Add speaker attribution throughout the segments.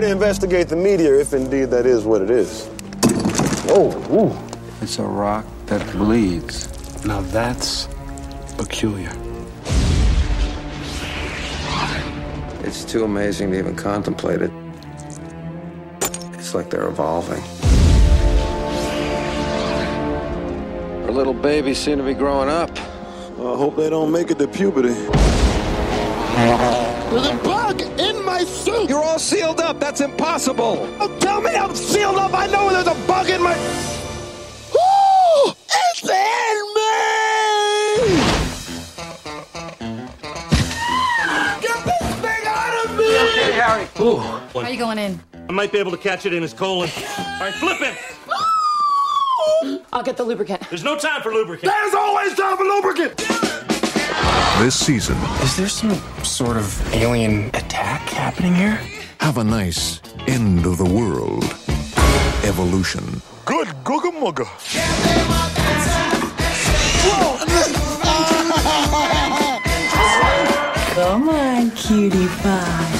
Speaker 1: to investigate the meteor, if indeed that is what it is. Oh, ooh.
Speaker 2: It's a rock that bleeds.
Speaker 3: Now that's peculiar.
Speaker 2: It's too amazing to even contemplate it. It's like they're evolving. Our little babies seem to be growing up.
Speaker 1: I hope they don't make it to puberty.
Speaker 4: There's a bug in my suit.
Speaker 2: You're all sealed up. That's impossible.
Speaker 4: Don't tell me I'm sealed up. I know there's a bug in my. Ooh, it's in me! Get this thing out of me!
Speaker 5: How you going in?
Speaker 6: I might be able to catch it in his colon. All right, flip it.
Speaker 5: I'll get the lubricant.
Speaker 6: There's no time for lubricant.
Speaker 4: There's always time for lubricant.
Speaker 7: This season,
Speaker 8: Is there some sort of alien attack happening here?
Speaker 7: have a nice end of the world evolution.
Speaker 4: Good gugamugga.
Speaker 9: Come on, cutie pie.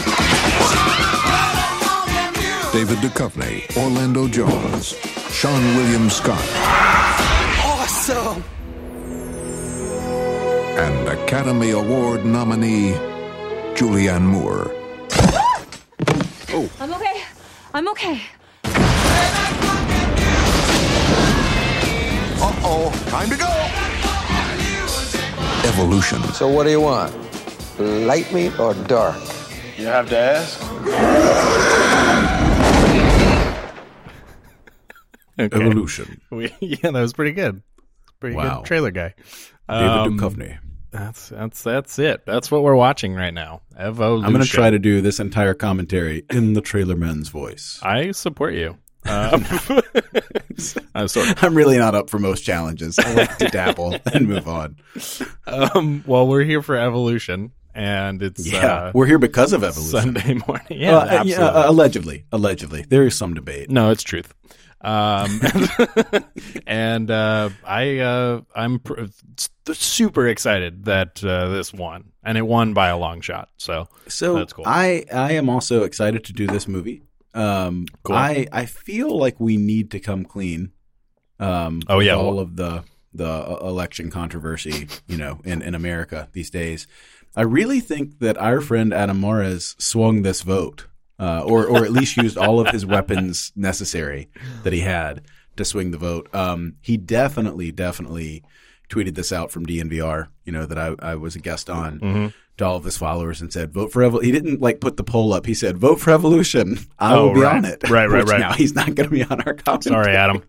Speaker 7: David Duchovny, Orlando Jones, Sean William Scott. Awesome! And Academy Award nominee Julianne Moore.
Speaker 10: I'm okay. I'm okay.
Speaker 4: Uh-oh, time to go.
Speaker 7: Evolution.
Speaker 2: So what do you want? Light me or dark?
Speaker 3: You have to ask.
Speaker 11: Okay.
Speaker 7: Evolution.
Speaker 11: We- yeah, that was pretty good. Pretty
Speaker 7: Wow.
Speaker 11: good trailer guy.
Speaker 12: David
Speaker 11: Um,
Speaker 12: Duchovny.
Speaker 11: That's that's that's it. That's what we're watching right now. Evolution.
Speaker 12: I'm going to try to do this entire commentary in the trailer man's voice.
Speaker 11: I support you. Um, I'm sorry.
Speaker 12: I'm really not up for most challenges. I like to dabble and move on.
Speaker 11: Um, well, we're here for evolution, and it's
Speaker 12: Yeah,
Speaker 11: uh,
Speaker 12: we're here because of evolution.
Speaker 11: Sunday morning. Yeah,
Speaker 12: Well, uh,
Speaker 11: absolutely.
Speaker 12: yeah, uh, allegedly, allegedly, there is some debate.
Speaker 11: No, it's truth. Um, and uh, I uh, I'm pr- s- super excited that uh, this won, and it won by a long shot. So
Speaker 12: So
Speaker 11: that's cool.
Speaker 12: I I am also excited to do this movie. Um,
Speaker 11: Cool.
Speaker 12: I I feel like we need to come clean. Um,
Speaker 11: Oh, yeah.
Speaker 12: with all of the the uh, election controversy, you know, in in America these days. I really think that our friend Adam Morris swung this vote, uh, or or at least used all of his weapons necessary that he had to swing the vote. Um, he definitely definitely tweeted this out from DNVR, you know, that I, I was a guest on
Speaker 11: Mm-hmm.
Speaker 12: to all of his followers and said, vote for evolution. He didn't like put the poll up. He said, vote for evolution. I
Speaker 11: Oh,
Speaker 12: will be
Speaker 11: right.
Speaker 12: on it.
Speaker 11: Right, right,
Speaker 12: Which
Speaker 11: right.
Speaker 12: Now he's not going to be on our comment.
Speaker 11: Sorry, Adam.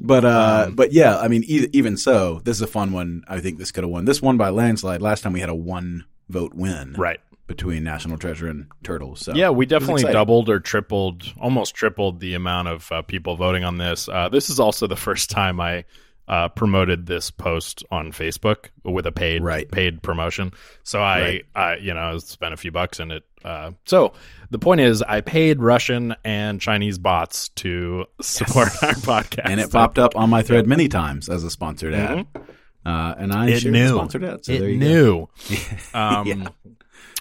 Speaker 12: But, uh,
Speaker 11: Um,
Speaker 12: but yeah, I mean, e- even so, this is a fun one. I think this could have won. This won by landslide. Last time we had a one vote win.
Speaker 11: Right.
Speaker 12: Between National Treasure and Turtles. So
Speaker 11: Yeah, we
Speaker 12: it was
Speaker 11: definitely
Speaker 12: exciting.
Speaker 11: doubled or tripled, almost tripled the amount of uh, people voting on this. Uh, this is also the first time I uh, promoted this post on Facebook with a paid
Speaker 12: Right.
Speaker 11: paid promotion. So I,
Speaker 12: Right.
Speaker 11: I you know spent a few bucks in it. Uh, so the point is, I paid Russian and Chinese bots to support our podcast,
Speaker 12: And it popped up on my thread many times as a sponsored ad. Uh, and I
Speaker 11: Mm-hmm. It
Speaker 12: shared
Speaker 11: knew.
Speaker 12: the sponsored ad. So
Speaker 11: it
Speaker 12: there you go.
Speaker 11: knew. um,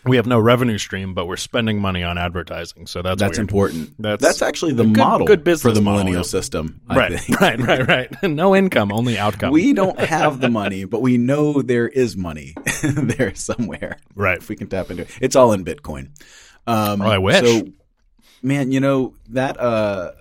Speaker 11: We have no revenue stream, but we're spending money on advertising, so that's
Speaker 12: That's
Speaker 11: weird.
Speaker 12: important.
Speaker 11: That's-
Speaker 12: That's, actually the
Speaker 11: good-
Speaker 12: model
Speaker 11: good business
Speaker 12: for the
Speaker 11: model,
Speaker 12: millennial
Speaker 11: yeah.
Speaker 12: system. I
Speaker 11: Right,
Speaker 12: think.
Speaker 11: right, right, right. No income, only outcome.
Speaker 12: We don't have the money, but we know there is money there somewhere.
Speaker 11: Right.
Speaker 12: If we can tap into it. It's all in Bitcoin. Um,
Speaker 11: Oh, I wish.
Speaker 12: So, man, you know, that, uh,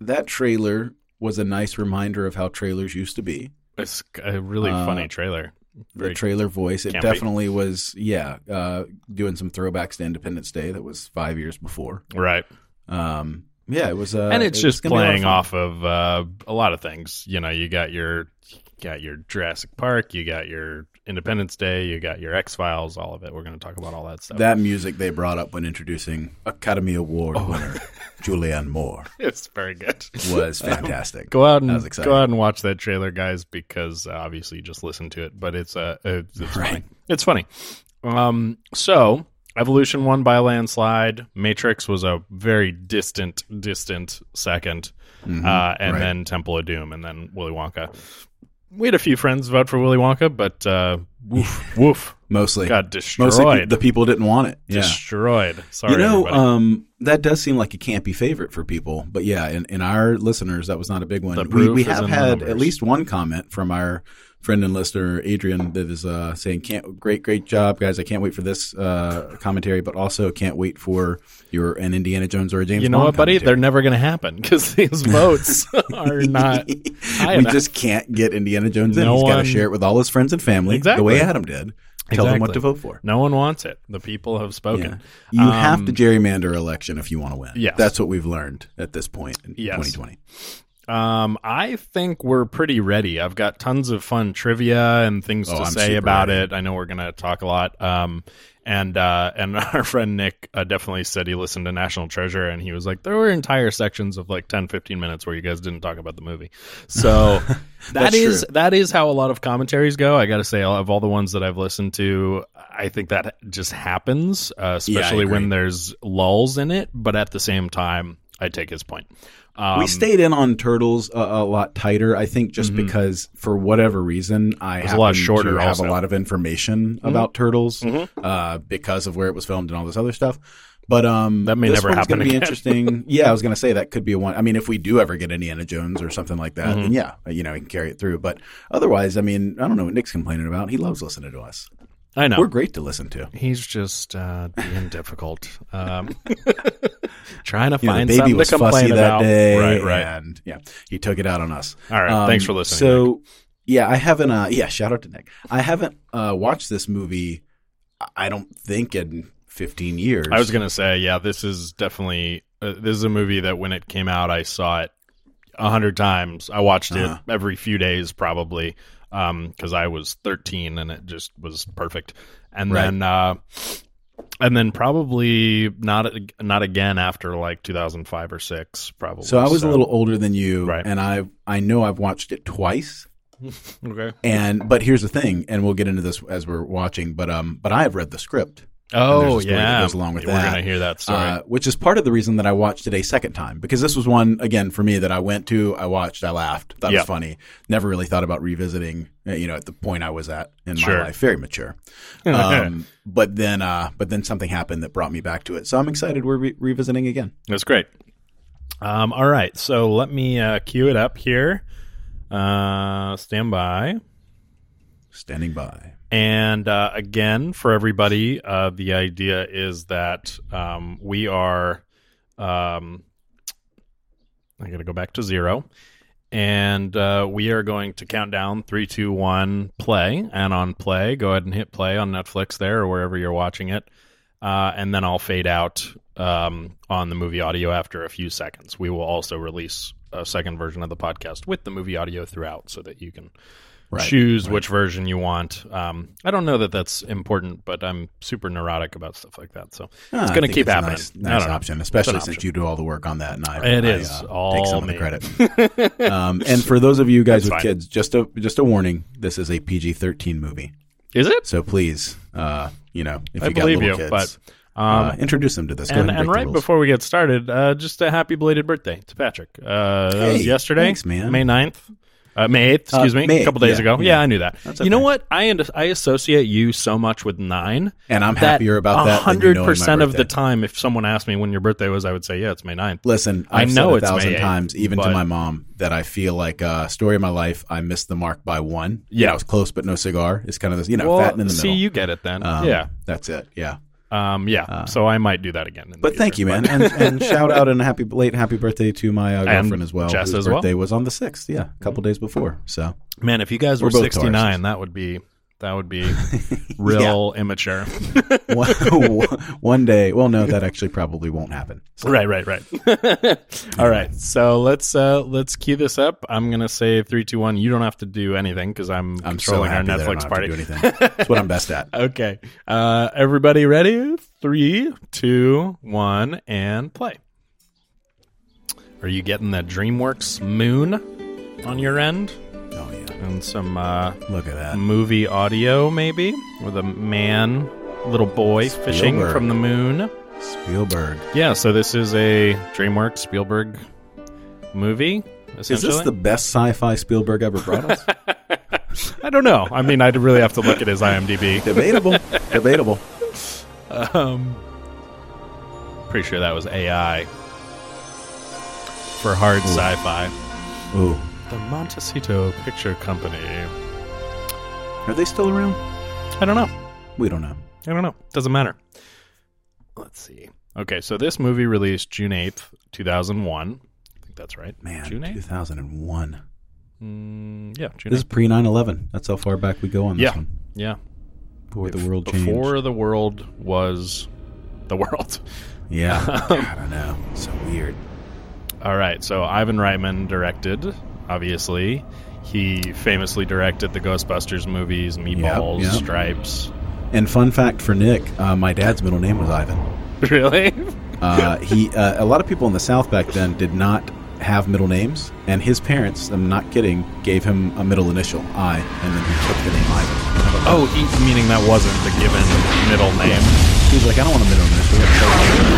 Speaker 12: that trailer was a nice reminder of how trailers used to be.
Speaker 11: It's a really
Speaker 12: Uh,
Speaker 11: funny trailer.
Speaker 12: The
Speaker 11: Very
Speaker 12: trailer voice. It
Speaker 11: campy.
Speaker 12: definitely was, yeah, uh, doing some throwbacks to Independence Day that was five years before.
Speaker 11: right,
Speaker 12: Um, yeah, it was. Uh,
Speaker 11: and it's
Speaker 12: it was
Speaker 11: just
Speaker 12: gonna be a lot of
Speaker 11: playing
Speaker 12: fun.
Speaker 11: off of uh, a lot of things. You know, you got your you got your Jurassic Park, you got your Independence Day, you got your X Files, all of it. We're going to talk about all that stuff.
Speaker 12: That music they brought up when introducing Academy Award
Speaker 11: Oh.
Speaker 12: winner Julianne Moore
Speaker 11: it's very good.
Speaker 12: was fantastic.
Speaker 11: Go out
Speaker 12: That was
Speaker 11: and
Speaker 12: exciting.
Speaker 11: go out and watch that trailer, guys, because uh, obviously you just listen to it, but it's uh, it's, it's funny.
Speaker 12: Right.
Speaker 11: It's funny. Um, so Evolution won by a landslide. Matrix was a very distant, distant 2nd uh, and
Speaker 12: Mm-hmm. right.
Speaker 11: then Temple of Doom, and then Willy Wonka. We had a few friends vote for Willy Wonka, but uh, woof woof
Speaker 12: mostly
Speaker 11: got destroyed.
Speaker 12: Mostly the people didn't want it. Yeah.
Speaker 11: Destroyed. Sorry,
Speaker 12: you know,
Speaker 11: everybody.
Speaker 12: um, that does seem like a campy favorite for people, but yeah, in, in our listeners, that was not a big
Speaker 11: The
Speaker 12: one. We,
Speaker 11: proof
Speaker 12: we
Speaker 11: is
Speaker 12: have
Speaker 11: in the
Speaker 12: had
Speaker 11: numbers.
Speaker 12: at least one comment from our friend and listener Adrian that is uh, saying, "Can't great, great job, guys! I can't wait for this uh, commentary, but also can't wait for your an Indiana Jones or a James."
Speaker 11: you know
Speaker 12: Bond
Speaker 11: what, buddy?
Speaker 12: commentary."
Speaker 11: They're never going to happen because these votes are not. high
Speaker 12: we
Speaker 11: enough.
Speaker 12: just can't get Indiana Jones in.
Speaker 11: No
Speaker 12: He's got to
Speaker 11: one-
Speaker 12: share it with all his friends and family,
Speaker 11: Exactly.
Speaker 12: the way Adam did. Tell them what
Speaker 11: Exactly.
Speaker 12: to vote for.
Speaker 11: No one wants it. The people have spoken.
Speaker 12: You
Speaker 11: Um,
Speaker 12: have to gerrymander election if you want to win.
Speaker 11: Yes.
Speaker 12: That's what we've learned at this point in
Speaker 11: Yes.
Speaker 12: 2020.
Speaker 11: Um, I think we're pretty ready. I've got tons of fun trivia and things
Speaker 12: Oh,
Speaker 11: to
Speaker 12: I'm
Speaker 11: say
Speaker 12: super
Speaker 11: about
Speaker 12: ready.
Speaker 11: it. I know we're gonna talk a lot. Um, and uh, and our friend Nick uh, definitely said he listened to National Treasure and he was like, there were entire sections of like 10, 15 minutes where you guys didn't talk about the movie. So that
Speaker 12: That's
Speaker 11: is
Speaker 12: true.
Speaker 11: that is how a lot of commentaries go. I got to say, of all the ones that I've listened to, I think that just happens, uh,
Speaker 12: Yeah, I
Speaker 11: especially when
Speaker 12: agree.
Speaker 11: there's lulls in it. But at the same time, I take his point. Um, Mm-hmm.
Speaker 12: we stayed in on Turtles a, a lot tighter, I think, just because for whatever reason, I
Speaker 11: was a lot
Speaker 12: happen
Speaker 11: shorter
Speaker 12: to have
Speaker 11: also. Mm-hmm.
Speaker 12: a lot of information about Turtles uh, because of where it was filmed and all this other stuff. But um,
Speaker 11: That may
Speaker 12: this
Speaker 11: never
Speaker 12: one's
Speaker 11: happen
Speaker 12: gonna Be
Speaker 11: again.
Speaker 12: interesting. yeah, I was going to say that could be a one. I mean, if we do ever get Indiana Jones or something like that,
Speaker 11: Mm-hmm.
Speaker 12: then yeah, you know, we can carry it through. But otherwise, I mean, I don't know what Nick's complaining about. He loves listening to us.
Speaker 11: I know
Speaker 12: We're great to listen to.
Speaker 11: He's just uh, being difficult, um, trying to
Speaker 12: you know,
Speaker 11: find
Speaker 12: the baby
Speaker 11: something
Speaker 12: was
Speaker 11: to complain
Speaker 12: fussy that
Speaker 11: about.
Speaker 12: day,
Speaker 11: right, right.
Speaker 12: And yeah, he took it out on us.
Speaker 11: All right, thanks for listening,
Speaker 12: So yeah, I haven't. Uh, yeah, shout out to Nick. I haven't uh, watched this movie. I- I don't think in fifteen years.
Speaker 11: I was gonna say, yeah, this is definitely uh, this is a movie that when it came out, I saw it a hundred times. I watched
Speaker 12: Uh-huh.
Speaker 11: it every few days, probably, because I was thirteen and it just was perfect. And
Speaker 12: Right.
Speaker 11: then, uh, and then probably not not again after like two thousand five or six, probably.
Speaker 12: So I was a little older than you,
Speaker 11: Right.
Speaker 12: and I I know I've watched it twice.
Speaker 11: okay.
Speaker 12: And but here's the thing, and we'll get into this as we're watching. But um, but I have read the script. And
Speaker 11: Oh
Speaker 12: there's a story that
Speaker 11: yeah,
Speaker 12: goes along with
Speaker 11: we're
Speaker 12: that.
Speaker 11: gonna hear that story.
Speaker 12: Uh, which is part of the reason that I watched it a second time because this was one again for me that I went to, I watched, I laughed, thought it
Speaker 11: Yeah.
Speaker 12: was funny. Never really thought about revisiting. uh, You know, at the point I was at in
Speaker 11: Sure.
Speaker 12: my life, very mature. Um, but then, uh, but then something happened that brought me back to it. So I'm excited we're re- revisiting again.
Speaker 11: That's great. Um, all right, so let me uh, cue it up here. Uh, stand by.
Speaker 12: Standing by.
Speaker 11: And uh, again, for everybody, uh, the idea is that um, we are. Um, I got to go back to zero. And uh, we are going to count down three, two, one, play. And on play, go ahead and hit play on Netflix there or wherever you're watching it. Uh, and then I'll fade out um, on the movie audio after a few seconds. We will also release a second version of the podcast with the movie audio throughout so that you can choose which version you want. Um, I don't know that that's important, but I'm super neurotic about stuff like that. So
Speaker 12: Ah,
Speaker 11: it's
Speaker 12: I
Speaker 11: going to
Speaker 12: think
Speaker 11: keep
Speaker 12: it's a
Speaker 11: happening.
Speaker 12: Nice,
Speaker 11: I
Speaker 12: nice
Speaker 11: don't know.
Speaker 12: option,
Speaker 11: It's an
Speaker 12: especially
Speaker 11: option.
Speaker 12: since you do all the work on that, and I,
Speaker 11: It
Speaker 12: I,
Speaker 11: is
Speaker 12: uh,
Speaker 11: all
Speaker 12: take some
Speaker 11: me.
Speaker 12: of the credit. um, and for those of you guys with
Speaker 11: fine.
Speaker 12: kids, just a just a warning: this is a PG-13 movie,
Speaker 11: Is it?
Speaker 12: so please, uh, you know, if
Speaker 11: I
Speaker 12: you got
Speaker 11: believe
Speaker 12: little
Speaker 11: you,
Speaker 12: kids,
Speaker 11: but, um,
Speaker 12: uh, introduce them to this. Go
Speaker 11: And,
Speaker 12: ahead
Speaker 11: and
Speaker 12: break the
Speaker 11: right
Speaker 12: rules.
Speaker 11: before we get started, uh, just a happy belated birthday to Patrick. Uh, that
Speaker 12: Hey,
Speaker 11: was yesterday,
Speaker 12: thanks, man.
Speaker 11: May 9th. Uh, May 8th, excuse me,
Speaker 12: May
Speaker 11: a couple days
Speaker 12: 8th,
Speaker 11: ago.
Speaker 12: yeah,
Speaker 11: Yeah, I knew that.
Speaker 12: That's
Speaker 11: You know
Speaker 12: okay.
Speaker 11: what? I I associate you so much with nine.
Speaker 12: And I'm
Speaker 11: that
Speaker 12: happier about that than you know
Speaker 11: 100%
Speaker 12: my
Speaker 11: of the
Speaker 12: birthday.
Speaker 11: time, if someone asked me when your birthday was, I would say, yeah, it's May 9th.
Speaker 12: Listen,
Speaker 11: I
Speaker 12: I've
Speaker 11: know
Speaker 12: said a
Speaker 11: it's May
Speaker 12: thousand
Speaker 11: 8th,
Speaker 12: times, even
Speaker 11: but-
Speaker 12: to my mom, that I feel like uh, story of my life. I missed the mark by one.
Speaker 11: Yeah.
Speaker 12: I was close, but no cigar. It's kind of this, you know,
Speaker 11: Well,
Speaker 12: fat and in the
Speaker 11: see,
Speaker 12: middle.
Speaker 11: you get it then.
Speaker 12: Um,
Speaker 11: yeah.
Speaker 12: that's it. Yeah.
Speaker 11: Um, yeah. so I might do that again. in the
Speaker 12: But thank
Speaker 11: future.
Speaker 12: you, man, and, and shout out and happy late happy birthday to my uh, girlfriend as well.
Speaker 11: Jess
Speaker 12: whose
Speaker 11: as well. Mm-hmm.
Speaker 12: birthday was on the sixth, yeah, a couple days before. So
Speaker 11: Man, if you guys
Speaker 12: We're
Speaker 11: were
Speaker 12: both
Speaker 11: 69,
Speaker 12: Tauruses.
Speaker 11: that would be that would be real immature.
Speaker 12: one, one day, well, no, that actually probably won't happen. So,
Speaker 11: right, right, right. All right. So let's uh let's cue this up. I'm going to say 3 2 1. You don't have to do anything cuz I'm,
Speaker 12: I'm so
Speaker 11: controlling our
Speaker 12: happy that I don't
Speaker 11: Netflix
Speaker 12: have to do
Speaker 11: party.
Speaker 12: anything. That's what I'm best at.
Speaker 11: Okay. Uh everybody ready? Three, two, one, and play. Are you getting that Dreamworks moon on your end
Speaker 12: Oh yeah,
Speaker 11: and some uh
Speaker 12: look at that.
Speaker 11: movie audio maybe with a man little boy fishing
Speaker 12: Spielberg.
Speaker 11: from the moon
Speaker 12: Spielberg.
Speaker 11: yeah so this is a dreamworks spielberg movie
Speaker 12: Is
Speaker 11: essentially
Speaker 12: this the best sci-fi Spielberg ever brought us?
Speaker 11: i I don't know. I mean, I'd really have to look at his IMDb.
Speaker 12: Debatable. Debatable.
Speaker 11: Um, pretty sure that was AI for hard sci-fi.
Speaker 12: Ooh.
Speaker 11: The Montecito Picture Company.
Speaker 12: Are they still around?
Speaker 11: I don't know.
Speaker 12: We don't know.
Speaker 11: I don't know. Doesn't matter. Let's see. Okay, so this movie released June 8th, 2001. I think that's right.
Speaker 12: Man,
Speaker 11: June 8th?
Speaker 12: 2001.
Speaker 11: Mm, yeah, June
Speaker 12: This is
Speaker 11: 8th.
Speaker 12: pre 9 11. That's how far back we go on
Speaker 11: Yeah.
Speaker 12: this one.
Speaker 11: Yeah.
Speaker 12: Before the world changed.
Speaker 11: Before the world was the world.
Speaker 12: Yeah. God, I know. So weird.
Speaker 11: All right, so Ivan Reitman directed, obviously. He famously directed the Ghostbusters movies, Meatballs,
Speaker 12: yep.
Speaker 11: Stripes.
Speaker 12: And fun fact for Nick, uh, my dad's middle name was Ivan.
Speaker 11: Really?
Speaker 12: Uh, he, uh, a lot of people in the South back then did not have middle names, and his parents, I'm not kidding, gave him a middle initial, I, and then he took the name Ivan.
Speaker 11: Oh, he, meaning that wasn't the given middle name.
Speaker 12: He was like, I don't want a middle initial.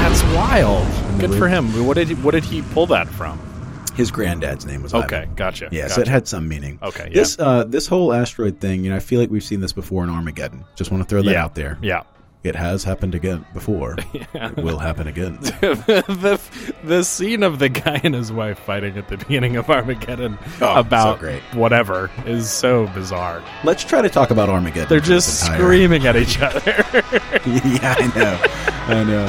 Speaker 11: That's wild. Good for
Speaker 12: Unbelievable.
Speaker 11: him. What did he, what did he pull that from?
Speaker 12: His granddad's name was Ivan.
Speaker 11: Okay, gotcha.
Speaker 12: Yeah,
Speaker 11: gotcha.
Speaker 12: so it had some meaning.
Speaker 11: Okay, yeah.
Speaker 12: This uh, this whole asteroid thing, you know, I feel like we've seen this before in Armageddon. Just want to throw that
Speaker 11: Yeah.
Speaker 12: out there.
Speaker 11: Yeah.
Speaker 12: It has happened again before. It will happen again.
Speaker 11: the the scene of the guy and his wife fighting at the beginning of Armageddon
Speaker 12: Oh,
Speaker 11: about
Speaker 12: so great.
Speaker 11: whatever is so bizarre.
Speaker 12: Let's try to talk about Armageddon.
Speaker 11: They're
Speaker 12: for
Speaker 11: just
Speaker 12: this entire-
Speaker 11: screaming at each other.
Speaker 12: yeah, I know. I know.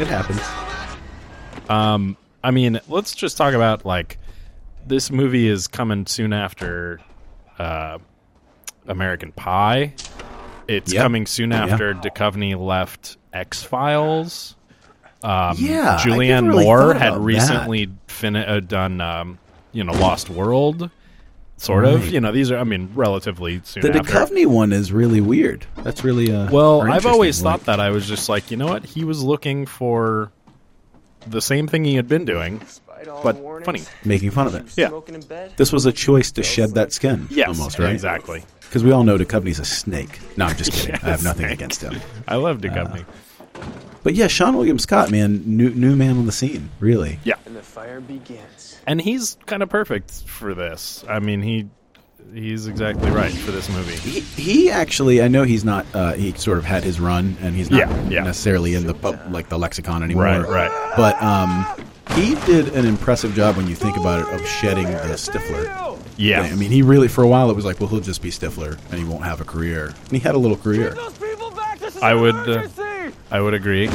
Speaker 12: It happens.
Speaker 11: Um, I mean, let's just talk about like this movie is coming soon after uh, American Pie. It's
Speaker 12: Yep.
Speaker 11: coming soon
Speaker 12: Yeah.
Speaker 11: after Duchovny left X Files. Um,
Speaker 12: Yeah, Ah, I
Speaker 11: Julianne
Speaker 12: never really
Speaker 11: Moore
Speaker 12: thought
Speaker 11: had
Speaker 12: about
Speaker 11: recently fin- uh, done, um, you know, Lost World. Sort of,
Speaker 12: Right.
Speaker 11: you know. These are, I mean, relatively soon.
Speaker 12: The
Speaker 11: after.
Speaker 12: Duchovny one is really weird. That's really uh,
Speaker 11: Well,
Speaker 12: or
Speaker 11: I've
Speaker 12: interesting.
Speaker 11: always
Speaker 12: Like,
Speaker 11: thought that. I was just like, you know what? He was looking for the same thing he had been doing, but funny.
Speaker 12: making fun of it.
Speaker 11: Yeah.
Speaker 12: This was a choice to shed that skin.
Speaker 11: Yes,
Speaker 12: almost right.
Speaker 11: exactly.
Speaker 12: Because we all know Duchovny's a snake. No, I'm just kidding. I have nothing against him.
Speaker 11: I love Duchovny.
Speaker 12: Uh, But yeah, Sean William Scott, man, new new man on the scene, really.
Speaker 11: yeah,
Speaker 4: And the fire begins.
Speaker 11: and he's kind of perfect for this. I mean, he he's exactly right for this movie.
Speaker 12: He, he actually, I know he's not. Uh, he sort of had his run, and he's not
Speaker 11: Yeah, yeah.
Speaker 12: necessarily in the pub, like the lexicon anymore.
Speaker 11: Right, right.
Speaker 12: But um, he did an impressive job when you think about it of shedding the Stifler.
Speaker 11: Yeah,
Speaker 12: I mean, he really for a while it was like, well, he'll just be Stifler and he won't have a career, and he had a little career.
Speaker 11: I would uh, I would agree.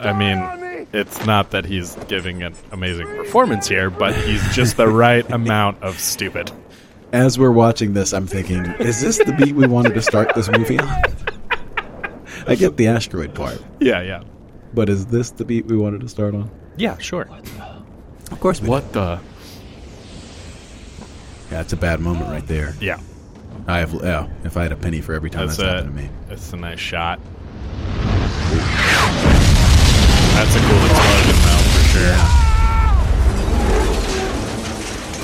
Speaker 11: I mean, it's not that he's giving an amazing performance here, but he's just the right amount of stupid.
Speaker 12: As we're watching this, I'm thinking, is this the beat we wanted to start this movie on? I get the asteroid part,
Speaker 11: Yeah, yeah,
Speaker 12: but is this the beat we wanted to start on?
Speaker 11: yeah. Sure.
Speaker 12: Of course,
Speaker 11: What the?
Speaker 12: Yeah, it's a bad moment right there.
Speaker 11: Yeah,
Speaker 12: I have. Oh, if I had a penny for every time that's,
Speaker 11: that's a
Speaker 12: happened to me.
Speaker 11: that's a nice shot. That's a cool explosion though, for sure.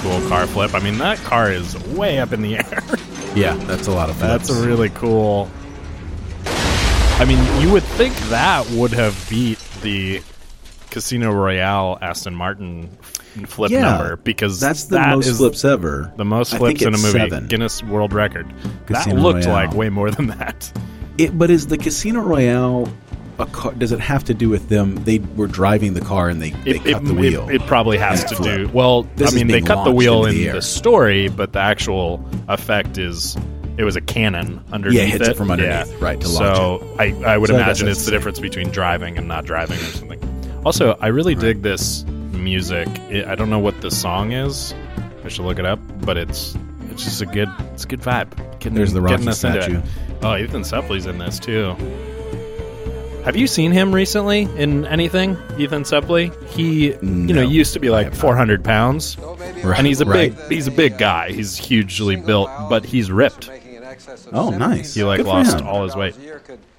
Speaker 11: Cool car flip. I mean, that car is way up in the air.
Speaker 12: Yeah, that's a lot of.
Speaker 11: that's
Speaker 12: flips.
Speaker 11: a really cool. I mean, you would think that would have beat the Casino Royale Aston Martin flip
Speaker 12: Yeah,
Speaker 11: number because
Speaker 12: That's the
Speaker 11: that
Speaker 12: most
Speaker 11: is
Speaker 12: flips ever.
Speaker 11: The most
Speaker 12: I
Speaker 11: flips
Speaker 12: think
Speaker 11: in a
Speaker 12: it's
Speaker 11: movie,
Speaker 12: Seven.
Speaker 11: Guinness World Record. that
Speaker 12: Casino
Speaker 11: looked
Speaker 12: Royale.
Speaker 11: like way more than that.
Speaker 12: It, but is the Casino Royale a car? Does it have to do with them? They were driving the car and they, they cut the wheel.
Speaker 11: It, probably has
Speaker 12: and
Speaker 11: to
Speaker 12: it flipped.
Speaker 11: do. Well,
Speaker 12: This
Speaker 11: I
Speaker 12: is
Speaker 11: mean, they
Speaker 12: being
Speaker 11: cut the
Speaker 12: launched
Speaker 11: wheel
Speaker 12: into
Speaker 11: in
Speaker 12: the
Speaker 11: the,
Speaker 12: air.
Speaker 11: story, but the actual effect is it was a cannon underneath.
Speaker 12: hits it from underneath, right, to launch
Speaker 11: so I, I would
Speaker 12: So I guess
Speaker 11: imagine
Speaker 12: that's-
Speaker 11: it's the difference between driving and not driving or something. Also, I really dig this music. It, I don't know what the song is. I should look it up, but it's it's just a good it's a good vibe. Getting,
Speaker 12: There's the
Speaker 11: getting
Speaker 12: Rocky
Speaker 11: us into it.
Speaker 12: statue.
Speaker 11: Oh, Ethan Suplee's in this too. Have you seen him recently in anything, Ethan Suplee? He, you
Speaker 12: No,
Speaker 11: know, used to be like 400 pounds,
Speaker 12: Right,
Speaker 11: and he's a
Speaker 12: right.
Speaker 11: big, he's a big guy. He's hugely built, but he's ripped.
Speaker 12: Oh, nice.
Speaker 11: He like
Speaker 12: Good for
Speaker 11: lost
Speaker 12: him.
Speaker 11: all his weight.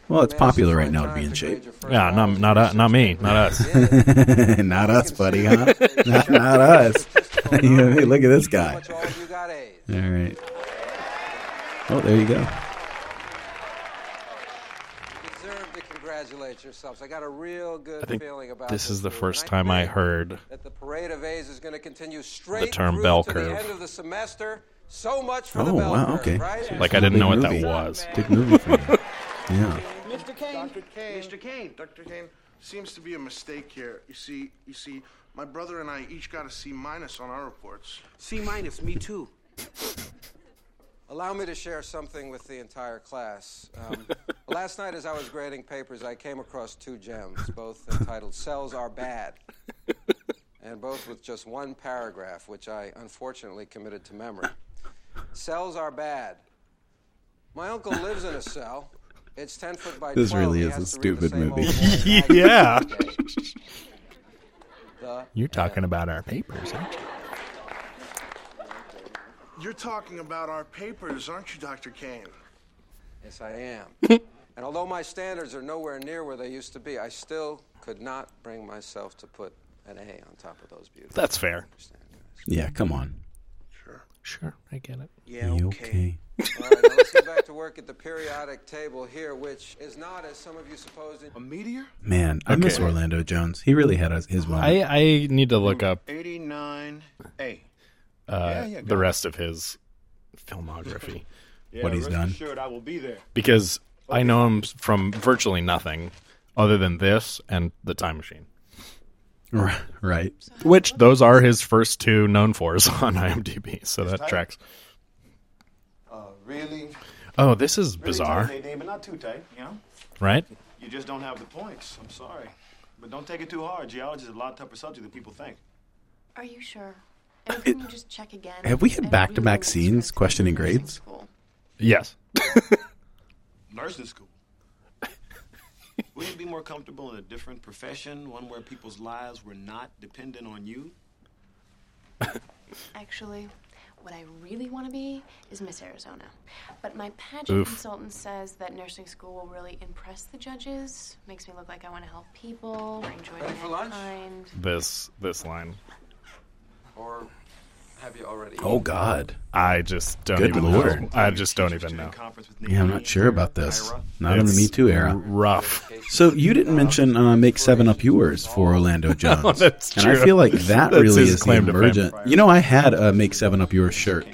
Speaker 12: Well, it's popular right now to be in shape.
Speaker 11: Yeah, not not uh, not me, not us.
Speaker 12: not us, buddy, huh? not, not us. You know, hey, look at this guy. All right. Oh, there you go.
Speaker 11: I think this is the first time I heard
Speaker 13: that the parade of A's is going to continue
Speaker 11: the
Speaker 13: straight
Speaker 11: term
Speaker 13: through
Speaker 11: bell
Speaker 13: to the end
Speaker 11: curve.
Speaker 13: of the semester
Speaker 2: So much for
Speaker 12: Oh
Speaker 2: the bell
Speaker 12: wow,
Speaker 2: curve,
Speaker 12: okay.
Speaker 2: right?
Speaker 11: Like I didn't know what that was.
Speaker 12: Big movie for you. Yeah.
Speaker 13: Mr. Kane. Dr. Kane. Mr. Kane. Dr. Kane. Seems to be a mistake here. You see, you see, my brother and I each got a C minus on our reports.
Speaker 14: C minus, me too.
Speaker 2: Allow me to share something with the entire class. Um, last night, as I was grading papers, I came across two gems, both entitled Cells Are Bad, and both with just one paragraph, which I unfortunately committed to memory. Cells are bad. My uncle lives in a cell. It's 10 foot by
Speaker 12: This
Speaker 2: 12.
Speaker 12: really
Speaker 2: He
Speaker 12: is a
Speaker 2: has to read the
Speaker 12: stupid
Speaker 2: same old
Speaker 12: movie.
Speaker 2: boring act
Speaker 11: Yeah.
Speaker 2: every day. The
Speaker 11: You're talking about our papers, aren't you?
Speaker 13: You're talking about our papers, aren't you, Dr. Kane?
Speaker 2: Yes, I am. and although my standards are nowhere near where they used to be, I still could not bring myself to put an A on top of those beautiful.
Speaker 11: That's fair.
Speaker 12: Yeah, come on.
Speaker 11: Sure, I get it.
Speaker 2: Yeah,
Speaker 12: You okay.
Speaker 2: All right, now let's get back to work at the periodic table here, which is not, as some of you supposed, a meteor.
Speaker 12: Man, I miss
Speaker 11: Okay.
Speaker 12: Orlando Jones. He really had his, his moment.
Speaker 11: I, I need to look up uh,
Speaker 13: 89A. yeah, go
Speaker 11: the rest of his filmography.
Speaker 12: what he's done.
Speaker 13: Sure, I will be there.
Speaker 11: Because I know him from virtually nothing other than this and The Time Machine.
Speaker 12: Right.
Speaker 11: Which those are his first two known fours on IMDb, so that tracks.
Speaker 13: Uh, really?
Speaker 11: Oh, this is bizarre,
Speaker 13: Really tight, Nadine, but not too tight, you know?
Speaker 11: right?
Speaker 13: You just don't have the points. I'm sorry. But don't take it too hard. Geology is a lot tougher subject than people think.
Speaker 15: Are you sure? And can you just check again?
Speaker 12: Have we had back to back scenes questioning grades?
Speaker 11: Yes.
Speaker 13: Nursing school. Wouldn't you be more comfortable in a different profession, one where people's lives were not dependent on you?
Speaker 15: Actually, what I really want to be is Miss Arizona. But my pageant
Speaker 11: Oof.
Speaker 15: consultant says that nursing school will really impress the judges. Makes me look like I want to help people or enjoy
Speaker 2: Ready for lunch?
Speaker 15: mankind.
Speaker 11: This this line.
Speaker 2: Or have you already?
Speaker 12: Oh, God.
Speaker 11: I just don't
Speaker 12: Good
Speaker 11: even
Speaker 12: Lord.
Speaker 11: know. I just don't even know.
Speaker 12: Yeah, I'm not sure about this. Not in the
Speaker 11: It's
Speaker 12: Me Too era.
Speaker 11: Rough.
Speaker 12: So you didn't mention uh, make seven up yours for Orlando Jones.
Speaker 11: Oh, that's
Speaker 12: and I
Speaker 11: true.
Speaker 12: feel like that
Speaker 11: That's
Speaker 12: really
Speaker 11: his
Speaker 12: is the
Speaker 11: claim to fame.
Speaker 12: emergent. You know, I had a make seven up yours shirt.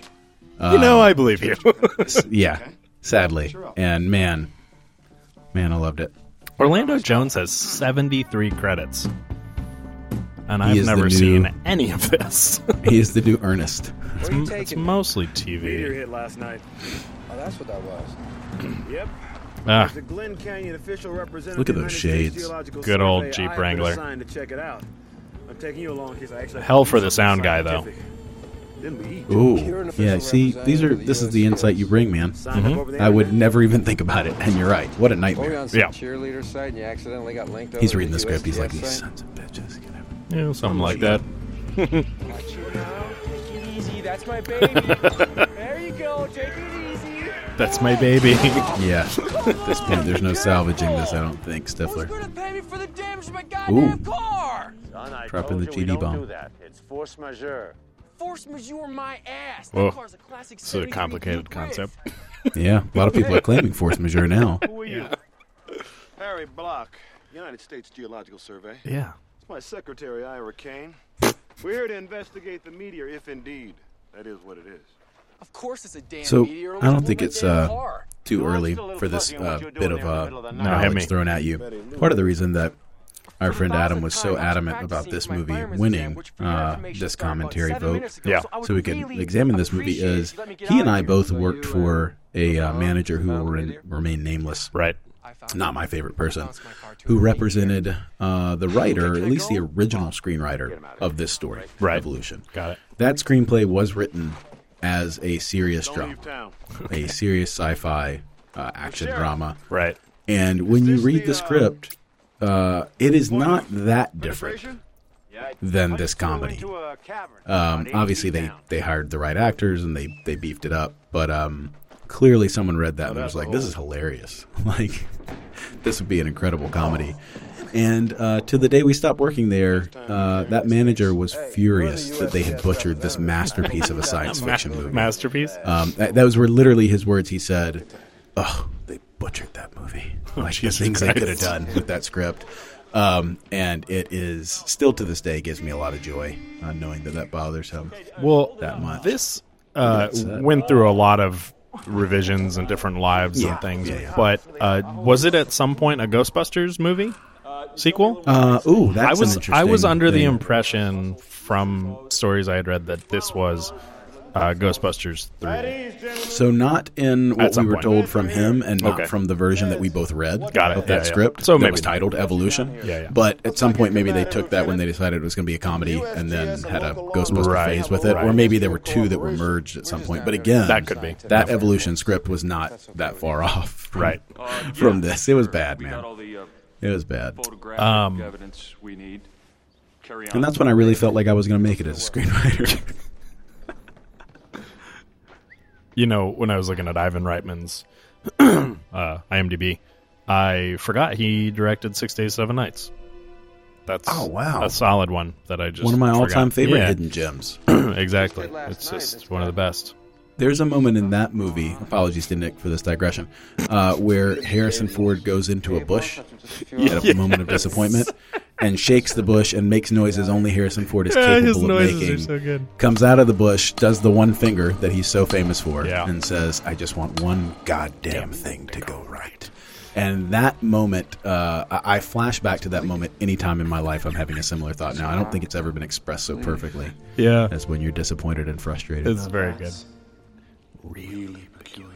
Speaker 12: uh,
Speaker 11: You know, I believe you.
Speaker 12: s- yeah, sadly, and man, man, I loved it.
Speaker 11: Orlando Jones has 73 credits. And
Speaker 12: He
Speaker 11: I've
Speaker 12: is the
Speaker 11: never
Speaker 12: new-
Speaker 11: seen any of this.
Speaker 12: He is the new Ernest.
Speaker 11: It's, m- it's mostly TV.
Speaker 16: hit last night.
Speaker 2: Oh, that's what that was.
Speaker 16: Yep.
Speaker 11: Ah.
Speaker 16: The Glen Canyon official representative.
Speaker 11: Look at those
Speaker 16: United States
Speaker 11: shades.
Speaker 16: Geological
Speaker 11: Good old
Speaker 16: Survey.
Speaker 11: Jeep
Speaker 16: I have been
Speaker 11: Wrangler.
Speaker 16: assigned to check it out. I'm taking you along in case I actually have
Speaker 11: Hell
Speaker 16: to
Speaker 11: for
Speaker 16: do
Speaker 11: the
Speaker 16: something
Speaker 11: sound guy, though.
Speaker 16: scientific. Then we eat.
Speaker 12: Ooh, yeah. See, these are this is the insight you bring, man.
Speaker 11: Signed up over the
Speaker 12: I would never even think about it, and you're right. What a
Speaker 2: Were you
Speaker 12: nightmare.
Speaker 2: on some cheerleader site and you accidentally got linked over
Speaker 12: He's
Speaker 2: to
Speaker 12: reading the script. He's like,
Speaker 2: USPS
Speaker 12: "These
Speaker 2: site?
Speaker 12: sons of bitches."
Speaker 11: Yeah, something like that.
Speaker 14: Take it easy, that's my baby. there you go, take it easy.
Speaker 11: That's my baby.
Speaker 12: yeah. At this point, there's no salvaging this. I don't think Stifler.
Speaker 14: Pay me for the damage to my
Speaker 12: Ooh,
Speaker 14: goddamn car.
Speaker 16: Son, I
Speaker 12: Dropping
Speaker 16: told you
Speaker 12: the
Speaker 16: we
Speaker 12: GD
Speaker 16: don't
Speaker 12: bomb.
Speaker 16: do that. It's force majeure.
Speaker 14: Force majeure my ass.
Speaker 11: Whoa.
Speaker 14: That car's a classic
Speaker 11: This is a
Speaker 14: 73
Speaker 11: complicated concept.
Speaker 12: yeah. A lot of people are claiming force majeure now.
Speaker 13: Who are you? Harry Block, United States Geological Survey.
Speaker 11: Yeah.
Speaker 13: It's my secretary, Ira Kane. We're here to investigate the meteor, if indeed that is what it is.
Speaker 14: Of course it's a damn
Speaker 12: So
Speaker 14: meteor.
Speaker 12: I don't think it's uh,
Speaker 14: car.
Speaker 12: too early for this uh, bit of uh,
Speaker 11: No, hit me.
Speaker 12: knowledge thrown at you. Part of the reason that our friend Adam was so adamant about this movie winning uh, this commentary vote,
Speaker 11: Yeah.
Speaker 12: so we could examine this movie is he and I both worked for a uh, manager who will re- remain nameless,
Speaker 11: right?
Speaker 12: Not my favorite person, who represented uh, the writer, at least the original screenwriter of this story, Revolution.
Speaker 11: Got it.
Speaker 12: That screenplay was written as a serious
Speaker 13: Don't
Speaker 12: drama
Speaker 13: leave town.
Speaker 12: a serious sci-fi uh, action drama.
Speaker 11: Right.
Speaker 12: And when you read the script, uh, it is not that different than this comedy. Um, obviously, they, they hired the right actors and they, they beefed it up, but um, clearly someone read
Speaker 13: Oh,
Speaker 12: that and was like, "This is hilarious! like, this would be an
Speaker 13: Oh.
Speaker 12: incredible comedy." And uh, to the day we stopped working there, uh, that manager was furious that they had butchered this masterpiece of a science fiction movie.
Speaker 11: Masterpiece?
Speaker 12: Um, that, those were literally his words. He said, "Oh, they butchered that movie. Like the
Speaker 11: Jesus
Speaker 12: things they could have
Speaker 11: Christ.
Speaker 12: done with that script." Um, and it is still to this day gives me a lot of joy uh, knowing that that bothers him
Speaker 11: Well,
Speaker 12: that much.
Speaker 11: This uh, went through a lot of revisions and different lives
Speaker 12: Yeah,
Speaker 11: and things.
Speaker 12: yeah, yeah.
Speaker 11: But uh, was it at some point a Ghostbusters movie sequel?
Speaker 12: Uh, ooh, that's
Speaker 11: I was
Speaker 12: an interesting
Speaker 11: I was under the
Speaker 12: thing.
Speaker 11: impression from stories I had read that this was uh, Ghostbusters three.
Speaker 12: So not in
Speaker 11: At
Speaker 12: what
Speaker 11: some
Speaker 12: we were
Speaker 11: point.
Speaker 12: told from him, and not
Speaker 11: Okay.
Speaker 12: from the version that we both read
Speaker 11: Got it.
Speaker 12: of that
Speaker 11: Yeah, yeah.
Speaker 12: script.
Speaker 11: So
Speaker 12: that
Speaker 11: maybe
Speaker 12: was
Speaker 11: not.
Speaker 12: titled Evolution.
Speaker 11: Yeah, yeah.
Speaker 12: But at some point, maybe they took that when they decided it was going to be a comedy, and then had a Ghostbuster
Speaker 11: Right,
Speaker 12: phase with it,
Speaker 11: right.
Speaker 12: or maybe there were two that were merged at some point. But again,
Speaker 11: That could be.
Speaker 12: that Evolution script was not that far off, from,
Speaker 11: Right.
Speaker 17: Uh,
Speaker 12: From this, it was bad, man. It was bad.
Speaker 11: Um,
Speaker 17: evidence we need. Carry
Speaker 12: And that's when I really felt like I was going to make it as a screenwriter.
Speaker 11: you know, when I was looking at Ivan Reitman's uh, IMDb, I forgot he directed Six Days, Seven Nights. That's
Speaker 12: Oh, wow.
Speaker 11: a solid one that I just
Speaker 12: One of my
Speaker 11: forgot.
Speaker 12: all-time favorite
Speaker 11: Yeah.
Speaker 12: hidden gems.
Speaker 11: exactly, it's just one of the best.
Speaker 12: There's a moment in that movie, apologies to Nick for this digression, uh, where Harrison Ford goes into a bush at a
Speaker 11: Yes.
Speaker 12: moment of disappointment and shakes the bush and makes noises only Harrison Ford is capable
Speaker 11: Yeah, Ah, his
Speaker 12: of
Speaker 11: noises are
Speaker 12: making.
Speaker 11: so good.
Speaker 12: Comes out of the bush, does the one finger that he's so famous for, and says, I just want one goddamn thing to go right. And that moment, uh, I I flash back to that moment anytime in my life I'm having a similar thought now. I don't think it's ever been expressed so perfectly
Speaker 11: Yeah.
Speaker 12: as when you're disappointed and frustrated.
Speaker 11: It's very good.
Speaker 3: Really peculiar.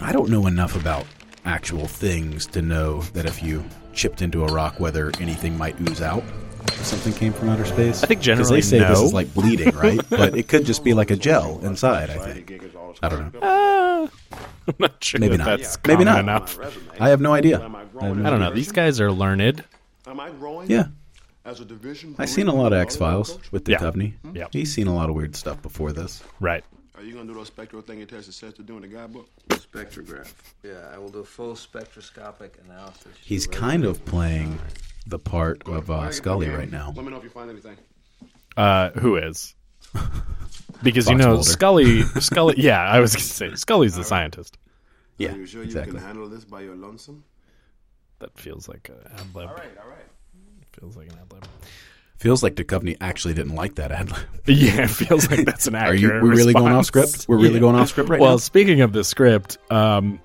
Speaker 12: I don't know enough about actual things to know that if you chipped into a rock, whether anything might ooze out. If something came from outer space.
Speaker 11: I think
Speaker 12: 'Cause
Speaker 11: generally
Speaker 12: they say this
Speaker 11: no.
Speaker 12: is like bleeding, right? but it could just be like a gel inside. I think. I don't know.
Speaker 11: I'm not sure
Speaker 12: Maybe
Speaker 11: that
Speaker 12: not.
Speaker 11: that's
Speaker 12: Maybe
Speaker 11: common
Speaker 12: not.
Speaker 11: enough.
Speaker 12: I have no idea.
Speaker 11: I don't know. These guys are learned.
Speaker 13: Am I growing?
Speaker 12: Yeah.
Speaker 13: As a division.
Speaker 12: I've seen a lot of X Files with the
Speaker 11: Yeah.
Speaker 12: Duchovny.
Speaker 11: Yeah.
Speaker 12: He's seen a lot of weird stuff before this.
Speaker 11: Right.
Speaker 13: Are you gonna do those spectral thing it tells us to do in the guidebook?
Speaker 18: Spectrograph. Yeah, I will do a full spectroscopic analysis.
Speaker 12: He's kind of playing the part of uh, Scully right now.
Speaker 13: Let me know if you find anything.
Speaker 11: Uh, who is? Because you
Speaker 12: Fox
Speaker 11: know
Speaker 12: Mulder.
Speaker 11: Scully. Scully. Yeah, I was gonna say Scully's the scientist.
Speaker 12: Yeah,
Speaker 13: Are you sure
Speaker 11: exactly.
Speaker 13: you can handle this by your lonesome?
Speaker 11: That feels like an ad lib. All right, all right. Feels like an ad lib.
Speaker 12: Feels like Duchovny actually didn't like that ad lib.
Speaker 11: Yeah, it feels like that's an
Speaker 12: Are
Speaker 11: accurate.
Speaker 12: you- we're really going off
Speaker 11: response.
Speaker 12: script? We're really going off script right
Speaker 11: well,
Speaker 12: now?
Speaker 11: speaking of the script, um,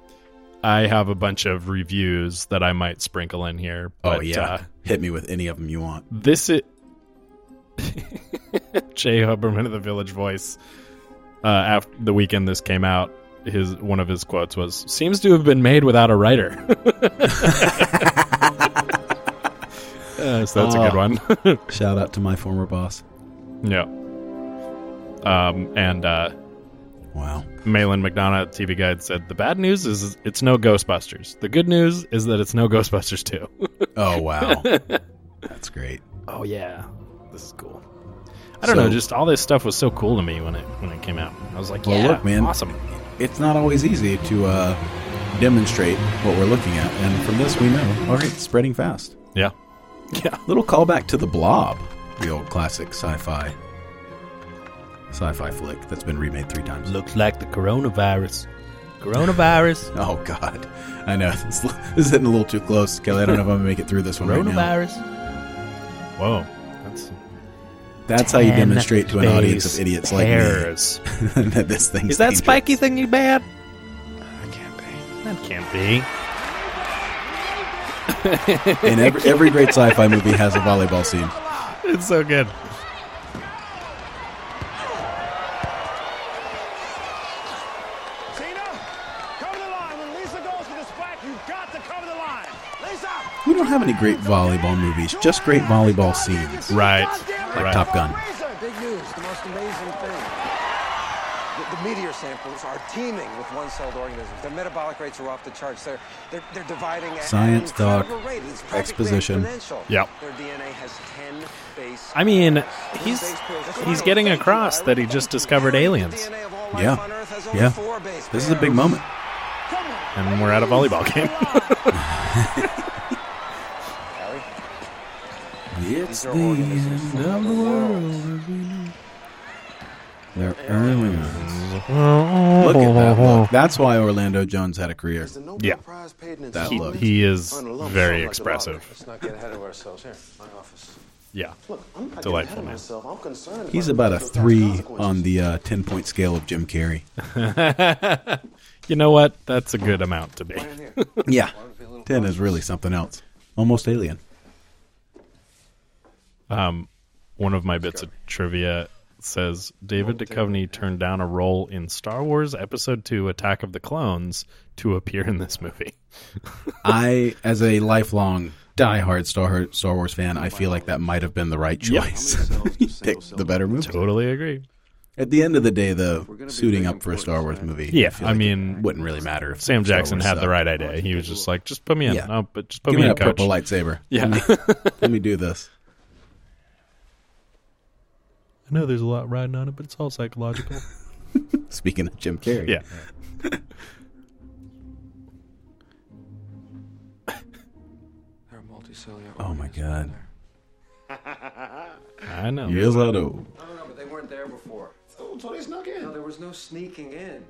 Speaker 11: I have a bunch of reviews that I might sprinkle in here.
Speaker 12: Oh,
Speaker 11: But,
Speaker 12: yeah.
Speaker 11: uh,
Speaker 12: Hit me with any of them you want.
Speaker 11: This is Jay Huberman of the Village Voice. Uh, after the weekend this came out, his one of his quotes was "seems to have been made without a writer." Uh, so that's a good
Speaker 12: Oh.
Speaker 11: one.
Speaker 12: Shout out to my former boss.
Speaker 11: Yeah. Um, and uh,
Speaker 12: wow,
Speaker 11: Malin McDonough, at TV Guide, said the bad news is it's no Ghostbusters. The good news is that it's no Ghostbusters too.
Speaker 12: Oh wow, that's great.
Speaker 11: Oh yeah, this is cool. I don't
Speaker 12: So-
Speaker 11: know, just all this stuff was so cool to me when it when it came out. I was like,
Speaker 12: Well,
Speaker 11: yeah,
Speaker 12: look, man,
Speaker 11: awesome.
Speaker 12: It's not always easy to uh, demonstrate what we're looking at, and from this we know. All right, spreading fast.
Speaker 11: Yeah.
Speaker 12: Yeah. Little callback to the Blob, the old classic sci-fi sci-fi flick that's been remade three times.
Speaker 11: Looks like the coronavirus. Coronavirus.
Speaker 12: oh God, I know this this is hitting a little too close, Kelly. I don't know if I'm gonna make it through this one right now.
Speaker 11: Whoa, that's
Speaker 12: That's how you
Speaker 11: Ten
Speaker 12: demonstrate to an audience of
Speaker 11: space
Speaker 12: idiots
Speaker 11: hairs.
Speaker 12: like me that this thing
Speaker 11: is that spiky thingy bad? That can't be. That can't be.
Speaker 12: And every, every great sci-fi movie has a volleyball scene.
Speaker 11: it's so good.
Speaker 12: We don't have any great volleyball movies, just great volleyball scenes.
Speaker 11: Right.
Speaker 12: Like Top Gun.
Speaker 2: Big news, the most amazing thing. The, the meteor samples are teeming with one-celled organisms. Their metabolic rates are off the charts. They're they're, they're dividing at
Speaker 12: Science
Speaker 2: an incredible
Speaker 12: talk,
Speaker 2: rate. It's practically
Speaker 12: exposition.
Speaker 2: exponential.
Speaker 11: Yep.
Speaker 2: Their DNA has ten base.
Speaker 11: I mean, he's he's getting across that he just discovered aliens.
Speaker 12: Yeah. Yeah. This is a big moment.
Speaker 11: And we're at a volleyball game.
Speaker 12: It's the end of the world. They're aliens. Look at that look. That's why Orlando Jones had a career.
Speaker 11: Yeah.
Speaker 12: That
Speaker 11: He,
Speaker 12: look.
Speaker 11: he is very expressive.
Speaker 2: Let's not get ahead of ourselves. Here, my office.
Speaker 11: Yeah.
Speaker 1: Look, I'm not getting
Speaker 11: Delightful
Speaker 1: ahead of
Speaker 11: man.
Speaker 1: myself. I'm concerned
Speaker 12: He's about a three on the uh, ten point scale of Jim Carrey.
Speaker 11: you know what? That's a good amount to be.
Speaker 12: yeah, ten is really something else. Almost alien.
Speaker 11: Um, one of my bits of trivia says David Duchovny turned down a role in Star Wars Episode Two: Attack of the Clones to appear in this movie.
Speaker 12: I, as a lifelong diehard Star Star Wars fan, I feel like that might have been the right choice. He picked the better movie.
Speaker 11: Totally agree.
Speaker 12: At the end of the day, though, suiting up for a Star Wars movie,
Speaker 11: Yeah,
Speaker 12: feel
Speaker 11: I
Speaker 12: like it
Speaker 11: mean,
Speaker 12: wouldn't really matter. If
Speaker 11: Sam
Speaker 12: Star
Speaker 11: Jackson
Speaker 12: Wars
Speaker 11: had the
Speaker 12: sucked.
Speaker 11: right idea. He was just like, just put me in.
Speaker 12: Yeah.
Speaker 11: No, but just put
Speaker 12: Give
Speaker 11: me
Speaker 12: me
Speaker 11: in,
Speaker 12: that
Speaker 11: coach.
Speaker 12: purple lightsaber.
Speaker 11: Yeah.
Speaker 12: Let me, let me do this.
Speaker 11: I know there's a lot riding on it, but it's all psychological.
Speaker 12: Speaking of Jim Carrey,
Speaker 11: Yeah.
Speaker 2: They're a multicellular.
Speaker 12: Oh my god.
Speaker 11: I know.
Speaker 12: Yes, I do.
Speaker 2: I don't know, but they weren't there before. Oh, Tony snuck in. No, there was no sneaking in.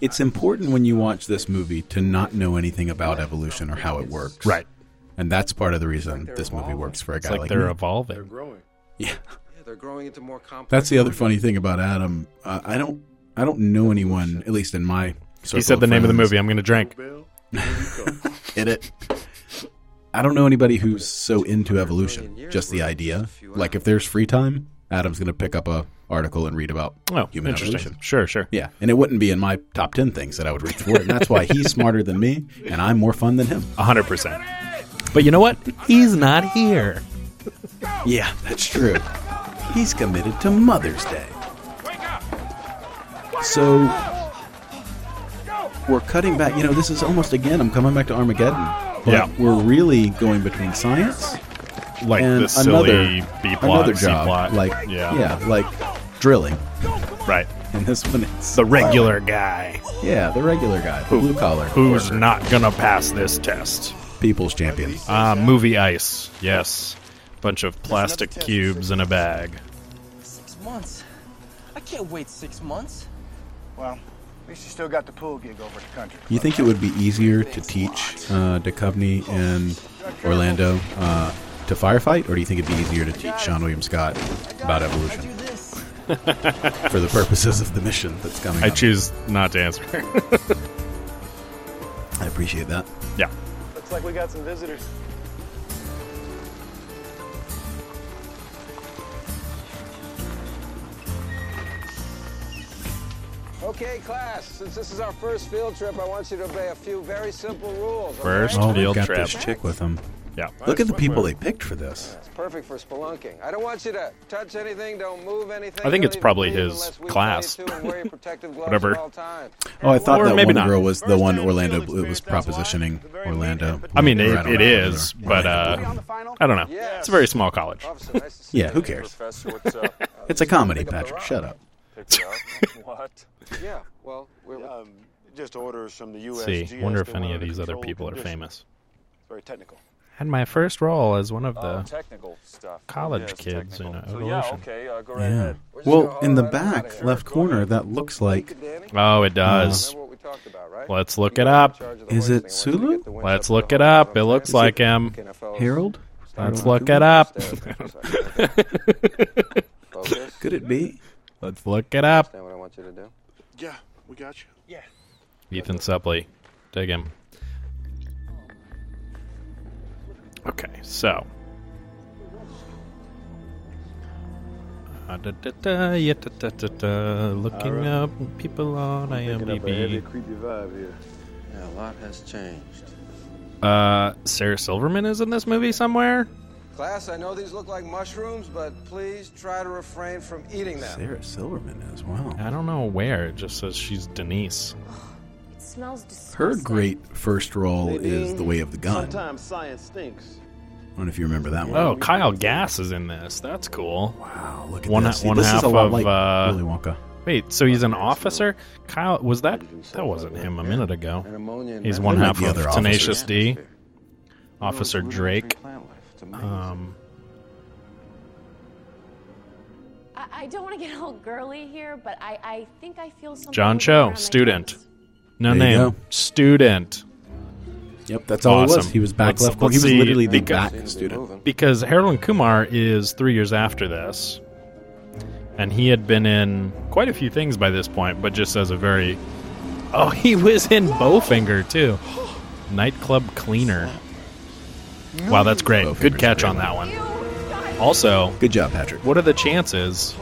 Speaker 12: It's important when you watch this movie to not know anything about evolution or how it works.
Speaker 11: Right.
Speaker 12: And that's part of the reason this movie works for a
Speaker 11: It's
Speaker 12: guy
Speaker 11: like
Speaker 12: like
Speaker 11: they're
Speaker 12: me.
Speaker 11: evolving.
Speaker 2: They're growing.
Speaker 12: Yeah.
Speaker 2: Yeah, they're growing into more complex.
Speaker 12: That's the other funny thing about Adam. Uh, I don't I don't know anyone, at least in my
Speaker 11: He said the name of the movie. I'm going to drink.
Speaker 12: Hit it. I don't know anybody who's so into evolution, just the idea. Like if there's free time, Adam's going to pick up a article and read about
Speaker 11: Oh,
Speaker 12: human
Speaker 11: interesting.
Speaker 12: evolution.
Speaker 11: Sure, sure.
Speaker 12: Yeah, and it wouldn't be in my top 10 things that I would read for it. And that's why he's smarter than me and I'm more fun than him.
Speaker 11: 100%. But you know what? He's not here.
Speaker 12: Yeah, that's true. He's committed to Mother's Day. So we're cutting back. You know, this is almost again. I'm coming back to Armageddon. But
Speaker 11: Yeah.
Speaker 12: we're really going between science,
Speaker 11: Like
Speaker 12: and
Speaker 11: this silly
Speaker 12: another,
Speaker 11: B plot,
Speaker 12: another
Speaker 11: C
Speaker 12: job,
Speaker 11: plot.
Speaker 12: like
Speaker 11: E Yeah.
Speaker 12: yeah, like drilling.
Speaker 11: Right.
Speaker 12: And this one, it's
Speaker 11: The regular guy.
Speaker 12: Yeah, the regular guy, the blue collar,
Speaker 11: Who's not going to pass this test?
Speaker 12: people's champion.
Speaker 11: Ah, movie ice. Yes. Bunch of plastic cubes in a bag.
Speaker 19: Six months? I can't wait six months.
Speaker 20: Well, at least you still got the pool gig over at the country.
Speaker 12: You think it would be easier to teach uh, Duchovny and Orlando uh, to firefight, or do you think it'd be easier to teach Sean William Scott about evolution for the purposes of the mission that's coming?
Speaker 11: I
Speaker 12: up?
Speaker 11: choose not to answer.
Speaker 12: I appreciate that.
Speaker 11: Yeah.
Speaker 14: Looks like we got some visitors.
Speaker 2: Okay, class. Since this is our first field trip, I want you to obey a few very simple rules. okay?
Speaker 11: First
Speaker 12: oh, they've
Speaker 11: field
Speaker 12: got
Speaker 11: trip.
Speaker 12: this chick with them.
Speaker 11: Yeah.
Speaker 12: Look at the people they picked for this.
Speaker 2: It's perfect for spelunking. I don't want you to touch anything, don't move anything.
Speaker 11: I think
Speaker 2: don't
Speaker 11: it's
Speaker 2: even
Speaker 11: probably
Speaker 2: breathe
Speaker 11: his
Speaker 2: unless we
Speaker 11: class.
Speaker 2: tell you to, and wear your protective gloves
Speaker 11: Whatever.
Speaker 2: at all times.
Speaker 12: Oh, I thought
Speaker 11: Or
Speaker 12: that
Speaker 11: maybe
Speaker 12: one
Speaker 11: not.
Speaker 12: girl was the one Orlando Blue was propositioning Orlando.
Speaker 11: I mean,
Speaker 12: Or
Speaker 11: it,
Speaker 12: don't
Speaker 11: it
Speaker 12: know,
Speaker 11: is,
Speaker 12: or-
Speaker 11: but uh, I don't know. It's a very small college.
Speaker 12: yeah, who cares?
Speaker 2: Uh,
Speaker 12: it's a comedy, Patrick. Shut up.
Speaker 20: what?
Speaker 2: Yeah, well, we're
Speaker 20: um, just orders from the U.S.
Speaker 11: See, wonder if any of these other people are famous.
Speaker 20: Very technical.
Speaker 11: Had my first role as one of the
Speaker 20: Oh, technical stuff.
Speaker 11: college
Speaker 20: Yes,
Speaker 11: kids in
Speaker 20: technical. So,
Speaker 11: evolution.
Speaker 20: yeah, okay, uh, go right
Speaker 12: Yeah. Well, in the back left corner, that looks like.
Speaker 11: Oh, it does. Let's look it up.
Speaker 12: Is it Sulu?
Speaker 11: Let's look it up. It looks like um, him.
Speaker 12: Harold?
Speaker 11: Let's
Speaker 12: Harold
Speaker 11: look
Speaker 12: Cooper?
Speaker 11: it up.
Speaker 12: Could it be?
Speaker 11: Let's look it up.
Speaker 2: Understand what I want you to do?
Speaker 20: Yeah, we got you. Yeah.
Speaker 11: Ethan Supley. Dig him. Okay, so. Uh, da, da, da, yeah, da, da, da, da. Looking
Speaker 16: Alright.
Speaker 11: up people on
Speaker 16: Picking up a heavy,
Speaker 11: IMDb.
Speaker 16: creepy vibe here.
Speaker 2: Yeah, a lot has changed.
Speaker 11: Uh, Sarah Silverman is in this movie somewhere?
Speaker 2: Class, I know these look like mushrooms, but please try to refrain from eating them.
Speaker 12: Sarah Silverman as well.
Speaker 11: I don't know where. It just says she's Denise.
Speaker 15: It smells disgusting.
Speaker 12: Her great first role is The Way of the Gun. I
Speaker 14: Sometimes science stinks.
Speaker 12: don't know if you remember that one.
Speaker 11: Oh, Kyle Gass is in this. That's cool.
Speaker 12: Wow, look at
Speaker 11: one,
Speaker 12: this. See,
Speaker 11: one
Speaker 12: this is
Speaker 11: half
Speaker 12: a lot
Speaker 11: of
Speaker 12: like
Speaker 11: uh,
Speaker 12: Willy Wonka.
Speaker 11: Wait, so he's an officer? Kyle, was that that wasn't him a minute ago? He's one
Speaker 12: Who might
Speaker 11: half
Speaker 12: be
Speaker 11: of
Speaker 12: other
Speaker 11: Tenacious
Speaker 12: officers?
Speaker 11: D, Officer Drake. Um,
Speaker 15: I, I don't want to get all girly here, but I, I think I feel something.
Speaker 11: John Cho, student. No
Speaker 12: There you
Speaker 11: name.
Speaker 12: go.
Speaker 11: Student.
Speaker 12: Yep, that's all it was. He was back
Speaker 11: Let's-
Speaker 12: left corner. He
Speaker 11: let's
Speaker 12: was
Speaker 11: see,
Speaker 12: literally the
Speaker 11: because-
Speaker 12: back student.
Speaker 11: Because Harold and Kumar is three years after this, and he had been in quite a few things by this point, but just as a very. Oh, he was in Bowfinger, too. Nightclub Cleaner. Wow, that's great. Good catch on that one. Also,
Speaker 12: good job, Patrick.
Speaker 11: What are the chances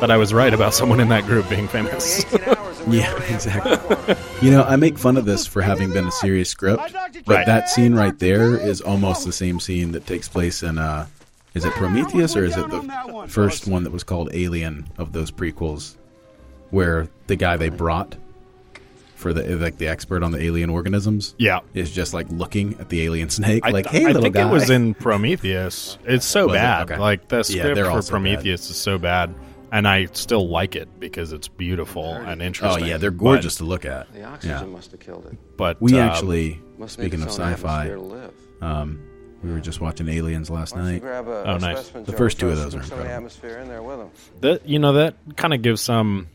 Speaker 11: that I was right about someone in that group being famous?
Speaker 12: yeah, exactly. you know, I make fun of this for having been a serious script, but that scene right there is almost the same scene that takes place in uh is it Prometheus or is it the first one that was called Alien of those prequels where the guy they brought for the like the expert on the alien organisms
Speaker 11: yeah
Speaker 12: is just like looking at the alien snake
Speaker 11: I-
Speaker 12: like hey
Speaker 11: I
Speaker 12: little
Speaker 11: think
Speaker 12: guy Oh,
Speaker 11: it was in Prometheus. It's so
Speaker 12: Was it?
Speaker 11: bad.
Speaker 12: Okay.
Speaker 11: Like the
Speaker 12: Yeah,
Speaker 11: script
Speaker 12: they're all
Speaker 11: for
Speaker 12: so bad.
Speaker 11: Prometheus is so bad, and I still like it because it's beautiful and interesting.
Speaker 12: Oh, yeah, they're gorgeous to
Speaker 11: but-
Speaker 12: look at.
Speaker 2: The oxygen must have killed it.
Speaker 11: But
Speaker 12: we
Speaker 11: um,
Speaker 12: actually
Speaker 2: Must make
Speaker 12: speaking of
Speaker 2: its own
Speaker 12: sci-fi
Speaker 2: atmosphere to live.
Speaker 12: um, we were just watching aliens last
Speaker 2: Why don't you
Speaker 12: night
Speaker 2: grab a- a specimen
Speaker 12: Oh, the
Speaker 2: jar,
Speaker 12: first two
Speaker 2: throw
Speaker 12: of those
Speaker 2: some-
Speaker 12: are
Speaker 2: some
Speaker 12: incredible
Speaker 2: atmosphere in there with 'em.
Speaker 11: that you know that kind of gives some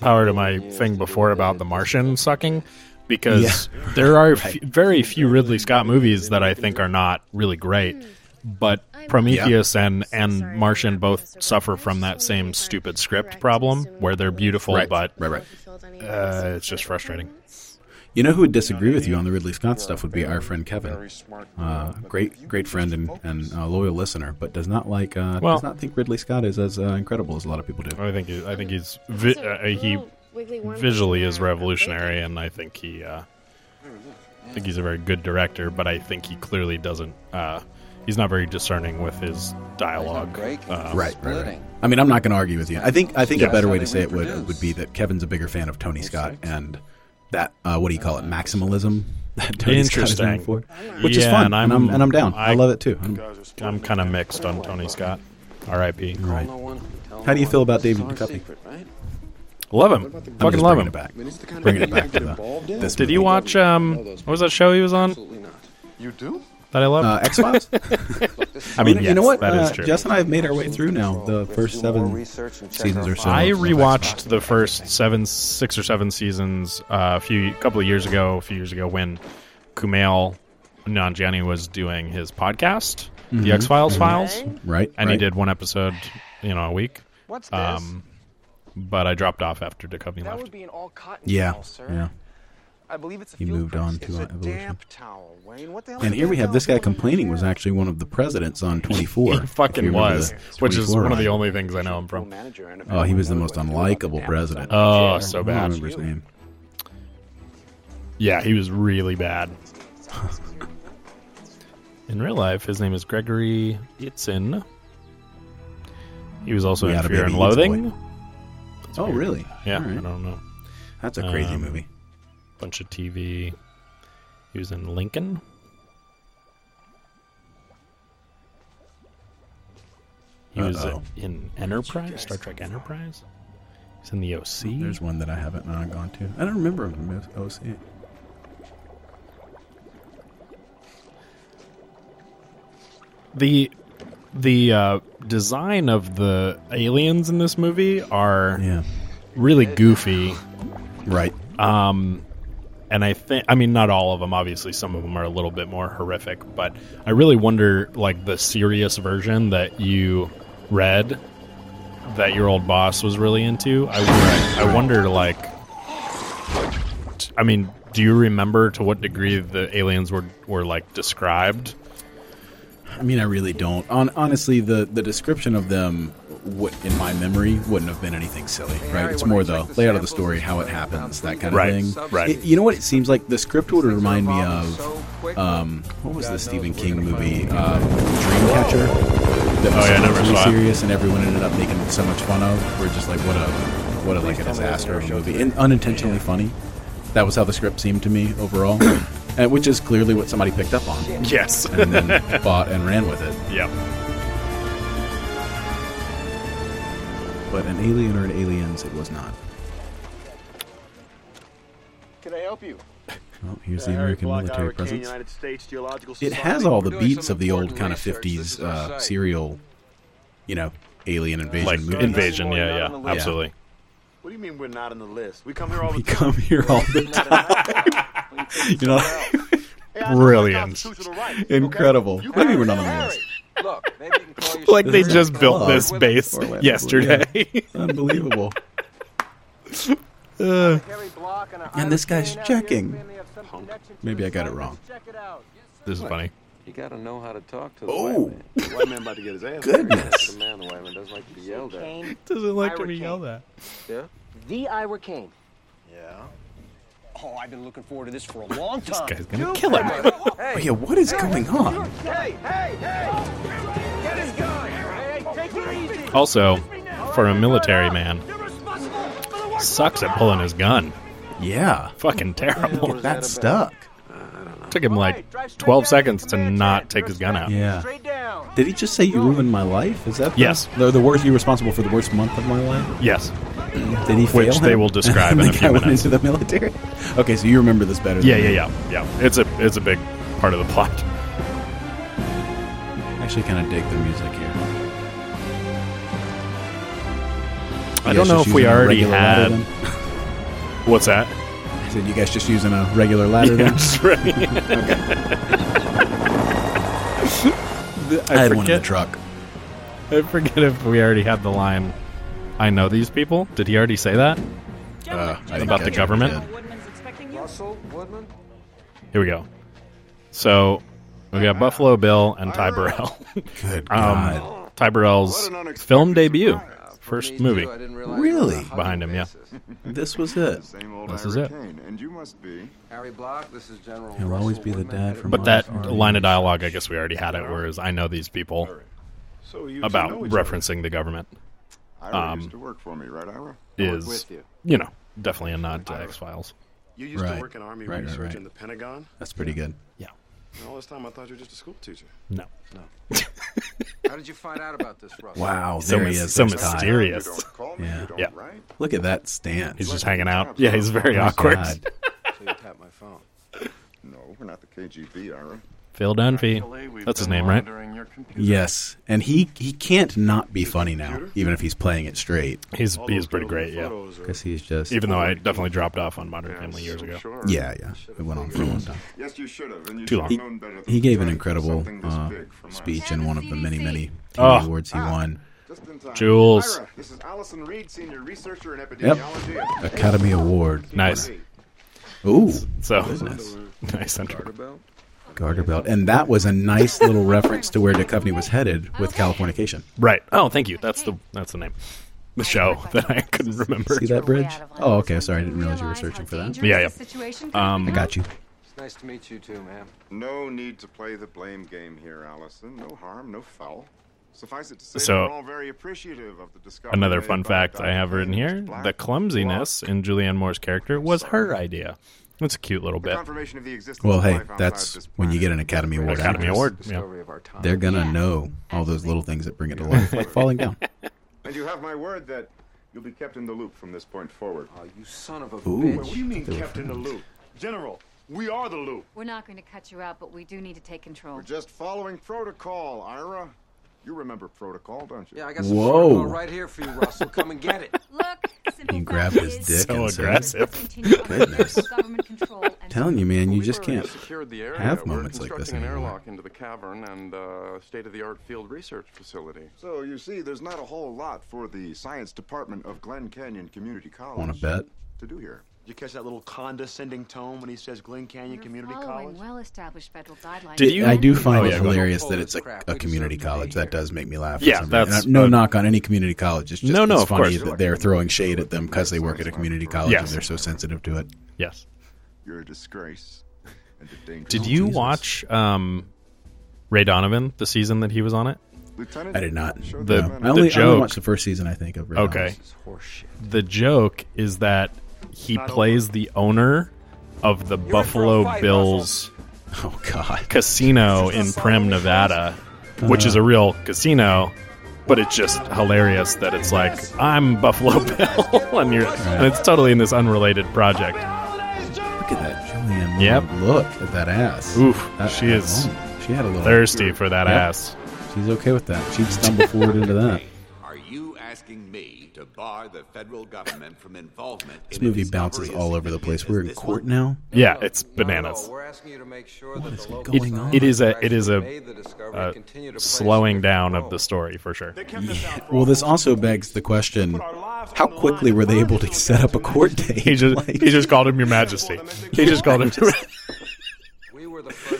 Speaker 11: power to my thing before about the Martian sucking because there are f- very few Ridley Scott movies that I think are not really great. But Prometheus and, and Martian both suffer from that same stupid script problem where they're beautiful,
Speaker 12: Right,
Speaker 11: but
Speaker 12: right,
Speaker 11: right. Uh, it's just frustrating.
Speaker 12: You know who would disagree with you on the Ridley Scott stuff would be our friend Kevin, uh, great great friend and, and uh, loyal listener, but does not like uh,
Speaker 11: Well-
Speaker 12: does not think Ridley Scott is as uh, incredible as a lot of people do.
Speaker 11: I think he, I think he's vi- uh, he visually is revolutionary, and I think he uh, I think he's a very good director. But I think he clearly doesn't. Uh, he's not very discerning with his dialogue.
Speaker 12: uh,
Speaker 11: Um,
Speaker 12: Right, right, right. I mean, I'm not going to argue with you. I think I think
Speaker 11: Yeah.
Speaker 12: a better way to say it would would be that Kevin's a bigger fan of Tony Scott and that uh, what do you call it maximalism that Tony Scott is known
Speaker 11: Interesting.
Speaker 12: for, which is
Speaker 11: Yeah,
Speaker 12: fun,
Speaker 11: and
Speaker 12: and
Speaker 11: I'm-
Speaker 12: I'm and I'm down. I,
Speaker 11: I-
Speaker 12: love it too. I'm-
Speaker 11: I'm kind of mixed on Tony Scott. R.I.P.
Speaker 12: Right. How do you feel about David Duchovny?
Speaker 11: Love him.
Speaker 12: I'm
Speaker 11: Fucking
Speaker 12: just
Speaker 11: love
Speaker 12: bringing
Speaker 11: him.
Speaker 12: it back. Bringing it back to the, this
Speaker 11: Did you watch um? What was that show he was on?
Speaker 20: You do?
Speaker 11: That I love.
Speaker 12: Uh, X Files.
Speaker 11: I
Speaker 12: you know,
Speaker 11: mean, yes,
Speaker 12: you know what?
Speaker 11: That is
Speaker 12: Uh,
Speaker 11: true.
Speaker 12: Jess and I have made our way through now the first seven seasons or so.
Speaker 11: I
Speaker 12: of
Speaker 11: rewatched the first seven, six or seven seasons uh, a few couple of years ago, a few years ago when Kumail Nanjiani was doing his podcast,
Speaker 12: Mhm.
Speaker 11: the X Files
Speaker 12: Mhm.
Speaker 11: Files,
Speaker 12: Right,
Speaker 11: And he
Speaker 12: right.
Speaker 11: did one episode, you know, a week. What's this? Um, but I dropped off after Duchovny left.
Speaker 12: Yeah, yeah. he moved on to uh, evolution. and here we have this guy complaining was actually one of the presidents on 24.
Speaker 11: He
Speaker 12: if you
Speaker 11: fucking
Speaker 12: remember
Speaker 11: was,
Speaker 12: the
Speaker 11: which is
Speaker 12: 24
Speaker 11: one of
Speaker 12: line.
Speaker 11: the only things I know him from.
Speaker 12: Oh, he was the most unlikable president.
Speaker 11: Oh, so bad.
Speaker 12: I don't remember his name.
Speaker 11: Yeah, he was really bad. In real life, his name is Gregory Itzin. He was also
Speaker 12: We
Speaker 11: in
Speaker 12: had a
Speaker 11: Fear
Speaker 12: baby
Speaker 11: and
Speaker 12: Eats
Speaker 11: Loathing.
Speaker 12: Boy. Oh, really?
Speaker 11: Yeah,
Speaker 12: All right.
Speaker 11: I don't know.
Speaker 12: That's a crazy movie.
Speaker 11: Bunch of TV. He was in Lincoln. He
Speaker 12: Uh-oh.
Speaker 11: was in Enterprise, Star Trek Enterprise. He's in the OC.
Speaker 12: There's one that I haven't uh, gone to. I don't remember him from OC.
Speaker 11: the the uh, design of the aliens in this movie are really goofy,
Speaker 12: right?
Speaker 11: Um, and I think I mean not all of them. Obviously, some of them are a little bit more horrific. But I really wonder, like the serious version that you read that your old boss was really into. I wonder, I wonder like, I mean, do you remember to what degree the aliens were were like described?
Speaker 12: I mean, I really don't. On honestly, the the description of them, would, in my memory, wouldn't have been anything silly, right? It's more the layout of the story, how it happens, that kind of
Speaker 11: Right,
Speaker 12: thing.
Speaker 11: right.
Speaker 12: It- you know what? It seems like the script would remind me of um, what was the Stephen King movie, um, Dreamcatcher? That
Speaker 11: Oh,
Speaker 12: was
Speaker 11: yeah, I never
Speaker 12: supposed to be
Speaker 11: saw it.
Speaker 12: serious, and everyone ended up making so much fun of. We're just like, what a what a like a disaster of a movie, and unintentionally funny. That was how the script seemed to me overall, and, which is clearly what somebody picked up on.
Speaker 11: Yes.
Speaker 12: and then bought and ran with it.
Speaker 11: Yep.
Speaker 12: But an alien or an aliens, it was not.
Speaker 16: Can I help you?
Speaker 12: Well, here's the
Speaker 16: Uh, Eric
Speaker 12: American
Speaker 16: Block,
Speaker 12: military
Speaker 16: Ira Kane,
Speaker 12: presence.
Speaker 16: United States Geological
Speaker 12: It
Speaker 16: Society.
Speaker 12: has all
Speaker 16: We're
Speaker 12: the
Speaker 16: doing
Speaker 12: beats
Speaker 16: some
Speaker 12: of the old
Speaker 16: important
Speaker 12: kind of
Speaker 16: research. This
Speaker 12: 50s
Speaker 16: is our
Speaker 12: uh,
Speaker 16: site.
Speaker 12: serial, you know, alien invasion
Speaker 11: Like
Speaker 12: movie.
Speaker 11: invasion, yeah, yeah, absolutely.
Speaker 16: What do you mean we're not on the list? We come here all
Speaker 12: We
Speaker 16: the time.
Speaker 12: come here all the
Speaker 16: time.
Speaker 12: you know, brilliant, incredible. I knew we were not on the list.
Speaker 11: like they just built this base yesterday.
Speaker 12: Unbelievable. Uh, and this guy's checking. Maybe I got it wrong.
Speaker 11: This is funny.
Speaker 2: You gotta know how to talk to
Speaker 12: Oh,
Speaker 2: the white man about to get his ass.
Speaker 12: Goodness.
Speaker 2: The man, the white man doesn't like to be yelled at.
Speaker 11: Doesn't like to be yelled at.
Speaker 2: Yeah.
Speaker 4: The Ira Kane. Yeah. Oh, I've been looking forward to this for a long time.
Speaker 11: guy's gonna kill him.
Speaker 12: Oh, yeah, what is going on?
Speaker 4: Hey, hey, hey! Get his gun! Hey, hey, take it easy!
Speaker 11: Also, for a military man, sucks at pulling his gun.
Speaker 12: Yeah,
Speaker 11: fucking terrible.
Speaker 12: That stuck.
Speaker 11: Took him like 12 seconds to not take his gun out.
Speaker 12: Yeah. Did he just say you ruined my life? Is that the,
Speaker 11: Yes.
Speaker 12: The, the worst? You responsible for the worst month of my life?
Speaker 11: Yes.
Speaker 12: Did he fail?
Speaker 11: Which they
Speaker 12: him?
Speaker 11: will describe
Speaker 12: And
Speaker 11: in
Speaker 12: the
Speaker 11: a few
Speaker 12: guy went
Speaker 11: minutes.
Speaker 12: into the military. Okay, so you remember this better.
Speaker 11: Yeah, yeah,
Speaker 12: than
Speaker 11: yeah, yeah. It's a it's a big part of the plot.
Speaker 12: yeah. Actually, kind of dig the music here.
Speaker 11: I
Speaker 12: You
Speaker 11: don't
Speaker 12: guys
Speaker 11: know
Speaker 12: just
Speaker 11: if we
Speaker 12: using a
Speaker 11: already
Speaker 12: regular
Speaker 11: had.
Speaker 12: ladder then?
Speaker 11: What's that?
Speaker 12: I said you guys just using a regular ladder.
Speaker 11: Yeah,
Speaker 12: then?
Speaker 11: that's right.
Speaker 12: I, had one in the
Speaker 11: forget-
Speaker 12: truck.
Speaker 11: I forget if we already had the line. I know these people. Did he already say that
Speaker 12: Uh, I didn't
Speaker 11: about the
Speaker 12: catch it.
Speaker 11: government?
Speaker 21: Russell Woodman?
Speaker 11: Here we go. So we got Buffalo Bill and Ty Burrell.
Speaker 12: Good
Speaker 11: Um, Ty Burrell's film debut, Uh, first movie.
Speaker 12: Really?
Speaker 11: behind him? Yeah.
Speaker 12: This was it.
Speaker 11: This is it.
Speaker 22: And you must be.
Speaker 21: Harry Block, this is General
Speaker 12: He'll
Speaker 21: Russell
Speaker 12: always be the
Speaker 21: Woodman,
Speaker 12: dad
Speaker 21: head of
Speaker 12: from.
Speaker 11: But
Speaker 12: Last
Speaker 11: that
Speaker 12: Army.
Speaker 11: line of dialogue, I guess we already had it. Whereas I know these people
Speaker 22: So you two
Speaker 11: about
Speaker 22: know each other.
Speaker 11: referencing the government
Speaker 22: Ira
Speaker 11: um,
Speaker 22: used to work for me, right, Ira?
Speaker 11: is, you know, definitely a nod to X Files.
Speaker 13: You used
Speaker 12: Right.
Speaker 13: to work in Army
Speaker 12: Right, right,
Speaker 13: research
Speaker 12: right.
Speaker 13: in the Pentagon?
Speaker 12: That's pretty good.
Speaker 13: And all this time I thought you were just a school teacher.
Speaker 11: No.
Speaker 21: How did you find out about this, Russell?
Speaker 12: Wow,
Speaker 11: So
Speaker 12: there
Speaker 11: mys-
Speaker 12: he is.
Speaker 11: so
Speaker 12: There's Ty.
Speaker 11: mysterious. You don't
Speaker 12: Yeah.
Speaker 11: Yeah.
Speaker 12: Look at that stance.
Speaker 11: He's just hanging out. Yeah, he's very awkward.
Speaker 12: God.
Speaker 21: So you tap my phone.
Speaker 22: No, we're not the KGB, Ira.
Speaker 11: Phil Dunphy. That's his name, right?
Speaker 12: Yes, and he he can't not be funny now, even if he's playing it straight.
Speaker 11: He's he's pretty great, yeah.
Speaker 12: Because he's just
Speaker 11: Even though I definitely dropped off on Modern Family years ago.
Speaker 12: yeah yeah. It went on for a long time.
Speaker 22: Yes, you should have. And you
Speaker 11: Too
Speaker 22: should
Speaker 11: long.
Speaker 22: have known better than
Speaker 12: He
Speaker 22: to
Speaker 12: gave an
Speaker 22: try
Speaker 12: incredible
Speaker 22: something this
Speaker 12: uh,
Speaker 22: big from us. Ah,
Speaker 12: speech in one of the many many
Speaker 11: Oh.
Speaker 12: TV awards he won.
Speaker 22: Just in time.
Speaker 11: Jules.
Speaker 22: Ira, this is Allison Reed, senior researcher in
Speaker 12: Yep,
Speaker 22: epidemiology. at
Speaker 12: Academy Award.
Speaker 11: Nice.
Speaker 12: Ooh,
Speaker 11: So
Speaker 12: goodness.
Speaker 11: nice intro.
Speaker 12: Garter belt, and that was a nice little reference to where Duchovny was headed with Californication.
Speaker 11: Right. Oh, thank you. That's the that's the name. The show that I couldn't remember.
Speaker 12: See that bridge? Oh, okay. Sorry, I didn't realize you were searching for that.
Speaker 11: Yeah,
Speaker 10: Situation
Speaker 11: yeah. Um,
Speaker 12: I got you.
Speaker 21: It's nice to meet you too, ma'am.
Speaker 22: No need to play the blame game here, Allison. No harm, no foul. Suffice it to say,
Speaker 11: So-
Speaker 22: we're all very appreciative of the discovery.
Speaker 11: Another
Speaker 22: made
Speaker 11: fun
Speaker 22: by
Speaker 11: fact
Speaker 22: Dr.
Speaker 11: I have written
Speaker 22: James
Speaker 11: here:
Speaker 22: Black.
Speaker 11: the clumsiness in Julianne Moore's character was her idea. That's a cute little
Speaker 22: The
Speaker 11: bit.
Speaker 22: confirmation of the existence
Speaker 12: Well,
Speaker 22: of
Speaker 12: hey,
Speaker 22: life outside
Speaker 12: that's
Speaker 22: this
Speaker 12: when you get an Academy Award.
Speaker 11: Academy
Speaker 12: actress,
Speaker 11: Award. Yeah.
Speaker 21: Story of our time.
Speaker 12: They're gonna know all those little things that bring it to life, like falling down.
Speaker 22: And you have my word that you'll be kept in the loop from this point forward.
Speaker 21: Oh, you son of a
Speaker 12: Ooh.
Speaker 21: bitch.
Speaker 12: Well,
Speaker 13: What do you mean, Captain the Loop? General, we are the Loop.
Speaker 10: We're not going to cut you out, but we do need to take control.
Speaker 22: We're just following protocol, Ira. You remember protocol, don't you?
Speaker 21: Yeah, I got some
Speaker 12: Whoa.
Speaker 21: protocol right here for you, Russell. Come and get it.
Speaker 12: He grabbed his dick
Speaker 11: So
Speaker 12: and said,
Speaker 11: aggressive.
Speaker 12: Goodness. Telling you, man, you just can't
Speaker 23: secured the area.
Speaker 12: have
Speaker 23: We're
Speaker 12: moments like this
Speaker 23: constructing an
Speaker 12: anymore.
Speaker 23: airlock into the cavern and uh, state-of-the-art field research facility.
Speaker 22: So you see, there's not a whole lot for the science department of Glen Canyon Community College
Speaker 12: Want to bet?
Speaker 22: to do here.
Speaker 13: Did you catch that little condescending tone when he says Glen Canyon Community College?
Speaker 10: Following well-established federal guidelines.
Speaker 11: Did you-
Speaker 12: I do find it
Speaker 11: Oh, yeah, go ahead.
Speaker 12: hilarious that it's a, a community college. That does make me laugh. for
Speaker 11: Yeah,
Speaker 12: some reason.
Speaker 11: that's-
Speaker 12: And I- no
Speaker 11: uh,
Speaker 12: knock on any community college. It's just
Speaker 11: No, no,
Speaker 12: it's
Speaker 11: of
Speaker 12: funny
Speaker 11: course.
Speaker 12: that they're throwing shade at them because they work at a community college
Speaker 11: Yes.
Speaker 12: and they're so sensitive to it.
Speaker 11: Yes.
Speaker 22: You're a disgrace and a danger.
Speaker 11: Did you watch um, Ray Donovan the season that he was on it?
Speaker 22: Lieutenant,
Speaker 12: I did not.
Speaker 22: show
Speaker 11: The-
Speaker 22: them
Speaker 12: No.
Speaker 22: men
Speaker 12: I, only, I only
Speaker 11: joke-
Speaker 12: watched the first season, I think. Of Red
Speaker 11: Okay.
Speaker 12: Notice.
Speaker 11: The joke is that he plays the owner of the Buffalo
Speaker 21: fight,
Speaker 11: Bills
Speaker 12: Oh God.
Speaker 11: casino in Prim, Nevada, which is a real casino. But it's just hilarious that it's like I'm Buffalo Bill, and you're, and it's totally in this unrelated project.
Speaker 12: Look at that, Julianne. Moore.
Speaker 11: Yep.
Speaker 12: Look at that ass.
Speaker 11: Oof,
Speaker 12: That
Speaker 11: she
Speaker 12: ass.
Speaker 11: is
Speaker 12: Oh, She had a little
Speaker 11: Thirsty for that
Speaker 12: Yep.
Speaker 11: ass.
Speaker 12: She's okay with that. She'd stumble forward into that.
Speaker 24: Are you asking me to
Speaker 25: bar the federal government from involvement
Speaker 12: This movie bounces all over the place. We're in court now.
Speaker 2: Oh,
Speaker 11: Yeah, it's bananas.
Speaker 12: going
Speaker 11: It-
Speaker 12: on?
Speaker 11: it is a it is a, a slowing down of the story for sure.
Speaker 12: Well, this also begs the question: How quickly were they able to set up a court date?
Speaker 11: He just he just called him Your Majesty. He just called him.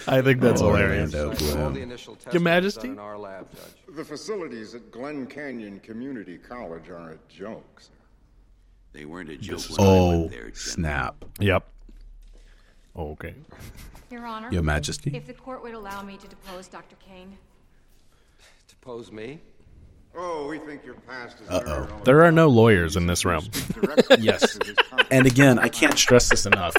Speaker 11: I think that's
Speaker 12: Oh,
Speaker 11: hilarious.
Speaker 12: Orlando Bloom.
Speaker 11: Your Majesty.
Speaker 16: The facilities at Glen Canyon Community College are a joke. sir.
Speaker 25: They weren't a joke. when I
Speaker 12: Oh
Speaker 25: went there, Jim.
Speaker 12: snap!
Speaker 11: Yep. Oh, Okay.
Speaker 10: Your Honor.
Speaker 12: Your Majesty.
Speaker 10: If the court would allow me to depose Dr. Kane.
Speaker 2: Depose me?
Speaker 16: Oh, we think your past is
Speaker 12: Uh oh.
Speaker 11: There are no lawyers in this room.
Speaker 12: yes. And again, I can't stress this enough.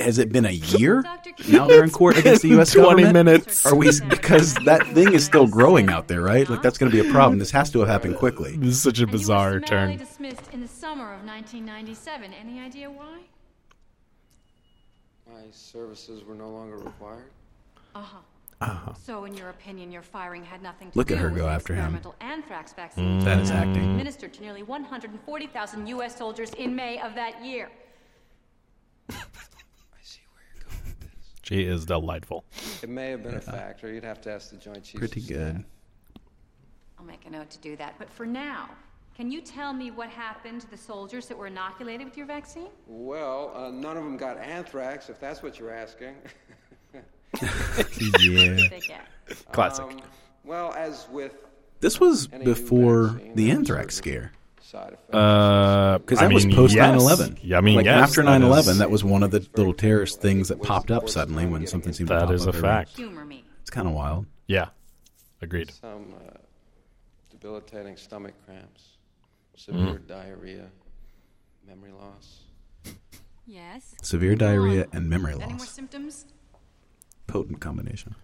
Speaker 12: Has it been a year? Now they're in court against the U.S.
Speaker 11: 20
Speaker 12: government?
Speaker 11: minutes.
Speaker 12: Are we? Because that thing is still growing out there, right? Like that's going to be a problem. This has to have happened quickly.
Speaker 11: This is such a bizarre
Speaker 10: Summarily
Speaker 11: turn.
Speaker 10: dismissed in the summer of 1997. Any idea why?
Speaker 2: My services were no longer required.
Speaker 10: Uh huh.
Speaker 12: Uh-huh.
Speaker 10: So, in your opinion, your firing had nothing to
Speaker 12: Look
Speaker 10: do
Speaker 12: at her
Speaker 10: with
Speaker 12: go
Speaker 10: the
Speaker 12: after him. Mm.
Speaker 10: experimental anthrax vaccine
Speaker 12: That is acting.
Speaker 10: administered to nearly 140,000 U.S. soldiers in May of that year.
Speaker 11: She is delightful.
Speaker 2: It may have been a factor. You'd have to ask the Joint Chiefs.
Speaker 11: Uh, Pretty
Speaker 2: of
Speaker 11: good.
Speaker 2: Staff.
Speaker 10: I'll make a note to do that. But for now, can you tell me what happened to the soldiers that were inoculated with your vaccine?
Speaker 2: Well, uh, none of them got anthrax, if that's what you're asking.
Speaker 12: Yeah.
Speaker 10: They get.
Speaker 11: Classic.
Speaker 2: Um, well, as with
Speaker 12: This was before the anthrax scare.
Speaker 11: Uh,
Speaker 12: Because that
Speaker 11: I
Speaker 12: was
Speaker 11: mean,
Speaker 12: post
Speaker 11: yes.
Speaker 12: 9 11.
Speaker 11: Yeah, I mean,
Speaker 12: like
Speaker 11: yes,
Speaker 12: after
Speaker 11: that
Speaker 12: 9 11,
Speaker 11: is-
Speaker 12: that was one of the little terrorist things that popped up suddenly when something seemed to
Speaker 11: That
Speaker 12: pop
Speaker 11: is
Speaker 12: up
Speaker 11: a
Speaker 12: every-
Speaker 11: fact.
Speaker 12: It's kind of wild.
Speaker 11: Yeah, agreed.
Speaker 2: some uh, debilitating stomach cramps, severe
Speaker 11: Mm-hmm.
Speaker 2: diarrhea, memory loss.
Speaker 10: Yes.
Speaker 12: Severe diarrhea and memory
Speaker 10: Any more
Speaker 12: loss.
Speaker 10: symptoms?
Speaker 12: Potent combination.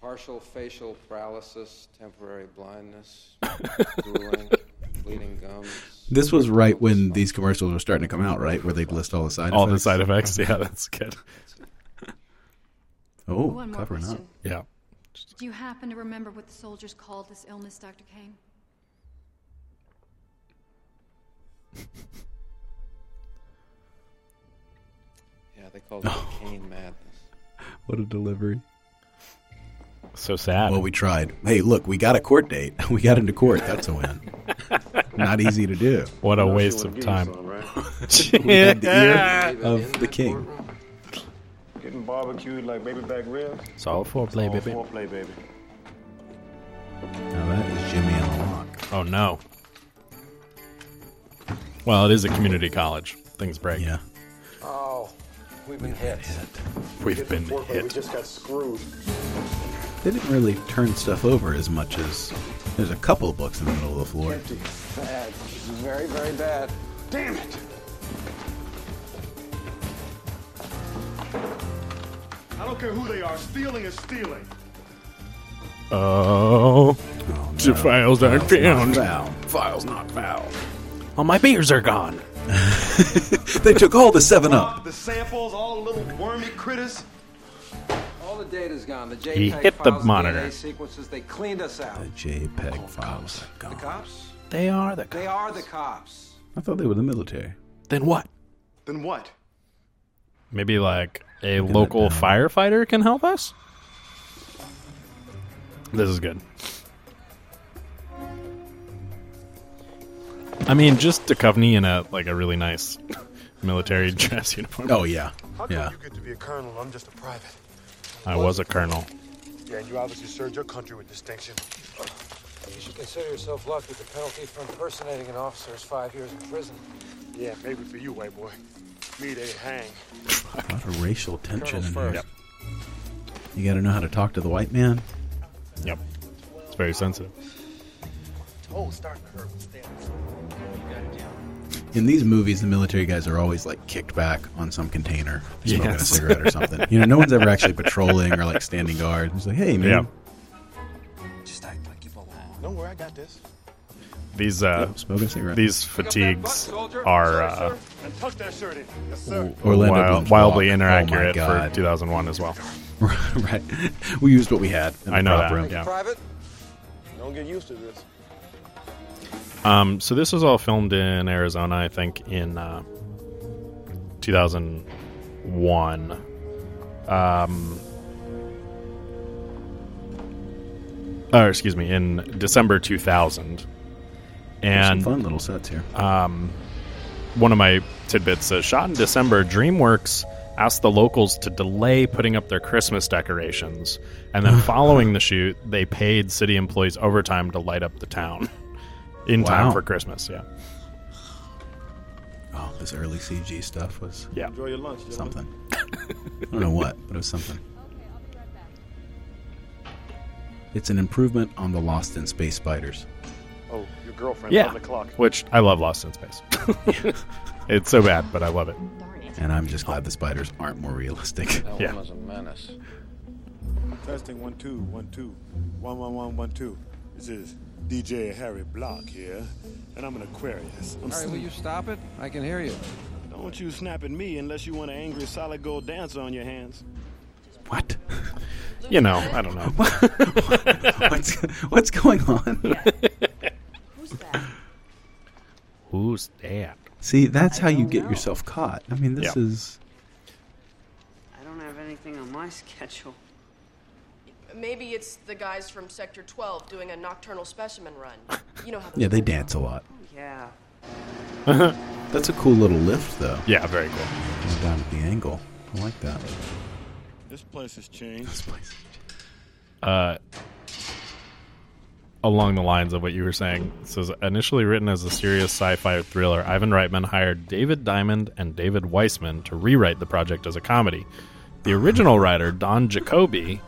Speaker 2: Partial facial paralysis, temporary blindness, drooling, bleeding gums.
Speaker 12: This was right when these commercials were starting to come out, right? Where they'd list all the side effects.
Speaker 11: All the side effects. Yeah, that's good.
Speaker 12: Oh,
Speaker 10: One more
Speaker 12: covering up.
Speaker 10: question.
Speaker 11: Yeah.
Speaker 10: Do you happen to remember what the soldiers called this illness, Dr. Kane?
Speaker 2: Yeah, they called it cane madness.
Speaker 12: What a delivery.
Speaker 11: So sad.
Speaker 12: Well, we tried. Hey, look, we got a court date. We got into court. That's a win. Not easy to do.
Speaker 11: What a waste of time.
Speaker 12: we had the ear of the king.
Speaker 20: Getting barbecued like baby back ribs.
Speaker 11: It's all foreplay,
Speaker 20: All
Speaker 11: baby.
Speaker 20: foreplay, baby.
Speaker 12: Now that is Jimmy and the Lock.
Speaker 11: Oh no. Well, it is a community college. Things break. Yeah.
Speaker 1: Oh, we've been hit.
Speaker 11: We've been
Speaker 1: We
Speaker 11: hit.
Speaker 1: just got screwed.
Speaker 12: They didn't really turn stuff over as much as there's a couple of books in the middle of the floor.
Speaker 1: Empty.
Speaker 2: Bad. Very, very bad. Damn it!
Speaker 20: I don't care who they are, stealing is stealing.
Speaker 11: Oh, the files
Speaker 12: Files
Speaker 11: aren't
Speaker 12: not
Speaker 11: found.
Speaker 12: found. Files not found.
Speaker 11: All my beers are gone.
Speaker 12: they took all the seven up.
Speaker 20: The samples, all the little wormy critters.
Speaker 2: All the data's gone. The JPEG
Speaker 11: He hit the
Speaker 2: files,
Speaker 11: monitor.
Speaker 2: DNA sequences, they cleaned us out.
Speaker 12: JPEG Oh, files.
Speaker 2: The cops?
Speaker 11: They are the.
Speaker 2: They are the cops.
Speaker 12: I thought they were the military.
Speaker 11: Then what?
Speaker 20: Then what?
Speaker 11: Maybe like a local firefighter can help us. This is good. I mean, just Duchovny in a like a really nice military dress uniform.
Speaker 12: Oh yeah,
Speaker 20: How come you get to be a colonel? I'm just a private.
Speaker 11: I was a colonel.
Speaker 20: Yeah, and you obviously served your country with distinction.
Speaker 2: You should consider yourself lucky. The penalty for impersonating an officer is five years in prison.
Speaker 20: Yeah, maybe for you, white boy. Me, they hang.
Speaker 12: A lot of racial tension in here.
Speaker 20: first. Yep.
Speaker 12: You got to know how to talk to the white man.
Speaker 11: Yep, it's very sensitive.
Speaker 20: Oh, starting to hurt. Stand
Speaker 12: In these movies, the military guys are always like kicked back on some container, smoking
Speaker 11: Yes.
Speaker 12: a cigarette or something. You know, no one's ever actually patrolling or like standing guard. It's like, hey man,
Speaker 11: Yeah.
Speaker 20: Just act like you belong. Don't worry, I got this.
Speaker 11: These uh,
Speaker 12: smoking a cigarette.
Speaker 11: these fatigues are uh,
Speaker 20: And tuck that shirt in. Yes,
Speaker 12: Orlando
Speaker 11: wild,
Speaker 12: Bloom's
Speaker 11: wildly
Speaker 12: walk. Oh, my
Speaker 11: inaccurate for
Speaker 12: God.
Speaker 11: 2001 as well.
Speaker 12: right? We used what we had. In the
Speaker 11: I know
Speaker 12: prop
Speaker 11: that,
Speaker 12: Room.
Speaker 11: yeah.
Speaker 20: Private? Don't get used to this.
Speaker 11: Um, so this was all filmed in Arizona, I think, in uh, 2001. Um, or excuse me, in December
Speaker 12: There's
Speaker 11: 2000. And
Speaker 12: some fun little sets here.
Speaker 11: um, one of my tidbits says shot in December, DreamWorks asked the locals to delay putting up their Christmas decorations, and then following the shoot, they paid city employees overtime to light up the town in
Speaker 12: Wow.
Speaker 11: time for Christmas. Yeah,
Speaker 12: Oh, this early CG stuff was
Speaker 11: yeah
Speaker 26: Enjoy your lunch. gentlemen.
Speaker 12: something. I don't know what, but it was something. It's an improvement on the Lost in Space spiders.
Speaker 27: Oh, your girlfriend
Speaker 11: yeah.
Speaker 27: on the clock.
Speaker 11: Which I love Lost in Space. it's so bad, but I love it.
Speaker 12: And I'm just glad the spiders aren't more realistic.
Speaker 28: That
Speaker 11: Yeah.
Speaker 28: one was a menace.
Speaker 13: Testing one two one two one one one one two. This is DJ Harry Block here, and I'm an Aquarius. I'm
Speaker 2: All right, will you stop it? I can hear you.
Speaker 13: Don't you snap at me unless you want an angry solid gold dancer on your hands.
Speaker 11: You know, I don't know.
Speaker 12: what's, what's going on?
Speaker 11: Who's that? Who's that?
Speaker 12: See, that's how you get yourself caught. I mean, this
Speaker 11: Yeah.
Speaker 12: is
Speaker 4: I don't have anything on my schedule.
Speaker 18: Maybe it's the guys from Sector 12 doing a nocturnal specimen run. You know how
Speaker 12: yeah. They dance a lot.
Speaker 4: Yeah.
Speaker 12: that's a cool little lift, though.
Speaker 11: Yeah, very cool.
Speaker 12: Down at the angle, I like that.
Speaker 13: This place has changed.
Speaker 12: This place.
Speaker 11: uh, along the lines of what you were saying. It says initially written as a serious sci-fi thriller, Ivan Reitman hired David Diamond and David Weissman to rewrite the project as a comedy. The original writer Don Jacoby,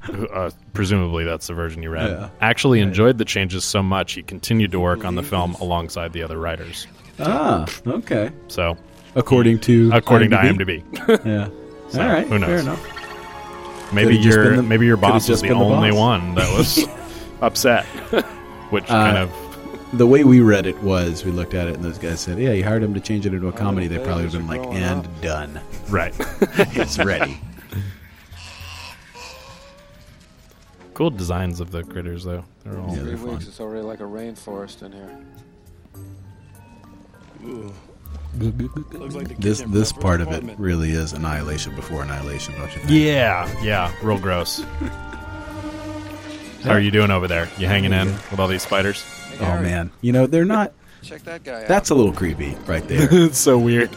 Speaker 11: who, uh, presumably that's the version you read,
Speaker 12: Yeah.
Speaker 11: actually enjoyed the changes so much he continued to work on the film alongside the other writers.
Speaker 12: Ah, okay.
Speaker 11: So,
Speaker 12: According to
Speaker 11: according
Speaker 12: IMDb.
Speaker 11: to IMDb,
Speaker 12: yeah.
Speaker 11: So,
Speaker 12: All right.
Speaker 11: who knows?
Speaker 12: Fair enough.
Speaker 11: Maybe
Speaker 12: Could've just been
Speaker 11: your
Speaker 12: the-
Speaker 11: maybe your
Speaker 12: could've
Speaker 11: boss was
Speaker 12: just
Speaker 11: the
Speaker 12: been the
Speaker 11: only
Speaker 12: boss. Uh,
Speaker 11: one that was upset, which kind of
Speaker 12: The way we read it was we looked at it and those guys said, "Yeah, you hired him to change it into a comedy." They probably would have been like, "And done."
Speaker 11: Right.
Speaker 12: it's ready.
Speaker 11: Cool designs of the critters, though. They're all
Speaker 28: Three weeks, it's already like a rainforest in here.
Speaker 12: This this part of it really is annihilation before annihilation, don't you think?
Speaker 11: Yeah, yeah, real gross. How are you doing over there? You hanging in with all these spiders?
Speaker 12: Oh man, you know they're not.
Speaker 2: Check that guy out.
Speaker 12: That's a little creepy right there.
Speaker 11: it's so weird.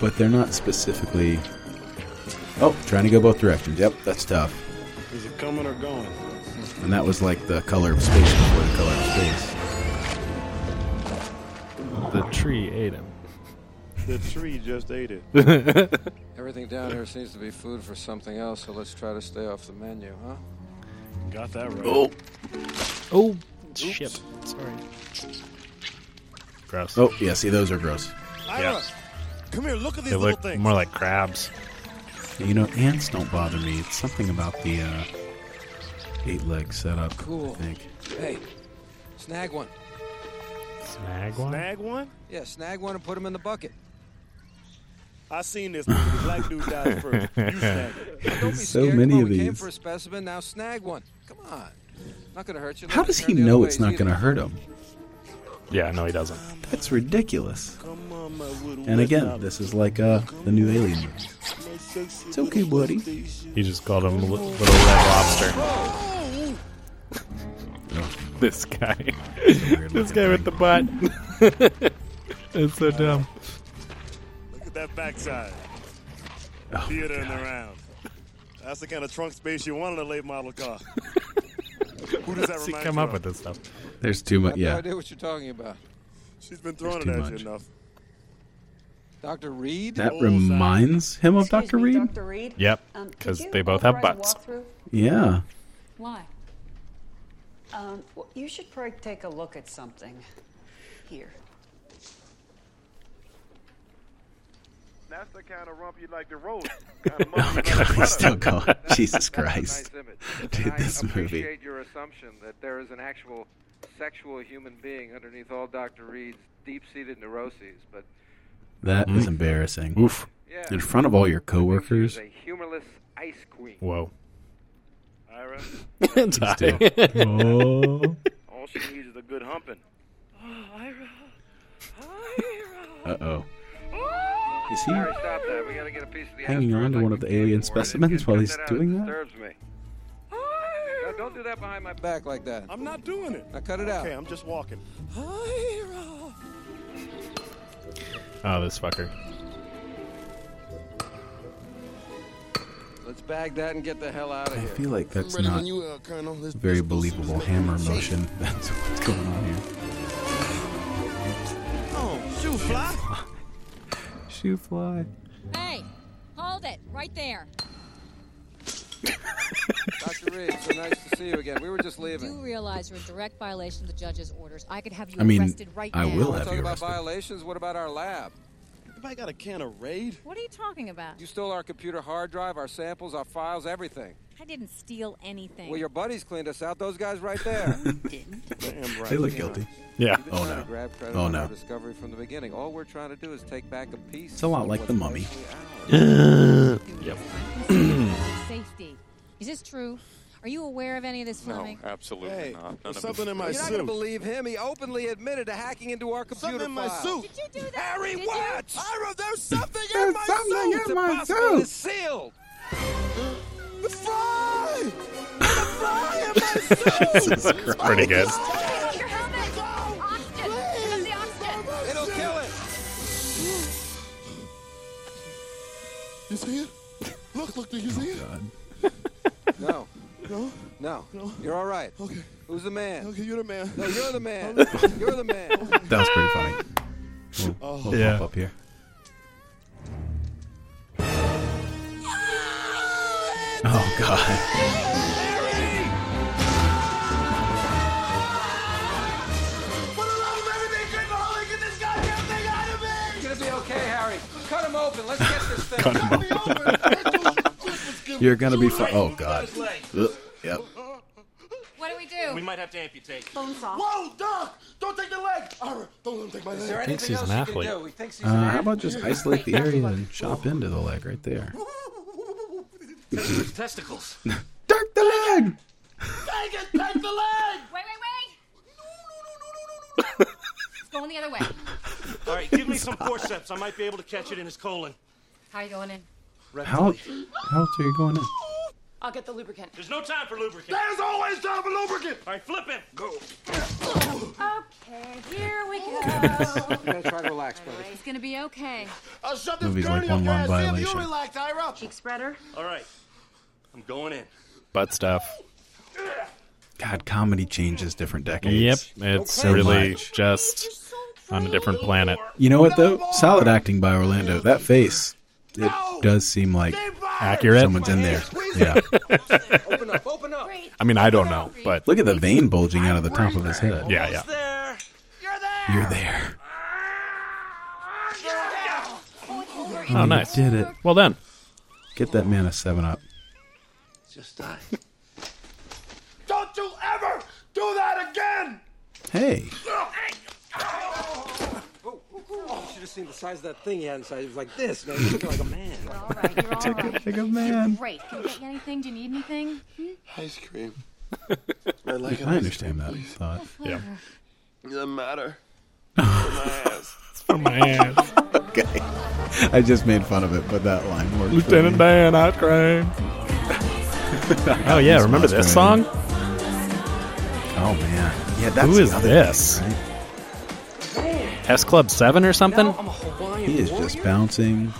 Speaker 12: But they're not specifically. Oh, trying to go both directions. Yep, that's tough.
Speaker 13: Is it coming or going?
Speaker 12: And that was like the color of space before the color of space.
Speaker 11: The tree ate him.
Speaker 13: The tree just ate it.
Speaker 2: Everything down here seems to be food for something else, so let's try to stay off the menu, huh?
Speaker 13: Got that right.
Speaker 2: Oh.
Speaker 11: Oh, shit. Sorry. Gross.
Speaker 12: Oh yeah, see those are gross.
Speaker 11: Yeah.
Speaker 13: Come here, look at these
Speaker 11: They
Speaker 13: little
Speaker 11: look
Speaker 13: things.
Speaker 11: more like crabs.
Speaker 12: You know, ants don't bother me. It's something about the uh, eight leg setup.
Speaker 2: Cool.
Speaker 12: I think.
Speaker 2: Hey, snag one.
Speaker 11: Snag
Speaker 13: Snag one?
Speaker 2: Yeah, snag one and put him in the bucket.
Speaker 13: I seen this. movie. The black dude dies first. You snag it.
Speaker 2: Don't be
Speaker 12: So
Speaker 2: scared.
Speaker 12: many
Speaker 2: Come on,
Speaker 12: of
Speaker 2: we Came
Speaker 12: these.
Speaker 2: for a specimen, now snag one. Come on. Not gonna hurt you.
Speaker 12: How
Speaker 2: Let
Speaker 12: does
Speaker 2: it
Speaker 12: he
Speaker 2: turn the other
Speaker 12: know
Speaker 2: way.
Speaker 12: it's not going to hurt him?
Speaker 11: Yeah, no, he doesn't.
Speaker 12: That's ridiculous. And again, this is like uh, the new Alien. movie. It's okay, buddy.
Speaker 11: He just called him li- Little Red Lobster. this guy. this guy with the butt. it's so dumb.
Speaker 13: Look at that backside.
Speaker 12: Oh,
Speaker 13: Theater in the round. That's the kind of trunk space you want in a late model car. Who does that
Speaker 11: Does he
Speaker 13: remind
Speaker 11: come
Speaker 13: you
Speaker 11: up
Speaker 13: of?
Speaker 11: with this stuff?
Speaker 12: There's too much.
Speaker 2: I have no
Speaker 12: Yeah.
Speaker 2: idea what you're talking about.
Speaker 13: She's been throwing it
Speaker 12: too
Speaker 13: at
Speaker 12: much.
Speaker 13: you enough.
Speaker 2: Dr. Reed?
Speaker 12: That reminds him of Dr. Reed?
Speaker 10: Dr. Reed?
Speaker 11: Yep,
Speaker 10: Um, could
Speaker 11: 'cause
Speaker 10: you
Speaker 11: they both have
Speaker 10: authorize a
Speaker 11: butts.
Speaker 10: walkthrough?
Speaker 12: Yeah.
Speaker 10: Why? Um, well, you should probably take a look at something here.
Speaker 13: That's the kind of rump you like to roll.
Speaker 12: Oh my god, he's still going. Jesus Christ. Dude, this movie.
Speaker 2: your assumption that there is an actual sexual human being underneath all Dr. Reed's deep-seated neuroses, but
Speaker 12: That is
Speaker 11: Mm.
Speaker 12: embarrassing.
Speaker 11: Oof.
Speaker 12: Mm-hmm. In front of all your coworkers.
Speaker 2: humorless ice queen.
Speaker 11: Whoa.
Speaker 13: Ira.
Speaker 11: It's high.
Speaker 13: All she needs is a good humping.
Speaker 12: Uh oh. Is he
Speaker 29: Harry, stop that. We gotta get a piece of the
Speaker 12: hanging on to one of the alien specimens while he's doing that?
Speaker 2: disturbs me. Now, don't do that behind my back like that.
Speaker 30: I'm not doing it.
Speaker 2: Now cut it out.
Speaker 30: Okay, I'm just walking.
Speaker 11: Oh, this fucker.
Speaker 2: Let's bag that and get the hell out of
Speaker 12: I
Speaker 2: here.
Speaker 12: feel like that's not very believable hammer motion. That's what's going on here.
Speaker 4: Oh, shoot, fly.
Speaker 12: Shoe fly.
Speaker 10: Hey, hold it right there.
Speaker 2: Dr. Reed, so nice to see you again. We were just
Speaker 10: You
Speaker 2: leaving.
Speaker 10: realize you're in direct violation of the judge's orders. I could have you
Speaker 12: I mean,
Speaker 10: arrested right
Speaker 12: I
Speaker 10: now.
Speaker 12: will have
Speaker 2: Talking
Speaker 12: you
Speaker 2: about
Speaker 12: arrested.
Speaker 2: violations, what about our lab?
Speaker 30: Everybody got a can of Raid?
Speaker 10: What are you talking about?
Speaker 2: You stole our computer hard drive, our samples, our files, everything.
Speaker 10: I didn't steal anything.
Speaker 2: Well, your buddies cleaned us out. Those guys right there.
Speaker 30: Damn
Speaker 12: They look guilty.
Speaker 11: Yeah.
Speaker 2: We didn't
Speaker 12: Oh
Speaker 2: try to
Speaker 12: no.
Speaker 2: Grab credit
Speaker 12: Oh
Speaker 2: on our
Speaker 12: no.
Speaker 2: discovery from the beginning. All we're trying to do is take back a piece.
Speaker 12: It's a lot like
Speaker 2: of
Speaker 12: the
Speaker 2: what's
Speaker 12: mummy.
Speaker 10: Uh,
Speaker 11: Yep.
Speaker 10: Safety. Is this true? Are you aware of any of this filming?
Speaker 31: absolutely
Speaker 30: Hey,
Speaker 31: not. None
Speaker 30: there's
Speaker 31: of
Speaker 30: something
Speaker 31: it.
Speaker 30: in my
Speaker 2: You're not gonna
Speaker 30: suit.
Speaker 2: believe him. He openly admitted to hacking into our computer
Speaker 30: Something in my suit.
Speaker 2: files.
Speaker 10: Did you do that?
Speaker 2: Harry,
Speaker 10: Did
Speaker 2: watch!
Speaker 30: Ira, there's something in
Speaker 4: There's
Speaker 30: my
Speaker 4: something
Speaker 30: suit.
Speaker 4: in my
Speaker 30: Impossible
Speaker 4: suit.
Speaker 30: to
Speaker 2: It's sealed.
Speaker 30: The fly! The fly in my
Speaker 4: This
Speaker 30: suit!
Speaker 4: is
Speaker 11: Pretty good.
Speaker 10: Take your helmet! Oxygen! Turn up the oxygen!
Speaker 2: It'll kill it.
Speaker 4: You see it? Look, look, do you see
Speaker 11: Oh,
Speaker 4: it?
Speaker 2: No,
Speaker 30: No?
Speaker 2: no,
Speaker 30: No.
Speaker 2: You're all right.
Speaker 30: Okay,
Speaker 2: Who's the man?
Speaker 30: okay, you're the man.
Speaker 2: No, you're the man. You're the man.
Speaker 12: That was pretty funny. We'll, we'll
Speaker 11: Yeah.
Speaker 12: pop up here. Oh god.
Speaker 2: It's gonna be okay, Harry. Cut him open. Let's get this thing.
Speaker 12: Cut him You're gonna be fine. Oh god. Ugh. Yep.
Speaker 10: What do we do?
Speaker 18: might have to amputate.
Speaker 10: Bones off.
Speaker 4: Whoa, Doc! Don't take the leg! Ira, don't let him take my
Speaker 2: Is there
Speaker 4: leg.
Speaker 12: Thinks
Speaker 2: anything
Speaker 12: he's
Speaker 2: else
Speaker 12: an
Speaker 2: you can
Speaker 12: athlete.
Speaker 2: do? He thinks he's
Speaker 12: Uh,
Speaker 2: an
Speaker 12: how
Speaker 2: athlete.
Speaker 12: about just isolate the area and chop into the leg right there?
Speaker 18: testicles.
Speaker 12: Dark the leg.
Speaker 4: Take it! Take the leg!
Speaker 10: Wait, wait, wait! It's going the other way.
Speaker 18: All right, give me some forceps. I might be able to catch it in his colon.
Speaker 10: How you going in?
Speaker 12: How how else are you going in?
Speaker 10: I'll get the lubricant.
Speaker 18: There's no time for lubricant.
Speaker 4: There's always time for lubricant!
Speaker 18: All right, flip him. Go.
Speaker 10: Okay, here we go.
Speaker 2: I'm gonna try to relax, buddy.
Speaker 10: it's gonna be okay.
Speaker 4: I'll shut this
Speaker 12: Movie's like
Speaker 4: gurney up
Speaker 12: one
Speaker 4: your
Speaker 12: long
Speaker 4: ass. See if you
Speaker 12: violation.
Speaker 4: relax, Ira.
Speaker 10: Cheek spreader.
Speaker 18: All right, I'm going in.
Speaker 11: Butt stuff.
Speaker 12: God, comedy changes different
Speaker 11: Yep.
Speaker 12: decades.
Speaker 11: It's
Speaker 12: So
Speaker 11: really
Speaker 12: much.
Speaker 11: just on a different planet.
Speaker 12: You know what though? Solid acting by Orlando. That face, it does seem like
Speaker 11: Accurate.
Speaker 12: someone's in there. Yeah.
Speaker 2: Open up. Open up.
Speaker 11: I mean, I don't know, but
Speaker 12: Look at the vein bulging out of the top of his head.
Speaker 11: yeah, yeah.
Speaker 12: You're there.
Speaker 11: Oh, nice.
Speaker 12: You did it.
Speaker 11: Well done.
Speaker 12: Get that man a seven up.
Speaker 18: Just die.
Speaker 4: Don't you ever do that again!
Speaker 12: Hey.
Speaker 2: You should have seen the size of that thing he had inside. It was like this, man. He looked like a man.
Speaker 10: All right, you're all right.
Speaker 12: Big old man.
Speaker 10: Great. Can I get you anything? Do you need anything? Hmm?
Speaker 7: Ice cream. I like it.
Speaker 12: I understand that thought.
Speaker 11: Yeah.
Speaker 7: Doesn't matter. My ass.
Speaker 12: Oh,
Speaker 11: For my ass.
Speaker 12: Okay. I just made fun of it, but that line worked. for me.
Speaker 11: Dan, hot cream. Oh yeah, remember this song?
Speaker 12: Oh man. Yeah, that's
Speaker 11: Who is
Speaker 12: the other
Speaker 11: this?
Speaker 12: thing,
Speaker 11: S Club Seven or
Speaker 32: I'm
Speaker 11: something?
Speaker 32: a Hawaiian
Speaker 12: right? He is just bouncing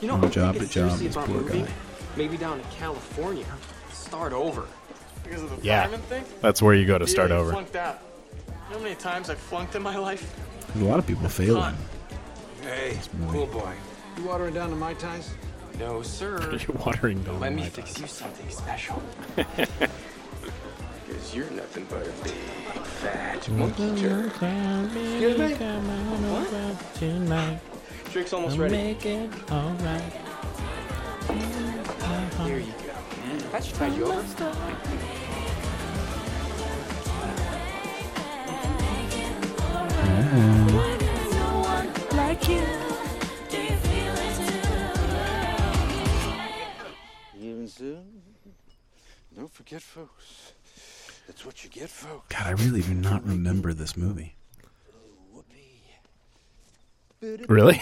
Speaker 32: you
Speaker 12: from
Speaker 32: I'm
Speaker 12: job to
Speaker 32: thinking
Speaker 12: job.
Speaker 32: seriously
Speaker 12: This
Speaker 32: about
Speaker 12: poor
Speaker 32: moving.
Speaker 12: guy.
Speaker 32: Maybe down to California. Start over.
Speaker 18: Because of the
Speaker 11: Yeah.
Speaker 18: fireman thing?
Speaker 11: That's where you go to start
Speaker 18: Yeah, I
Speaker 11: over.
Speaker 18: Flunked out. You know how many times I flunked in my life?
Speaker 12: There's a lot of people failing.
Speaker 18: Hey,
Speaker 12: movie.
Speaker 18: cool boy.
Speaker 2: You watering down the my ties?
Speaker 18: No, sir.
Speaker 11: You're watering down.
Speaker 18: Let me
Speaker 11: my
Speaker 18: fix you something special. Because you're nothing but a big fat monkey jerk.
Speaker 11: Excuse
Speaker 18: me?
Speaker 11: Tonight,
Speaker 18: Drink's almost ready.
Speaker 11: it all right.
Speaker 18: Here you go. That should tide you over.
Speaker 7: Even soon. Don't forget, folks. That's what you get, folks.
Speaker 12: God, I really do not remember this movie.
Speaker 11: Really?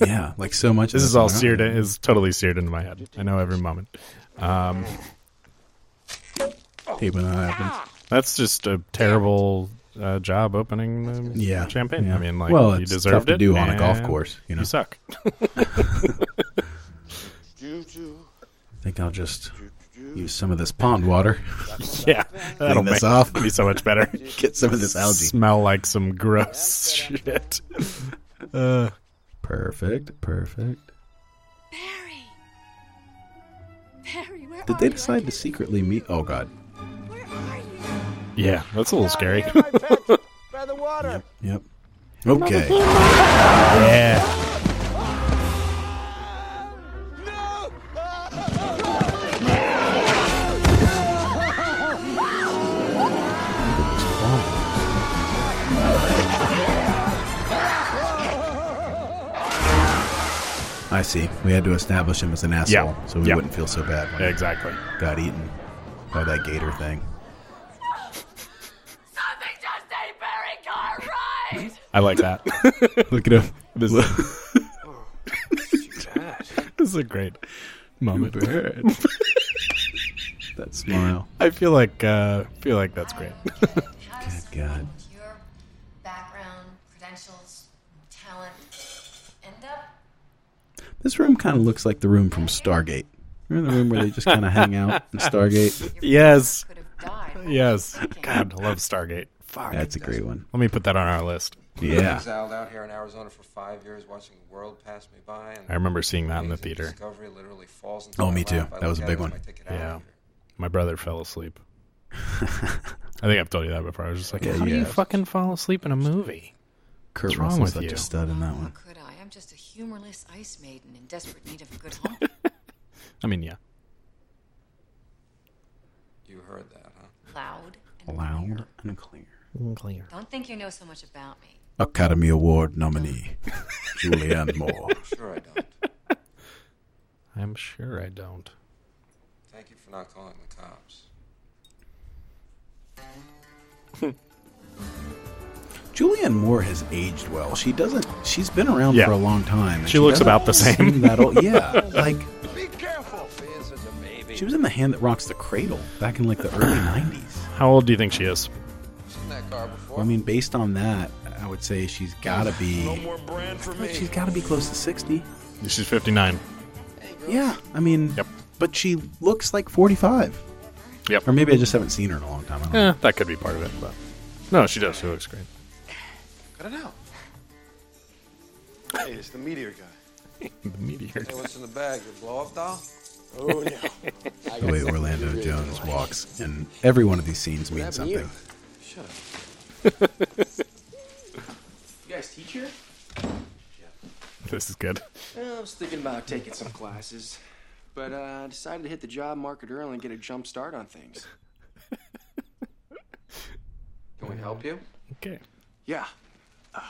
Speaker 12: yeah, like so much.
Speaker 11: This
Speaker 12: of
Speaker 11: is
Speaker 12: it.
Speaker 11: all seared. In, is totally seared into my head. I know every moment. Um,
Speaker 12: Hate when that happens.
Speaker 11: that's just a terrible uh, job opening the
Speaker 12: Yeah,
Speaker 11: champagne.
Speaker 12: yeah.
Speaker 11: I mean, like,
Speaker 12: Well,
Speaker 11: you
Speaker 12: it's tough
Speaker 11: deserved
Speaker 12: to
Speaker 11: it.
Speaker 12: do on a golf
Speaker 11: and
Speaker 12: course, you know.
Speaker 11: you suck.
Speaker 12: I think I'll just use some of this pond water.
Speaker 11: yeah, that'll
Speaker 12: Clean this
Speaker 11: make-
Speaker 12: off.
Speaker 11: Be so much better.
Speaker 12: Get some of this algae.
Speaker 11: Smell like some gross shit. Uh,
Speaker 12: Perfect, perfect.
Speaker 3: Barry, where
Speaker 12: Did they decide to secretly meet? Oh God,
Speaker 11: yeah, that's a little scary.
Speaker 3: by the water?
Speaker 12: Yep. Okay.
Speaker 11: yeah.
Speaker 12: I see. We had to establish him as an asshole,
Speaker 11: Yeah.
Speaker 12: so we
Speaker 11: Yeah.
Speaker 12: wouldn't feel so bad. When
Speaker 11: Exactly.
Speaker 12: He got eaten by that gator thing.
Speaker 3: Something just ain't Barry Cartwright!
Speaker 11: I like that.
Speaker 12: Look at him.
Speaker 11: This, this is a great moment.
Speaker 12: that smile.
Speaker 11: I feel like uh, feel like that's great.
Speaker 12: Good God.
Speaker 6: Your background, credentials, talent end up
Speaker 12: This room kind of looks like the room from Stargate. Remember the room where they just kind of hang out in Stargate?
Speaker 11: Yes. Yes. God, I love Stargate. Fuck.
Speaker 12: That's a great one.
Speaker 11: Let me put that on our list.
Speaker 2: Exiled out here in Arizona for five years, watching the world pass me by. And
Speaker 11: I remember seeing that in the theater.
Speaker 2: Discovery literally falls into
Speaker 12: Oh,
Speaker 2: my
Speaker 12: me
Speaker 2: lap.
Speaker 12: too.
Speaker 2: I
Speaker 12: That was a
Speaker 2: look
Speaker 12: big
Speaker 2: at it
Speaker 12: one.
Speaker 2: as my ticket out.
Speaker 11: Yeah. My brother fell asleep. I think I've told you that before. I was just like,
Speaker 12: Yeah,
Speaker 11: how do
Speaker 12: you
Speaker 11: you
Speaker 12: have.
Speaker 11: fucking fall asleep in a movie?
Speaker 12: Kurt
Speaker 11: What's wrong
Speaker 12: Russell's
Speaker 11: with
Speaker 12: such
Speaker 11: you?
Speaker 12: a stud in that one.
Speaker 6: could I? I'm just a humorless ice maiden in desperate need of a good home.
Speaker 11: I mean, yeah.
Speaker 2: You heard that, huh?
Speaker 6: Loud.
Speaker 12: Loud and clear.
Speaker 11: Clear.
Speaker 6: Don't think you know so much about me.
Speaker 12: Academy Award nominee, Julianne Moore.
Speaker 2: Sure, I don't.
Speaker 11: I'm sure I don't.
Speaker 2: Thank you for not calling the cops.
Speaker 12: Julianne Moore has aged well. She doesn't. She's been around
Speaker 11: Yeah.
Speaker 12: for a long time. and
Speaker 11: She looks
Speaker 12: doesn't
Speaker 11: about the same.
Speaker 12: seem That old. Yeah, like
Speaker 3: Be careful! Being such a baby.
Speaker 12: she was in the hand that rocks the cradle back in like the early '90s.
Speaker 11: How old do you think she is?
Speaker 2: Seen that car before?
Speaker 12: Well, I mean, based on that, I would say she's got to be. She's got to be close to sixty.
Speaker 11: She's 59.
Speaker 12: Yeah, I mean, but she looks like forty-five.
Speaker 11: Yep.
Speaker 12: Or maybe I just haven't seen her in a long time. I don't know.
Speaker 11: Eh, that could be part of it, but no, she does. She looks great.
Speaker 13: Cut it out. Hey, it's the meteor guy.
Speaker 11: The meteor.
Speaker 2: Hey, what's in the bag? Your blow up doll?
Speaker 13: Oh, no.
Speaker 12: The way Orlando Jones walks, and every one of these scenes means something.
Speaker 13: Shut up.
Speaker 18: You guys teach here?
Speaker 11: This is good.
Speaker 18: Well, I was thinking about taking some classes, but uh, I decided to hit the job market early and get a jump start on things.
Speaker 2: Can we help you?
Speaker 11: Okay.
Speaker 18: Yeah. Uh,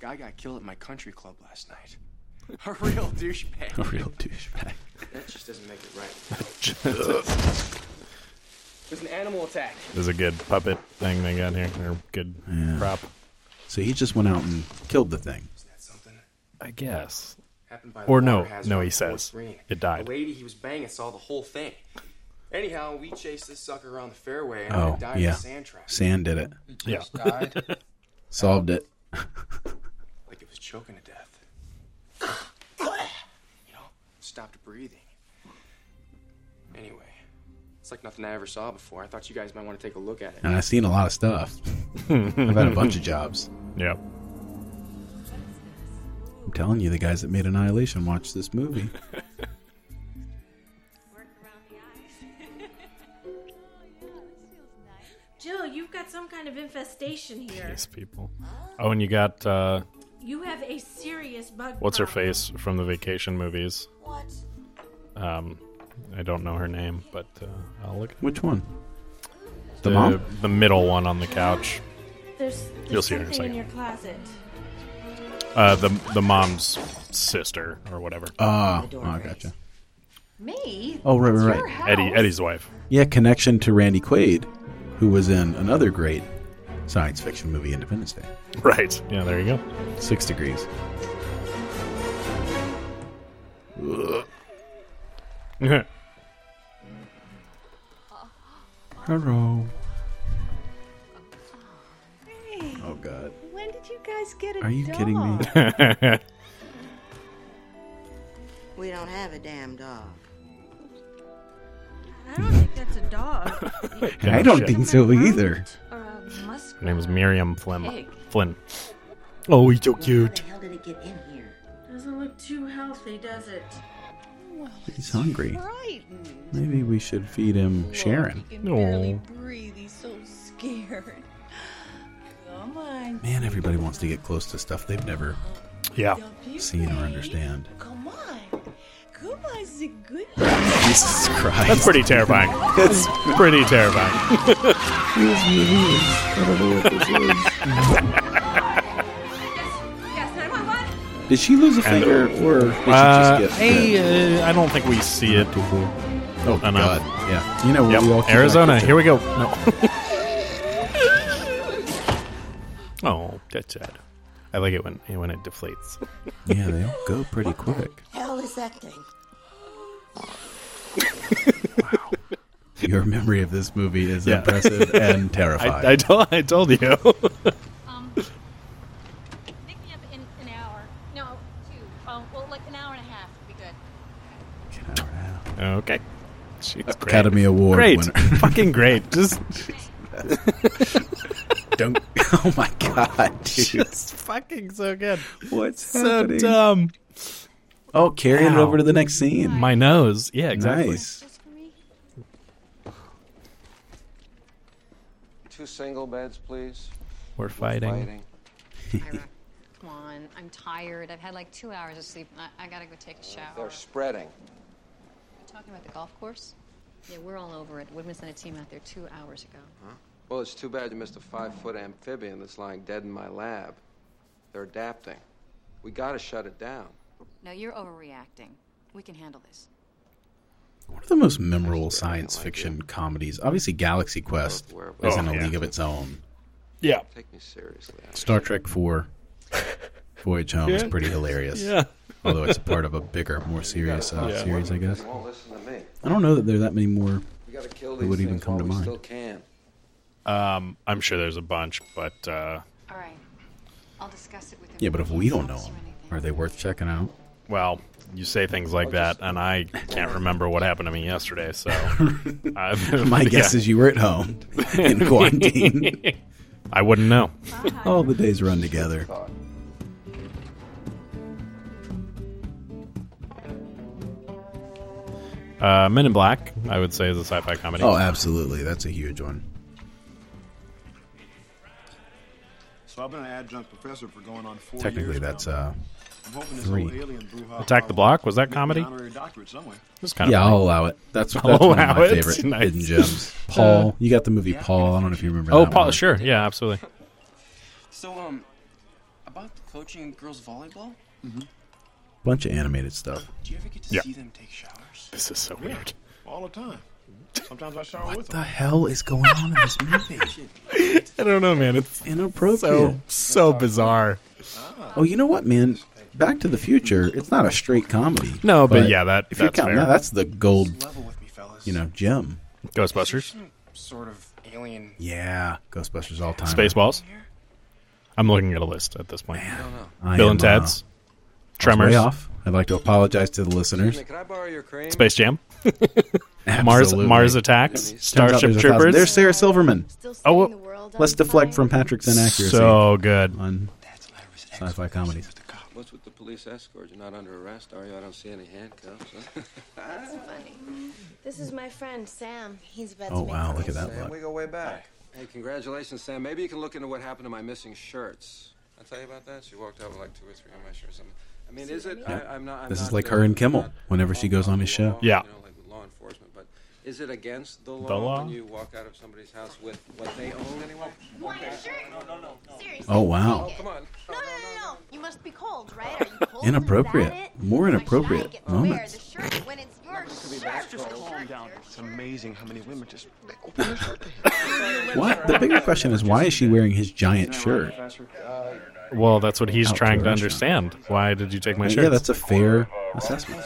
Speaker 18: guy got killed at my country club last night. A real douchebag.
Speaker 12: A real douchebag.
Speaker 18: That just doesn't make it right.
Speaker 11: this
Speaker 18: It was an animal attack.
Speaker 11: is a good puppet thing they got here. Or good
Speaker 12: Yeah.
Speaker 11: prop.
Speaker 12: So he just went out and killed the thing.
Speaker 11: I guess.
Speaker 18: Happened by the
Speaker 11: Or no,
Speaker 18: water hazard
Speaker 11: no,
Speaker 18: on
Speaker 11: he
Speaker 18: Fort
Speaker 11: says
Speaker 18: Greene.
Speaker 11: it died.
Speaker 18: The lady he was banging saw the whole thing. Anyhow, we chased this sucker around the fairway and
Speaker 12: Oh,
Speaker 18: it died in
Speaker 12: yeah.
Speaker 18: a sand trap.
Speaker 12: Sand did it.
Speaker 11: Yeah.
Speaker 18: died.
Speaker 12: Solved it.
Speaker 18: like it was choking to death. you know, stopped breathing. Anyway, it's like nothing I ever saw before. I thought you guys might want to take a look at it.
Speaker 12: And I've seen a lot of stuff. I've had a bunch of jobs.
Speaker 11: Yep.
Speaker 12: I'm telling you, the guys that made Annihilation watched this movie.
Speaker 15: Oh,
Speaker 3: Jill, you've got some kind of infestation here.
Speaker 11: These people. Oh, and you got uh,
Speaker 3: You have a serious bug.
Speaker 11: what's her
Speaker 3: problem.
Speaker 11: face from the vacation movies?
Speaker 3: What?
Speaker 11: Um, I don't know her name, but uh, I'll look.
Speaker 12: Which one? The mom?
Speaker 11: the middle one on the couch.
Speaker 3: There's, there's
Speaker 11: You'll see her
Speaker 3: something
Speaker 11: in a
Speaker 3: in
Speaker 11: second.
Speaker 3: your closet.
Speaker 11: Uh, the the mom's sister or whatever.
Speaker 12: Ah, oh, I gotcha.
Speaker 10: Me?
Speaker 12: Oh, right, right,
Speaker 10: Your
Speaker 12: right.
Speaker 10: house?
Speaker 11: Eddie Eddie's wife.
Speaker 12: Yeah, connection to Randy Quaid, who was in another great science fiction movie, Independence Day.
Speaker 11: Right. Yeah. There you go.
Speaker 12: Six Degrees. Hello. Oh god.
Speaker 9: When did you guys get a
Speaker 12: Are you kidding me?
Speaker 9: dog? we don't have a damn dog.
Speaker 3: I don't think that's a dog.
Speaker 11: Yeah,
Speaker 12: I don't
Speaker 11: shit.
Speaker 12: think so either.
Speaker 11: Her name is Miriam Flynn. Flynn. Oh, he's so cute.
Speaker 3: How did it get in here? Doesn't look too healthy, does it?
Speaker 12: He's hungry. Maybe we should feed him Sharon. No.
Speaker 9: Breathe, he's so scared. Come on.
Speaker 12: Man, everybody wants to get close to stuff they've never
Speaker 11: yeah.
Speaker 12: seen or understand.
Speaker 9: Come on. Come on, is it good?
Speaker 12: Jesus Christ.
Speaker 11: That's pretty terrifying. That's pretty terrifying.
Speaker 12: Did she lose a
Speaker 11: And-
Speaker 12: finger or did she
Speaker 11: Uh,
Speaker 12: just get
Speaker 11: hey, uh, I don't think we see it.
Speaker 12: Oh, God.
Speaker 11: enough.
Speaker 12: Yeah. You know, we all keep our
Speaker 11: Arizona,
Speaker 12: picture.
Speaker 11: here we go. No. oh, that's sad. I like it when when it deflates.
Speaker 12: Yeah, they all go pretty quick.
Speaker 9: Hell is that thing?
Speaker 12: Your memory of this movie is
Speaker 11: Yeah.
Speaker 12: impressive and terrifying.
Speaker 11: I, I, told, I told you.
Speaker 7: Pick me up in an hour. No, two. Oh, well, like an hour and a half would be good.
Speaker 11: okay. She's great.
Speaker 12: Academy Award
Speaker 11: great.
Speaker 12: winner.
Speaker 11: Fucking great. Just
Speaker 12: Don't. Oh my god, dude.
Speaker 11: Just fucking so good.
Speaker 12: What's
Speaker 11: so
Speaker 12: happening?
Speaker 11: dumb?
Speaker 12: Oh, carry it
Speaker 11: Ow.
Speaker 12: over to the next scene.
Speaker 11: My nose. Yeah, exactly.
Speaker 12: Nice.
Speaker 2: Two single beds, please.
Speaker 11: We're fighting.
Speaker 7: Come on, I'm tired. I've had like two hours of sleep. I, I gotta go take a shower.
Speaker 2: They're spreading.
Speaker 7: Talking about the golf course? Yeah, we're all over it. Woodman sent a team out there two hours ago.
Speaker 2: Well, it's too bad you missed a five foot amphibian that's lying dead in my lab. They're adapting. We gotta shut it down.
Speaker 6: No, you're overreacting. We can handle this.
Speaker 12: One of the most memorable science fiction comedies. Obviously, Galaxy Quest
Speaker 11: Oh,
Speaker 12: is in a league of its own.
Speaker 11: Yeah.
Speaker 2: Take me seriously.
Speaker 12: Star Trek Four, Voyage Home is
Speaker 2: Yeah.
Speaker 12: pretty hilarious.
Speaker 2: Yeah.
Speaker 12: Although it's a part of a bigger, more serious uh,
Speaker 2: Yeah.
Speaker 12: series, I guess.
Speaker 2: You won't listen to me.
Speaker 12: I don't know that there are that many more
Speaker 2: We gotta kill
Speaker 12: that
Speaker 2: these
Speaker 12: would even
Speaker 2: things
Speaker 12: come to
Speaker 2: while we
Speaker 12: mind.
Speaker 2: still can.
Speaker 11: Um, I'm sure there's a bunch, but uh,
Speaker 6: All right. I'll discuss it with him.
Speaker 12: Yeah, but if we don't know them, are they worth checking out?
Speaker 11: well, you say things like that, and I can't remember what happened to me yesterday. So, I've-
Speaker 12: My
Speaker 11: yeah.
Speaker 12: guess is you were at home in quarantine.
Speaker 11: I wouldn't know.
Speaker 12: All the days run together.
Speaker 11: Uh, Men in Black, I would say, is a sci-fi comedy.
Speaker 12: Oh, absolutely. That's a huge one.
Speaker 13: So I've been an adjunct professor for going on four
Speaker 12: Technically,
Speaker 13: years
Speaker 12: that's
Speaker 13: now.
Speaker 12: uh,
Speaker 13: I'm hoping this
Speaker 12: three.
Speaker 13: whole alien brouhaha
Speaker 11: Attack the Block was that
Speaker 13: make me an
Speaker 11: comedy?
Speaker 13: honorary doctorate somewhere.
Speaker 11: It's kind of
Speaker 12: yeah,
Speaker 11: funny.
Speaker 12: I'll allow it. That's, that's
Speaker 11: I'll
Speaker 12: one of
Speaker 11: allow
Speaker 12: my
Speaker 11: it.
Speaker 12: favorite
Speaker 11: Nice.
Speaker 12: hidden gems. Paul, you got the movie Paul. I don't know if you remember.
Speaker 11: Oh,
Speaker 12: that
Speaker 11: Paul,
Speaker 12: one.
Speaker 11: sure, yeah, absolutely.
Speaker 18: So, um, about the coaching girls volleyball,
Speaker 12: bunch of animated stuff.
Speaker 18: do you ever get to
Speaker 12: Yeah.
Speaker 18: see them take showers?
Speaker 11: This is so
Speaker 5: Yeah, all the time. Sometimes I shower with
Speaker 12: What the hell is going on in this movie?
Speaker 11: I don't know, man. It's
Speaker 12: inappropriate.
Speaker 11: So so bizarre.
Speaker 12: Oh, you know what, man? Back to the Future. It's not a straight comedy.
Speaker 11: No, but yeah, that-
Speaker 12: if you're
Speaker 11: that's
Speaker 12: counting
Speaker 11: fair.
Speaker 12: that, that's the gold, you know, gem.
Speaker 11: Ghostbusters,
Speaker 18: Sort of alien.
Speaker 12: Yeah, Ghostbusters all time.
Speaker 11: Spaceballs. I'm looking at a list at this point.
Speaker 12: I
Speaker 11: Bill
Speaker 12: am,
Speaker 11: and Ted's,
Speaker 12: uh,
Speaker 11: Tremors,
Speaker 12: Way off. I'd like to apologize to the listeners.
Speaker 11: Space Jam, Mars
Speaker 12: Absolutely.
Speaker 11: Mars Attacks,
Speaker 12: Turns out
Speaker 11: Starship
Speaker 12: there's a thousand-
Speaker 11: Troopers.
Speaker 12: There's Sarah Silverman.
Speaker 11: Oh, well,
Speaker 12: Let's deflect from Patrick's inaccuracy.
Speaker 11: So good.
Speaker 12: on sci-fi comedies.
Speaker 2: What's with the police escort? You're not under arrest, are you? I don't see any handcuffs.
Speaker 9: That's funny. This is my friend Sam. He's about to
Speaker 12: Oh,
Speaker 9: make
Speaker 12: wow, look at
Speaker 9: this.
Speaker 12: that
Speaker 2: Sam,
Speaker 12: look.
Speaker 2: we go way back. Hey, congratulations, Sam. Maybe you can look into what happened to my missing shirts. I tell you about that. She walked out with like two or three of my shirts. I'm- I mean, is it? I, I'm not. I'm
Speaker 12: This
Speaker 2: not
Speaker 12: is like
Speaker 2: the-
Speaker 12: her and Kimmel whenever she goes on his show.
Speaker 11: Yeah.
Speaker 2: you know, like with law enforcement. But is it against the law,
Speaker 11: law?
Speaker 2: when you walk out of somebody's house with what they own anyway?
Speaker 9: No, no, no, no. Seriously.
Speaker 12: Oh, wow.
Speaker 2: Oh, come on.
Speaker 9: No, no, no, no. You must be cold, right? Are you cold?
Speaker 12: Inappropriate. More
Speaker 9: I
Speaker 12: inappropriate
Speaker 9: get to wear
Speaker 12: moments.
Speaker 9: the shirt when it's your shirt.
Speaker 18: Just calm down. It's amazing how many women just they open their shirt to him.
Speaker 12: What? The bigger question is why is she wearing his giant shirt?
Speaker 11: Well, that's what he's
Speaker 12: Out to
Speaker 11: trying
Speaker 12: a
Speaker 11: to
Speaker 12: restaurant.
Speaker 11: understand. Why did you take my
Speaker 12: Uh,
Speaker 11: shirt?
Speaker 12: Yeah, that's a fair assessment.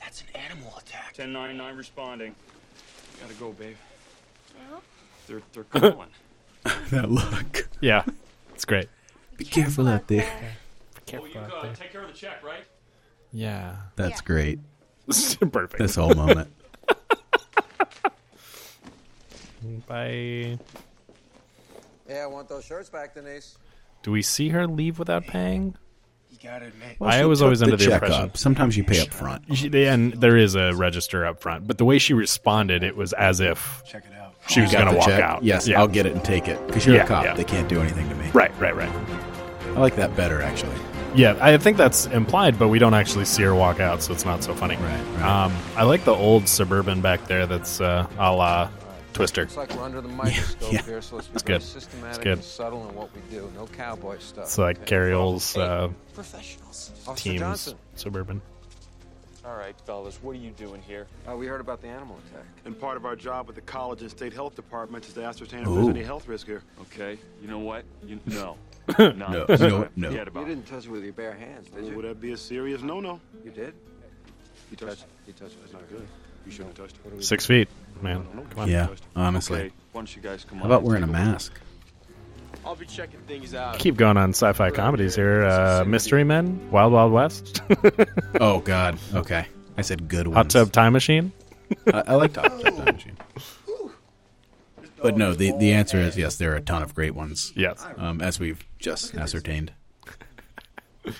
Speaker 18: That's an animal 1099 responding. Gotta go, babe. They're, they're
Speaker 11: calling.
Speaker 12: that look.
Speaker 11: Yeah, it's great.
Speaker 12: Be careful out there.
Speaker 18: Well, you uh, take care of the check, right?
Speaker 11: Yeah,
Speaker 12: That's great.
Speaker 11: perfect.
Speaker 12: This whole moment.
Speaker 11: Bye.
Speaker 2: Yeah, I want those shirts back, Denise.
Speaker 11: Do we see her leave without paying?
Speaker 2: You gotta admit.
Speaker 12: Well,
Speaker 11: I
Speaker 12: she
Speaker 11: was
Speaker 12: took
Speaker 11: always
Speaker 12: the
Speaker 11: under the
Speaker 12: check
Speaker 11: impression.
Speaker 12: up. Sometimes you pay up front.
Speaker 11: She, they- and there is a register up front, but the way she responded, it was as if Check it out. she
Speaker 12: You
Speaker 11: was
Speaker 12: got
Speaker 11: going to
Speaker 12: the
Speaker 11: walk
Speaker 12: check?
Speaker 11: out.
Speaker 12: Yes,
Speaker 11: Yeah.
Speaker 12: I'll get it and take it because you're
Speaker 11: Yeah,
Speaker 12: a cop.
Speaker 11: yeah.
Speaker 12: They can't do anything to me.
Speaker 11: Right, right, right.
Speaker 12: I like that better actually.
Speaker 11: Yeah, I think that's implied, but we don't actually see her walk out, so it's not so funny. Right. Um, I like the old suburban back there. That's uh, a la Twister.
Speaker 2: It's like we're under the microscope
Speaker 11: yeah.
Speaker 2: here, so let's be
Speaker 11: It's
Speaker 2: very
Speaker 11: good. It's
Speaker 2: systematic
Speaker 11: good.
Speaker 2: and subtle in what we do. No cowboy stuff.
Speaker 11: It's like Gary Old's uh,
Speaker 2: professionals. Officer
Speaker 11: team's
Speaker 2: Johnson.
Speaker 11: suburban.
Speaker 2: All right, fellas, what are you doing here? Uh, we heard about the animal attack.
Speaker 13: And part of our job with the college and state health departments is to ascertain if
Speaker 12: Ooh.
Speaker 13: there's any health risk here.
Speaker 18: Okay, you know what? You, no.
Speaker 12: No, no, no.
Speaker 18: Forget about
Speaker 2: You
Speaker 18: it.
Speaker 2: didn't touch it with your bare hands, did you?
Speaker 13: Would that be a serious no-no?
Speaker 2: You did? You touched. You touched. That's not good.
Speaker 13: You shouldn't have touched it.
Speaker 11: Six feet, man. Come on.
Speaker 12: Yeah, honestly.
Speaker 18: Okay, why don't you guys come
Speaker 12: How
Speaker 18: on
Speaker 12: about
Speaker 18: and
Speaker 12: wearing a
Speaker 18: take
Speaker 12: mask?
Speaker 18: I'll be checking things out.
Speaker 11: Keep going on sci-fi comedies here. Uh, Mystery Men, Wild Wild West.
Speaker 12: oh God. Okay. I said good
Speaker 11: Hot
Speaker 12: ones.
Speaker 11: Tub Time Machine.
Speaker 12: I, I like Hot Tub Time Machine. But no, the the answer is yes. There are a ton of great ones.
Speaker 11: Yes.
Speaker 12: Um, as we've just ascertained.
Speaker 2: You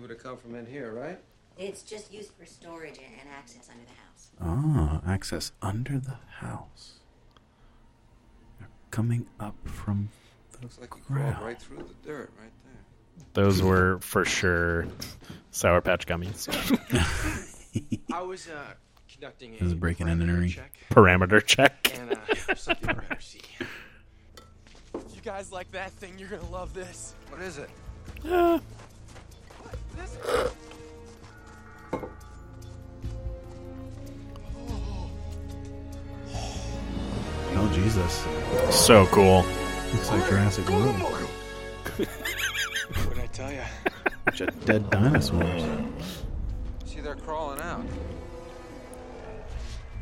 Speaker 2: would have come from in here, right?
Speaker 33: It's just used for storage and and access under the house.
Speaker 12: Ah, access under the house. They're coming up from the
Speaker 2: Looks like you
Speaker 12: ground.
Speaker 2: crawled right through the dirt, right there.
Speaker 11: Those were for sure Sour Patch Gummies.
Speaker 18: I was uh, conducting
Speaker 12: This is breaking and entering. Check.
Speaker 11: Parameter check.
Speaker 18: and uh, something I've never seen. You guys like that thing? You're gonna love this.
Speaker 2: What is it?
Speaker 12: Oh Jesus!
Speaker 11: So cool.
Speaker 12: Looks like Jurassic World.
Speaker 18: What did I tell you?
Speaker 12: Bunch of dead dinosaurs.
Speaker 2: See, they're crawling out.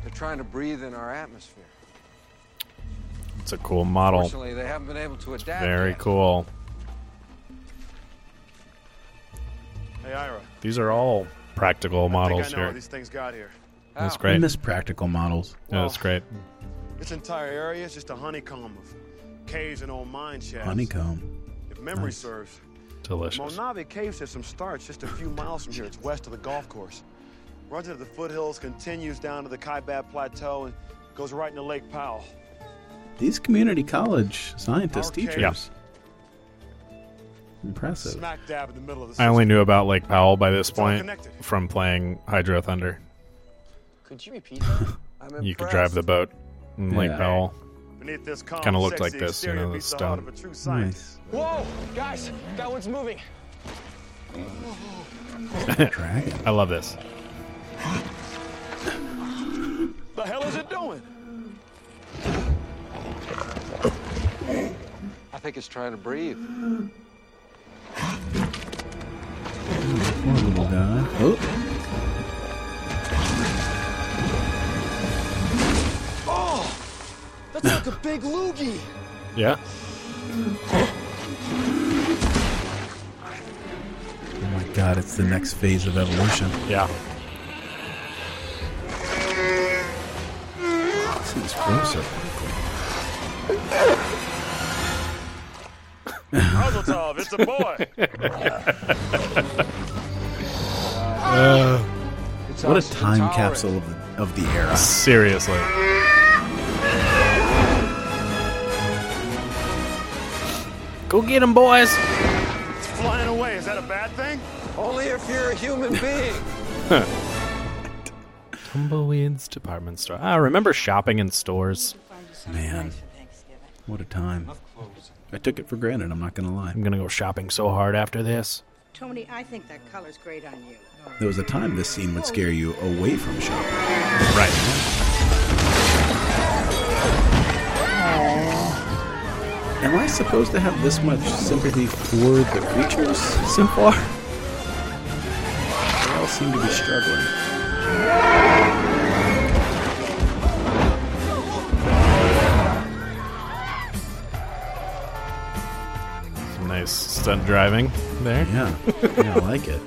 Speaker 2: They're trying to breathe in our atmosphere.
Speaker 11: It's a cool model.
Speaker 2: Fortunately, they haven't been able to adapt.
Speaker 11: Oh. Very
Speaker 2: yet.
Speaker 11: cool.
Speaker 13: Hey, Ira.
Speaker 11: These are all practical
Speaker 13: I
Speaker 11: models
Speaker 13: think I know how
Speaker 11: here.
Speaker 13: these things got here.
Speaker 11: That's
Speaker 12: I
Speaker 11: great.
Speaker 12: miss practical models.
Speaker 11: Yeah, that's great.
Speaker 13: This entire area is just a honeycomb of caves and old mine shafts.
Speaker 12: Honeycomb.
Speaker 13: If memory
Speaker 12: Nice.
Speaker 13: serves,
Speaker 11: Delicious.
Speaker 13: Monave Cave System starts just a few miles from here. It's west of the golf course. Runs into the foothills, continues down to the Kaibab Plateau, and goes right into Lake Powell.
Speaker 12: These community college scientists,
Speaker 13: Our cave-
Speaker 12: teachers. Impressive.
Speaker 13: Smack dab in the middle of the
Speaker 11: I only
Speaker 13: system.
Speaker 11: knew about Lake Powell by this
Speaker 13: It's all
Speaker 11: point
Speaker 13: connected.
Speaker 11: from playing Hydro Thunder.
Speaker 18: Could you repeat that?
Speaker 2: I'm
Speaker 11: You could drive the boat in Lake
Speaker 12: Yeah.
Speaker 11: Powell.
Speaker 13: Beneath this calm,
Speaker 11: Kind of looked like
Speaker 13: sexy
Speaker 11: this, you
Speaker 13: exterior
Speaker 11: know, the
Speaker 13: beats the heart
Speaker 11: stone.
Speaker 13: of a true scientist.
Speaker 18: Whoa, guys, that one's moving.
Speaker 11: I love this.
Speaker 18: The hell is it doing?
Speaker 2: I think it's trying to breathe.
Speaker 12: Poor little guy. Oh,
Speaker 18: Oh, that's like a big loogie.
Speaker 11: Yeah.
Speaker 12: oh my God! It's the next phase of evolution.
Speaker 11: Yeah.
Speaker 12: This is closer.
Speaker 4: Razatov, it's a boy.
Speaker 2: It's
Speaker 12: what a
Speaker 2: us, it's
Speaker 12: time
Speaker 2: our-
Speaker 12: capsule of the, of the era.
Speaker 11: Seriously. Go get them, boys.
Speaker 4: it's flying away. Is that a bad thing?
Speaker 2: Only if you're a human being.
Speaker 11: Tumbleweeds department store. I remember shopping in stores.
Speaker 12: Man, what a time! I took it for granted. I'm not gonna lie.
Speaker 11: I'm gonna go shopping so hard after this.
Speaker 34: Tony, I think that color's great on you.
Speaker 12: There was a time this scene would scare you away from shopping.
Speaker 11: Right.
Speaker 12: Am I supposed to have this much sympathy for the creatures so far? They're all seem to be struggling.
Speaker 11: Some nice stunt driving there.
Speaker 12: Yeah. Yeah, I like it.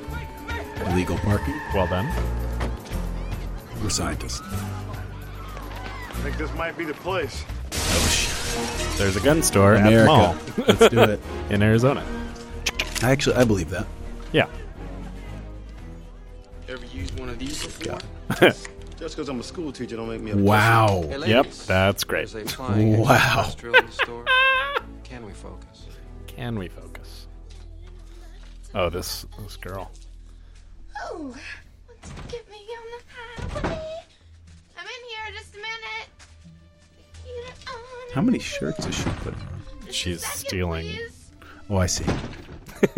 Speaker 12: Illegal parking.
Speaker 11: Well done.
Speaker 12: We're scientists.
Speaker 5: I think this might be the place.
Speaker 11: There's a gun store at the
Speaker 12: America.
Speaker 11: mall.
Speaker 12: Let's do it.
Speaker 11: in Arizona.
Speaker 12: I actually I believe that.
Speaker 11: Yeah.
Speaker 13: Ever used one of these before?
Speaker 11: Just
Speaker 5: because I'm a school teacher don't make me a
Speaker 12: Wow.
Speaker 11: Yep, that's great.
Speaker 12: Wow.
Speaker 13: Can we focus?
Speaker 11: Can we focus? Oh, this this girl.
Speaker 9: Oh, let's get me on the highway. I'm in here just a minute. Get it on.
Speaker 12: How many shirts is she putting on?
Speaker 11: She's stealing.
Speaker 12: Oh, I see.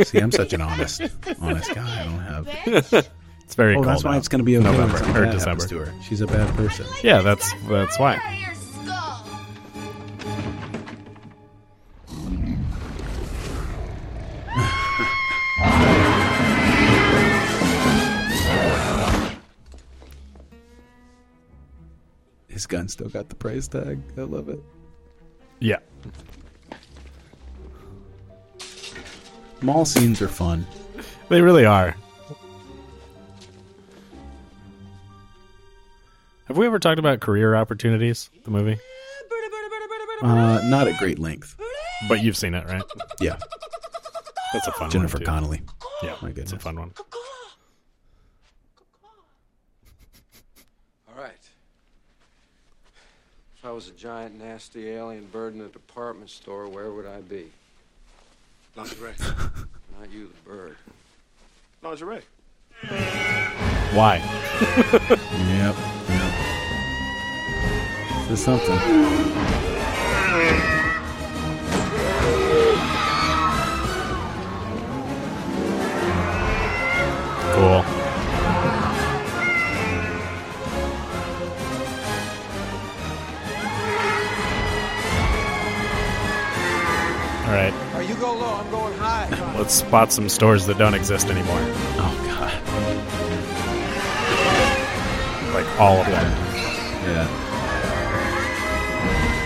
Speaker 12: See, I'm such an honest, honest guy. I don't have.
Speaker 11: it's very
Speaker 12: Oh,
Speaker 11: cold.
Speaker 12: that's why
Speaker 11: out.
Speaker 12: it's going to be okay when
Speaker 11: November
Speaker 12: something
Speaker 11: or
Speaker 12: bad
Speaker 11: December.
Speaker 12: happens to her. She's a bad person.
Speaker 11: Yeah, that's that's why.
Speaker 12: His gun still got the price tag. I love it.
Speaker 11: Yeah.
Speaker 12: Mall scenes are fun.
Speaker 11: They really are. Have we ever talked about career opportunities? The movie,
Speaker 12: Uh, not at great length.
Speaker 11: but you've seen it, right?
Speaker 12: Yeah.
Speaker 11: That's a fun
Speaker 12: Jennifer
Speaker 11: one. too.
Speaker 12: Connelly.
Speaker 11: Yeah,
Speaker 12: My
Speaker 11: it's a
Speaker 12: goodness.
Speaker 11: fun one.
Speaker 2: All right. If I was a giant, nasty alien bird in a department store, where would I be?
Speaker 5: Lingerie.
Speaker 2: Not you, the bird.
Speaker 5: Lingerie.
Speaker 11: Why?
Speaker 12: Yep. Yep. This is something.
Speaker 11: Cool. All right.
Speaker 2: Are you go low? I'm going high.
Speaker 11: Let's spot some stores that don't exist anymore.
Speaker 12: Oh god.
Speaker 11: Like all of them.
Speaker 12: Yeah.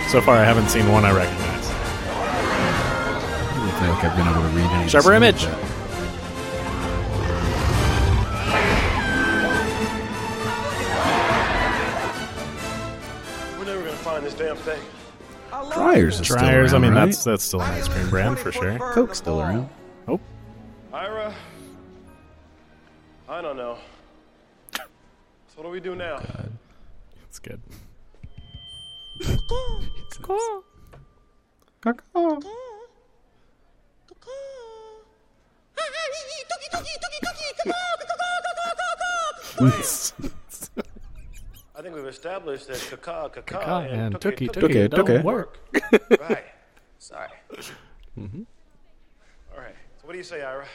Speaker 11: So far, I haven't seen one I recognize.
Speaker 12: I don't feel like I've been able to read any. of
Speaker 11: Sharper
Speaker 12: this
Speaker 11: image.
Speaker 12: yet.
Speaker 5: We're never gonna find this damn thing.
Speaker 12: Dryers is still
Speaker 11: Dryers. I
Speaker 12: around,
Speaker 11: mean,
Speaker 12: right?
Speaker 11: that's that's still an ice cream brand for sure.
Speaker 12: Coke's still around.
Speaker 11: Oh,
Speaker 5: Ira. I don't know. So what do we do now?
Speaker 11: that's good.
Speaker 4: Cool.
Speaker 5: I think we've established that caca, caca,
Speaker 14: Oh,
Speaker 11: Caca
Speaker 5: and
Speaker 11: Uh, and tookie,
Speaker 5: tookie,
Speaker 11: tookie don't
Speaker 12: tookie.
Speaker 11: work.
Speaker 5: right. Sorry.
Speaker 11: Mhm.
Speaker 5: All right. So what do you say, Ira?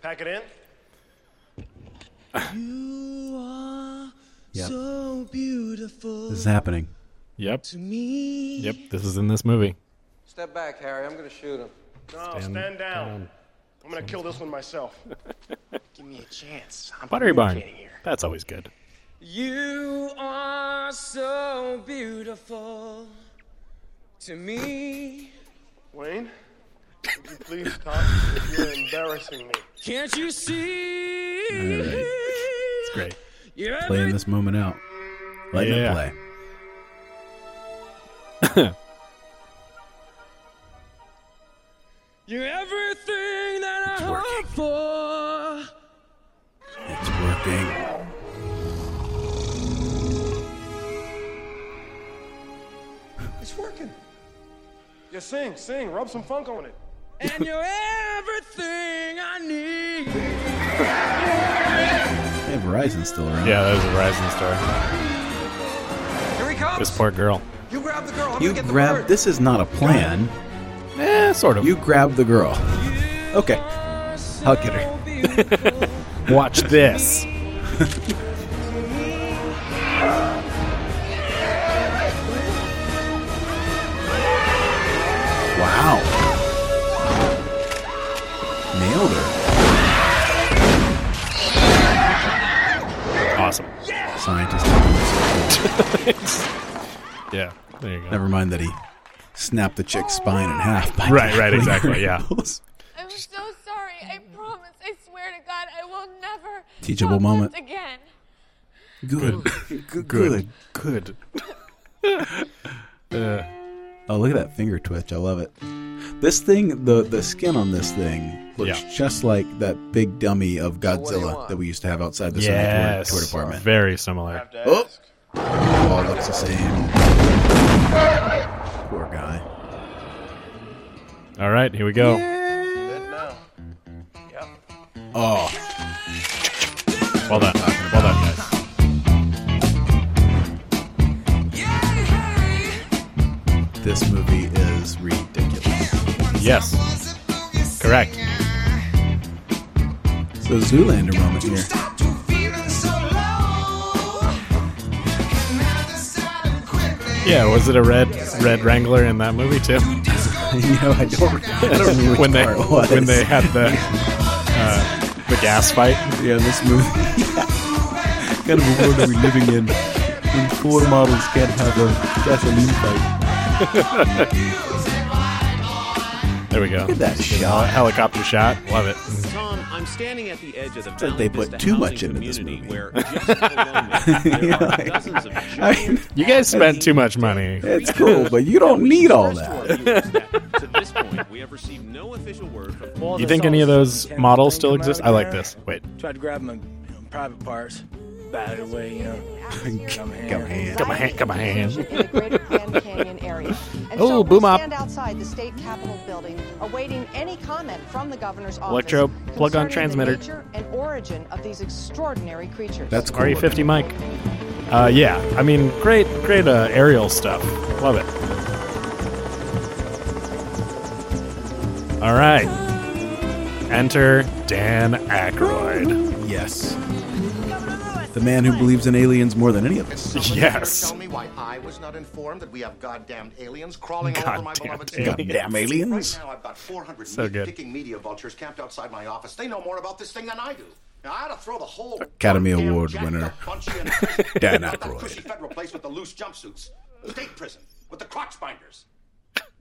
Speaker 5: Pack it in.
Speaker 12: Yep.
Speaker 4: So beautiful.
Speaker 12: This is happening.
Speaker 11: Yep. Yep. This is in this movie.
Speaker 2: Step back, Harry. I'm going to shoot him.
Speaker 5: No, stand,
Speaker 11: Stand
Speaker 5: down.
Speaker 11: down.
Speaker 5: I'm gonna kill this one myself.
Speaker 14: Give me a chance. I'm
Speaker 11: Buttery Barn.
Speaker 14: communicating here.
Speaker 11: That's always good.
Speaker 4: You are so beautiful to me.
Speaker 5: Wayne, would you please stop? You're embarrassing me.
Speaker 4: Can't you see?
Speaker 12: All right.
Speaker 11: It's great.
Speaker 4: You're
Speaker 12: Playing this moment out. Letting
Speaker 11: Yeah.
Speaker 12: it play.
Speaker 4: You're everything that I hope for.
Speaker 12: It's working.
Speaker 5: It's working. Yeah, sing, sing. Rub some funk on it.
Speaker 4: And you're everything I need.
Speaker 12: Hey, Verizon's still around.
Speaker 11: Yeah, that was a Verizon store.
Speaker 2: Here he comes.
Speaker 11: This poor girl.
Speaker 2: You grab the girl. I'm
Speaker 12: You
Speaker 2: gonna get the
Speaker 12: grab.
Speaker 2: bird.
Speaker 12: This is not a plan.
Speaker 11: Eh, sort of.
Speaker 12: You grab the girl. Okay. I'll get her.
Speaker 11: Watch this.
Speaker 12: Wow. Nailed her. scientist. yeah,
Speaker 11: there you go.
Speaker 12: Never mind that he snapped the chick's spine in half. By
Speaker 11: Right, right,
Speaker 12: tackling
Speaker 11: exactly,
Speaker 12: her
Speaker 11: yeah.
Speaker 12: ankles.
Speaker 9: I'm so sorry. I promise. I swear to God, I will never
Speaker 12: Teachable
Speaker 9: talk
Speaker 12: moment.
Speaker 9: once again.
Speaker 12: Good.
Speaker 11: Good.
Speaker 12: Good.
Speaker 11: Good.
Speaker 12: Uh, oh, look at that finger twitch. I love it. This thing, the the skin on this thing looks just like that big dummy of Godzilla that we used to have outside the Sonic
Speaker 11: yes.
Speaker 12: tour, tour department.
Speaker 11: Very similar.
Speaker 12: Oh, oh, looks the same. Poor guy.
Speaker 11: All right, here we go.
Speaker 12: Oh,
Speaker 11: Well done. Well done, guys.
Speaker 12: this movie is ridiculous.
Speaker 11: Yes. Correct.
Speaker 12: So Zoolander moment here.
Speaker 11: Yeah, was it a red red Wrangler in that movie too?
Speaker 12: you know, I don't, I don't remember which
Speaker 11: when they
Speaker 12: part it was.
Speaker 11: when they had the uh, the gas fight.
Speaker 12: Yeah, this movie. kind of a world are we living in? When four models can't have a gasoline fight.
Speaker 11: there we go.
Speaker 12: Look at that
Speaker 11: Hel-
Speaker 12: shot. Mm-hmm.
Speaker 11: helicopter shot. Love it.
Speaker 1: Tom, I'm standing at the edge of the
Speaker 12: Said
Speaker 1: Valley
Speaker 12: they
Speaker 1: Vista
Speaker 12: put too
Speaker 1: housing
Speaker 12: much into this
Speaker 1: community
Speaker 12: movie.
Speaker 1: where just below me there are dozens of giant
Speaker 11: You guys spent too much money.
Speaker 12: It's cool, but you don't need all that.
Speaker 1: to this point, we have received no official word from
Speaker 11: You think any of those models still exist? I like this. Wait.
Speaker 25: Tried to grab my you know, private parts, batted away, you know. Got my hand.
Speaker 11: Got my hand. Got my hand. Got my
Speaker 35: in the greater Grand
Speaker 11: hand.
Speaker 35: Canyon area. And
Speaker 11: Oh,
Speaker 35: so
Speaker 11: boom
Speaker 35: we
Speaker 11: op.
Speaker 35: stand outside the state capitol building awaiting any comment from the governor's office
Speaker 11: Electro plug on
Speaker 35: concerning the
Speaker 11: transmitter.
Speaker 35: nature and origin of these extraordinary creatures.
Speaker 11: That's RE50 E mic. Uh, yeah, I mean, great, great uh, aerial stuff. Love it. All right. Enter Dan Aykroyd.
Speaker 12: Yes. The man who believes in aliens more than any of us.
Speaker 33: Someone better Tell me why I was not informed that we have goddamned aliens crawling all over my
Speaker 12: Goddamned
Speaker 33: beloved
Speaker 12: aliens. Goddamn aliens.
Speaker 33: Right now, I've got 400
Speaker 12: So good.
Speaker 33: picking media vultures camped outside my office. They know more about this thing than I do. Now, I ought to throw the whole
Speaker 12: Academy
Speaker 33: goddamn
Speaker 12: Award
Speaker 33: jacked
Speaker 12: winner,
Speaker 33: up bunch in prison.
Speaker 12: Dan
Speaker 33: Not that
Speaker 12: Aykroyd.
Speaker 33: Cushy federal place with the loose jumpsuits. State prison with the crotch binders.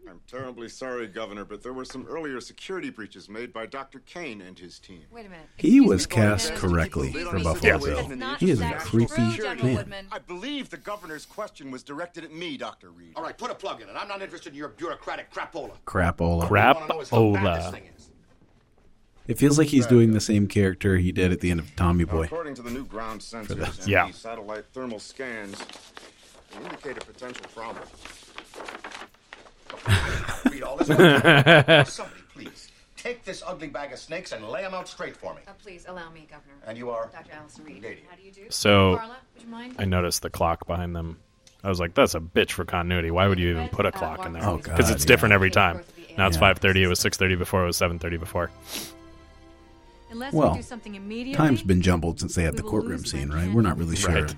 Speaker 22: I'm terribly sorry, Governor, but there were some earlier security breaches made by Dr. Kane and his team.
Speaker 10: Wait a minute.
Speaker 12: He was cast correctly for Buffalo
Speaker 22: That's
Speaker 12: Bill.
Speaker 33: not
Speaker 12: He is a
Speaker 33: exactly
Speaker 12: creepy man.
Speaker 33: I believe the governor's question was directed at me, Dr. Reed. All right, put a plug in it. I'm not interested in your bureaucratic crapola.
Speaker 12: Crapola.
Speaker 11: Crapola.
Speaker 12: It feels like he's doing the same character he did at the end of Tommy Boy.
Speaker 22: According to the new ground sensors
Speaker 12: the-
Speaker 22: and
Speaker 12: Yeah.
Speaker 22: the satellite thermal scans, they indicate a potential problem.
Speaker 33: Read all this. Now, Somebody, please, take this ugly bag of snakes and lay them out straight for me.
Speaker 10: Uh, please allow me, Governor.
Speaker 33: And you are?
Speaker 10: Dr. Allison Reed. How do you do?
Speaker 11: So
Speaker 10: Carla, would you mind?
Speaker 11: I noticed the clock behind them. I was like, that's a bitch for continuity. Why would you even put a clock in there?
Speaker 12: Oh, God,
Speaker 11: Because it's
Speaker 12: yeah.
Speaker 11: different every time. Now it's
Speaker 12: Yeah.
Speaker 11: 5.30. It was 6.30 before. It was 7.30 before.
Speaker 10: Unless
Speaker 12: Well,
Speaker 10: we do something immediately.
Speaker 12: Time's been jumbled since they had the courtroom scene, right? We're not really sure.
Speaker 11: Right.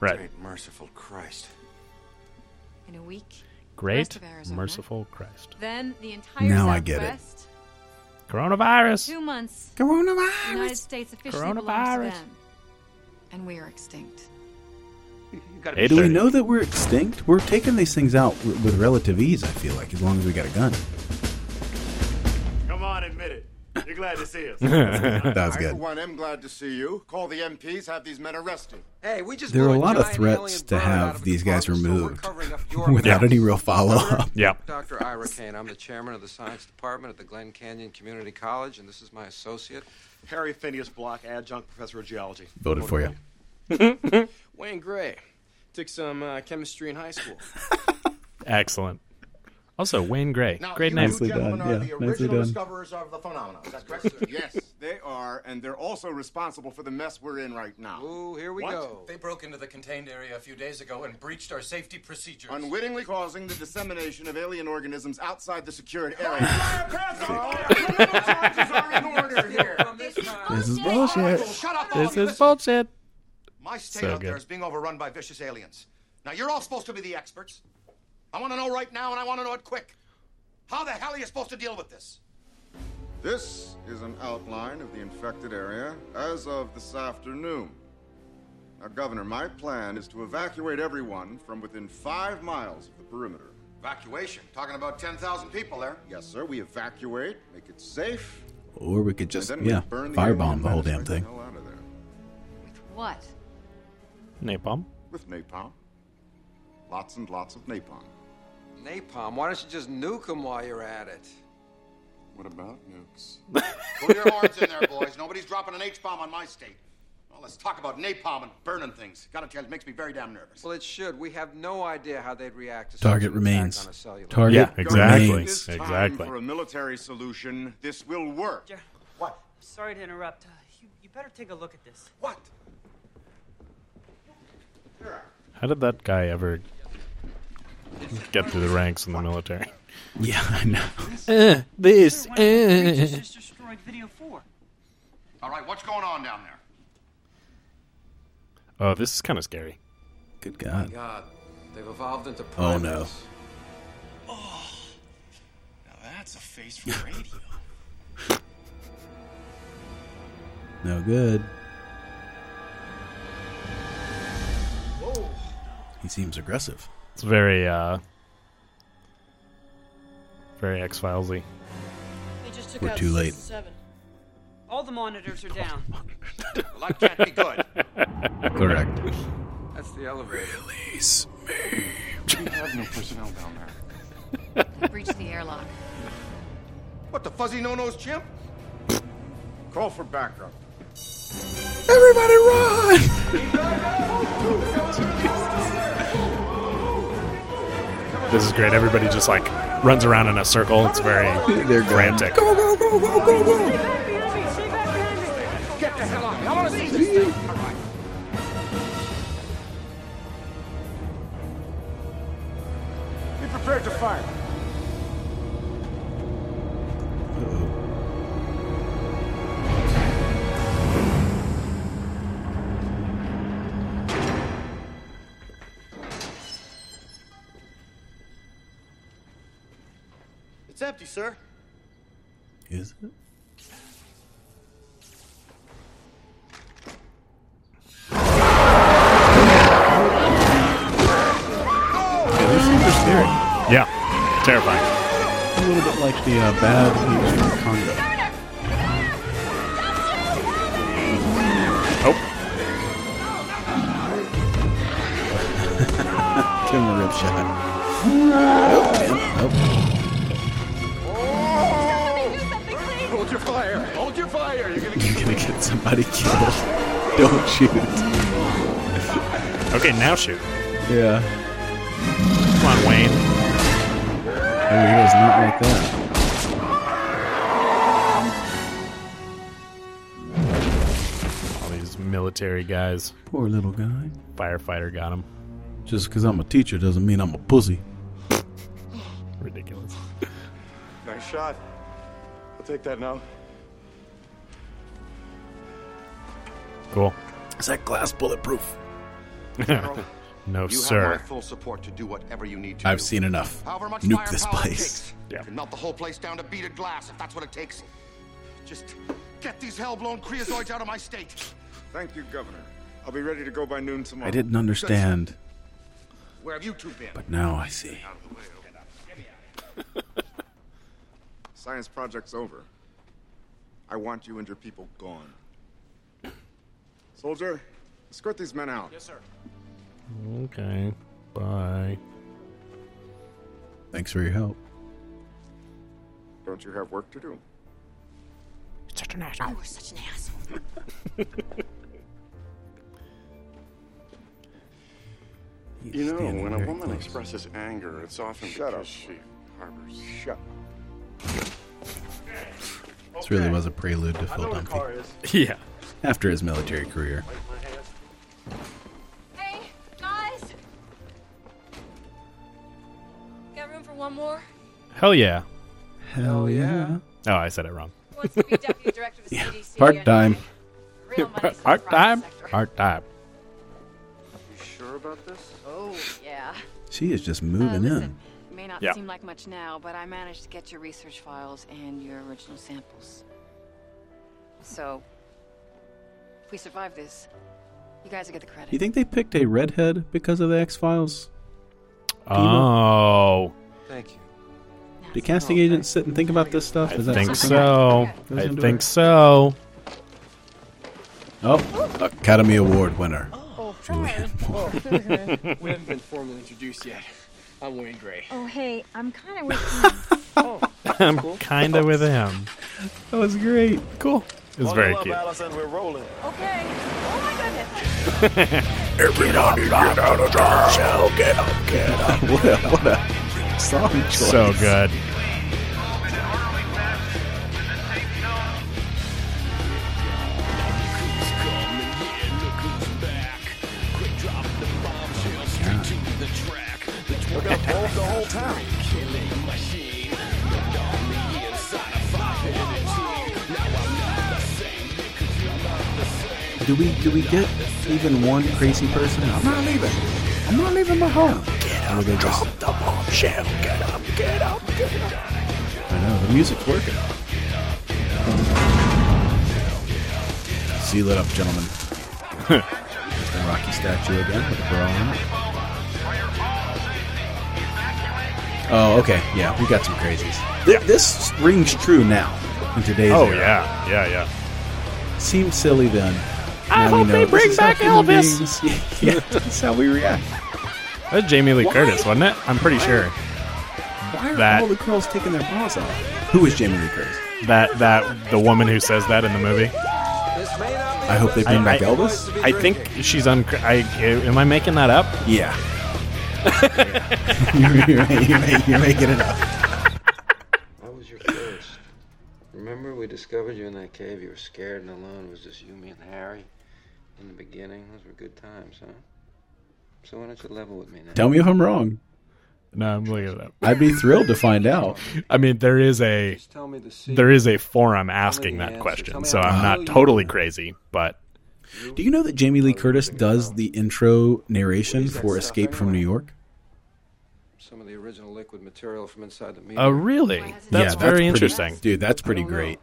Speaker 11: Right.
Speaker 33: Great merciful Christ.
Speaker 10: in a week. Rest
Speaker 11: Great,
Speaker 10: of Arizona.
Speaker 11: merciful Christ.
Speaker 10: Then the entire
Speaker 11: Now I get it.
Speaker 10: Southwest,
Speaker 11: Coronavirus.
Speaker 10: Two months.
Speaker 12: Coronavirus.
Speaker 10: The United States officially belongs
Speaker 11: Coronavirus.
Speaker 10: to them. And we are extinct.
Speaker 12: Hey, do we know that we're extinct? We're taking these things out with, with relative ease, I feel like, as long as we got a gun.
Speaker 5: Come on, admit it. You're glad to see us.
Speaker 12: That was
Speaker 22: I,
Speaker 12: good.
Speaker 22: for one, am glad to see you. Call the MPs, have these men arrested. Hey, we just
Speaker 12: There were a lot of threats to have these guys removed without
Speaker 2: Yeah.
Speaker 12: any real follow up.
Speaker 2: Dr. Ira Kane. I'm the chairman of the science department at the Glen Canyon Community College, and this is my associate.
Speaker 33: Harry Phineas Block, adjunct professor of geology.
Speaker 12: Voted for you.
Speaker 18: Wayne Gray took some uh, chemistry in high school.
Speaker 11: Excellent. Also, Wayne Gray.
Speaker 33: Now,
Speaker 11: Great
Speaker 33: you
Speaker 11: name.
Speaker 33: two gentlemen are the original discoverers of the phenomenon. Is that correct?
Speaker 22: yes, they are, and they're also responsible for the mess we're in right now. Ooh, here
Speaker 33: we go.
Speaker 1: They broke into the contained area a few days ago and breached our safety procedures.
Speaker 22: Unwittingly causing the dissemination of alien organisms outside the secured area.
Speaker 12: This is bullshit.
Speaker 33: Shut up, all of
Speaker 11: This
Speaker 33: you.
Speaker 11: is
Speaker 33: Listen,
Speaker 11: bullshit.
Speaker 33: My state
Speaker 11: So
Speaker 33: out there
Speaker 11: good.
Speaker 33: is being overrun by vicious aliens. Now, you're all supposed to be the experts. I want to know right now, and I want to know it quick. How the hell are you supposed to deal with this?
Speaker 22: This is an outline of the infected area as of this afternoon. Now, Governor, my plan is to evacuate everyone from within five miles of the perimeter.
Speaker 33: Evacuation. Talking about 10,000 people there.
Speaker 22: Yes, sir. We evacuate, make it safe.
Speaker 12: Or we could just
Speaker 22: And then we
Speaker 12: yeah
Speaker 22: burn the
Speaker 12: firebomb the whole
Speaker 22: alien
Speaker 12: damn thing.
Speaker 22: hell out of there.
Speaker 10: What?
Speaker 11: Napalm.
Speaker 22: With napalm. Lots and lots of napalm.
Speaker 2: Napalm, why don't you just nuke them while you're at it?
Speaker 22: What about nukes?
Speaker 33: Put your horns in there, boys. Nobody's dropping an H bomb on my state. Well, let's talk about napalm and burning things. Gotta tell you, it makes me very damn nervous.
Speaker 2: Well, it should. We have no idea how they'd react to
Speaker 12: Target
Speaker 2: such an
Speaker 12: remains.
Speaker 2: attack on a cellular.
Speaker 12: Target Yeah, exactly.
Speaker 22: Governor, it is time
Speaker 11: Exactly.
Speaker 22: For a military solution, this will work.
Speaker 3: What? Sorry to interrupt. Uh, you, you better take a look at this. What?
Speaker 11: How did that guy ever get through the ranks in the military?
Speaker 12: Yeah, I know.
Speaker 11: Uh, this. Uh.
Speaker 3: Just destroyed video four.
Speaker 33: All right, what's going on down there?
Speaker 11: Oh, this is kind of scary.
Speaker 12: Good God.
Speaker 2: God, they've evolved into.
Speaker 12: Oh no.
Speaker 13: Now that's a face from radio.
Speaker 12: No good.
Speaker 13: Whoa.
Speaker 12: He seems aggressive.
Speaker 11: It's very, uh, very X Filesy.
Speaker 3: They just
Speaker 11: took We're out too late.
Speaker 3: Seven. All the monitors are down.
Speaker 11: Well, that can't be good.
Speaker 12: Correct.
Speaker 2: That's the elevator.
Speaker 12: Release me.
Speaker 22: We have no personnel down there.
Speaker 10: Breach the airlock.
Speaker 33: What, the fuzzy no-nose chimp?
Speaker 22: Call for backup.
Speaker 12: Everybody run!
Speaker 11: This is great. Everybody just like runs around in a circle. It's very frantic.
Speaker 12: Go, go, go, go, go, go!
Speaker 33: Get the hell out! I want to see this thing. All right.
Speaker 22: Be prepared to fire.
Speaker 33: It's empty, sir.
Speaker 12: Is it?
Speaker 11: Yeah, terrifying.
Speaker 12: A little bit like the uh, bad Angels from Congo.
Speaker 11: Oh,
Speaker 12: Give him a rib shot.
Speaker 22: Hold your fire. Hold your fire. You're gonna get
Speaker 12: You're gonna get somebody killed. Don't shoot.
Speaker 11: okay, now shoot.
Speaker 12: Yeah.
Speaker 11: Come on, Wayne.
Speaker 12: Oh, he does not like that.
Speaker 11: All these military guys.
Speaker 12: Poor little guy.
Speaker 11: Firefighter got him.
Speaker 12: Just because I'm a teacher doesn't mean I'm a pussy.
Speaker 11: Ridiculous.
Speaker 5: Nice shot. I'll take that now.
Speaker 11: Cool.
Speaker 12: Is that glass bulletproof?
Speaker 11: no,
Speaker 33: you
Speaker 11: sir.
Speaker 33: have my full support to do whatever you need to
Speaker 12: I've
Speaker 33: do.
Speaker 12: seen enough.
Speaker 33: However much
Speaker 12: Nuke this
Speaker 33: firepower it
Speaker 12: place.
Speaker 33: takes. You can melt the whole place down to beaded glass if that's what it takes. Just get these hell-blown creosotes out of my state.
Speaker 22: Thank you, Governor. I'll be ready to go by noon tomorrow.
Speaker 12: I didn't understand,
Speaker 33: Where have you two been?
Speaker 12: but now I see.
Speaker 22: Science project's over. I want you and your people gone. Soldier, escort these men out. Yes, sir.
Speaker 11: Okay. Bye.
Speaker 12: Thanks for your help.
Speaker 22: Don't you have work to do?
Speaker 11: Such an asshole.
Speaker 15: You are such an asshole.
Speaker 13: You know,
Speaker 12: Stand
Speaker 13: when a
Speaker 12: very
Speaker 13: woman
Speaker 12: close.
Speaker 13: expresses anger, it's often
Speaker 22: Shut
Speaker 13: because
Speaker 22: up.
Speaker 13: she harbors.
Speaker 22: Shut up.
Speaker 12: This really was a prelude to Phil Dunphy.
Speaker 11: Yeah.
Speaker 12: After his military career.
Speaker 9: Hey, guys! Got room for one more?
Speaker 11: Hell yeah.
Speaker 12: Hell yeah.
Speaker 11: Oh, I said it wrong.
Speaker 9: Wants to be deputy director of the CDC.
Speaker 11: Part time.
Speaker 9: Real money's in the
Speaker 11: Part time.
Speaker 9: private sector.
Speaker 11: Part time.
Speaker 33: You sure about this?
Speaker 10: Oh, yeah.
Speaker 12: She is just moving in.
Speaker 10: It may not
Speaker 11: Yeah.
Speaker 10: seem like much now, but I managed to get your research files and your original samples. So, if we survive this, You guys will get the credit.
Speaker 12: You think they picked a redhead because of the X Files?
Speaker 11: Oh.
Speaker 2: Thank you.
Speaker 12: Do casting agents sit and think about this stuff?
Speaker 11: I
Speaker 12: Is that
Speaker 11: think
Speaker 12: something
Speaker 11: so.
Speaker 12: that goes
Speaker 11: I
Speaker 12: into
Speaker 11: think
Speaker 12: it?
Speaker 11: so.
Speaker 12: Oh, Academy Award winner.
Speaker 18: Oh, we haven't been formally introduced yet. I'm Wayne Gray.
Speaker 36: Oh, hey, I'm kind of with you. oh.
Speaker 11: I'm kind of with him.
Speaker 12: That was great. Cool.
Speaker 11: It was very
Speaker 13: Buckle up,
Speaker 11: cute.
Speaker 13: Allison, we're rolling.
Speaker 36: Okay. Oh, my goodness.
Speaker 12: Everybody get out of the cell. Get up, get up. what, a, what a song choice.
Speaker 11: So good.
Speaker 13: We're gonna hold the whole town.
Speaker 12: Do we do we get even one crazy person? I'm not leaving. I'm not leaving my home. Get up, drop the bombshell. Get up, get up, get up. I know the music's working. Seal it up, gentlemen. There's the Rocky statue again with the bra on it. Oh, okay. Yeah, we got some crazies. Th- This rings true now in today's.
Speaker 11: Oh,
Speaker 12: era.
Speaker 11: yeah. Yeah, yeah.
Speaker 12: Seemed silly then. Now
Speaker 11: I
Speaker 12: we
Speaker 11: hope
Speaker 12: know
Speaker 11: they
Speaker 12: this
Speaker 11: bring
Speaker 12: is how
Speaker 11: back
Speaker 12: human
Speaker 11: Elvis.
Speaker 12: beings- yeah, that's how we react.
Speaker 11: That's Jamie Lee Curtis, wasn't it? I'm pretty sure.
Speaker 12: Why are
Speaker 11: That-
Speaker 12: all the girls taking their bras off? Who is Jamie Lee Curtis?
Speaker 11: That that the woman who says that in the movie.
Speaker 12: I hope they bring back Elvis.
Speaker 11: I think she's un. I, am I making that up?
Speaker 12: Yeah. you're, right, you're, right, you're making it up.
Speaker 37: I was your first. Remember, we discovered you in that cave. You were scared and alone. It was just you, me, and Harry. In the beginning, those were good times, huh? So why don't you level with me now?
Speaker 12: Tell me if I'm wrong.
Speaker 11: No, I'm looking it up.
Speaker 12: I'd be thrilled to find out.
Speaker 11: I mean, there is a there is a forum asking that question, so I'm not totally crazy. But
Speaker 12: Do you know that Jamie Lee Curtis does the intro narration for Escape from New York?
Speaker 2: Some of the original liquid material from inside the meat.
Speaker 11: oh, really? That's
Speaker 12: yeah,
Speaker 11: very
Speaker 12: pretty-
Speaker 11: interesting.
Speaker 12: dude. That's pretty great.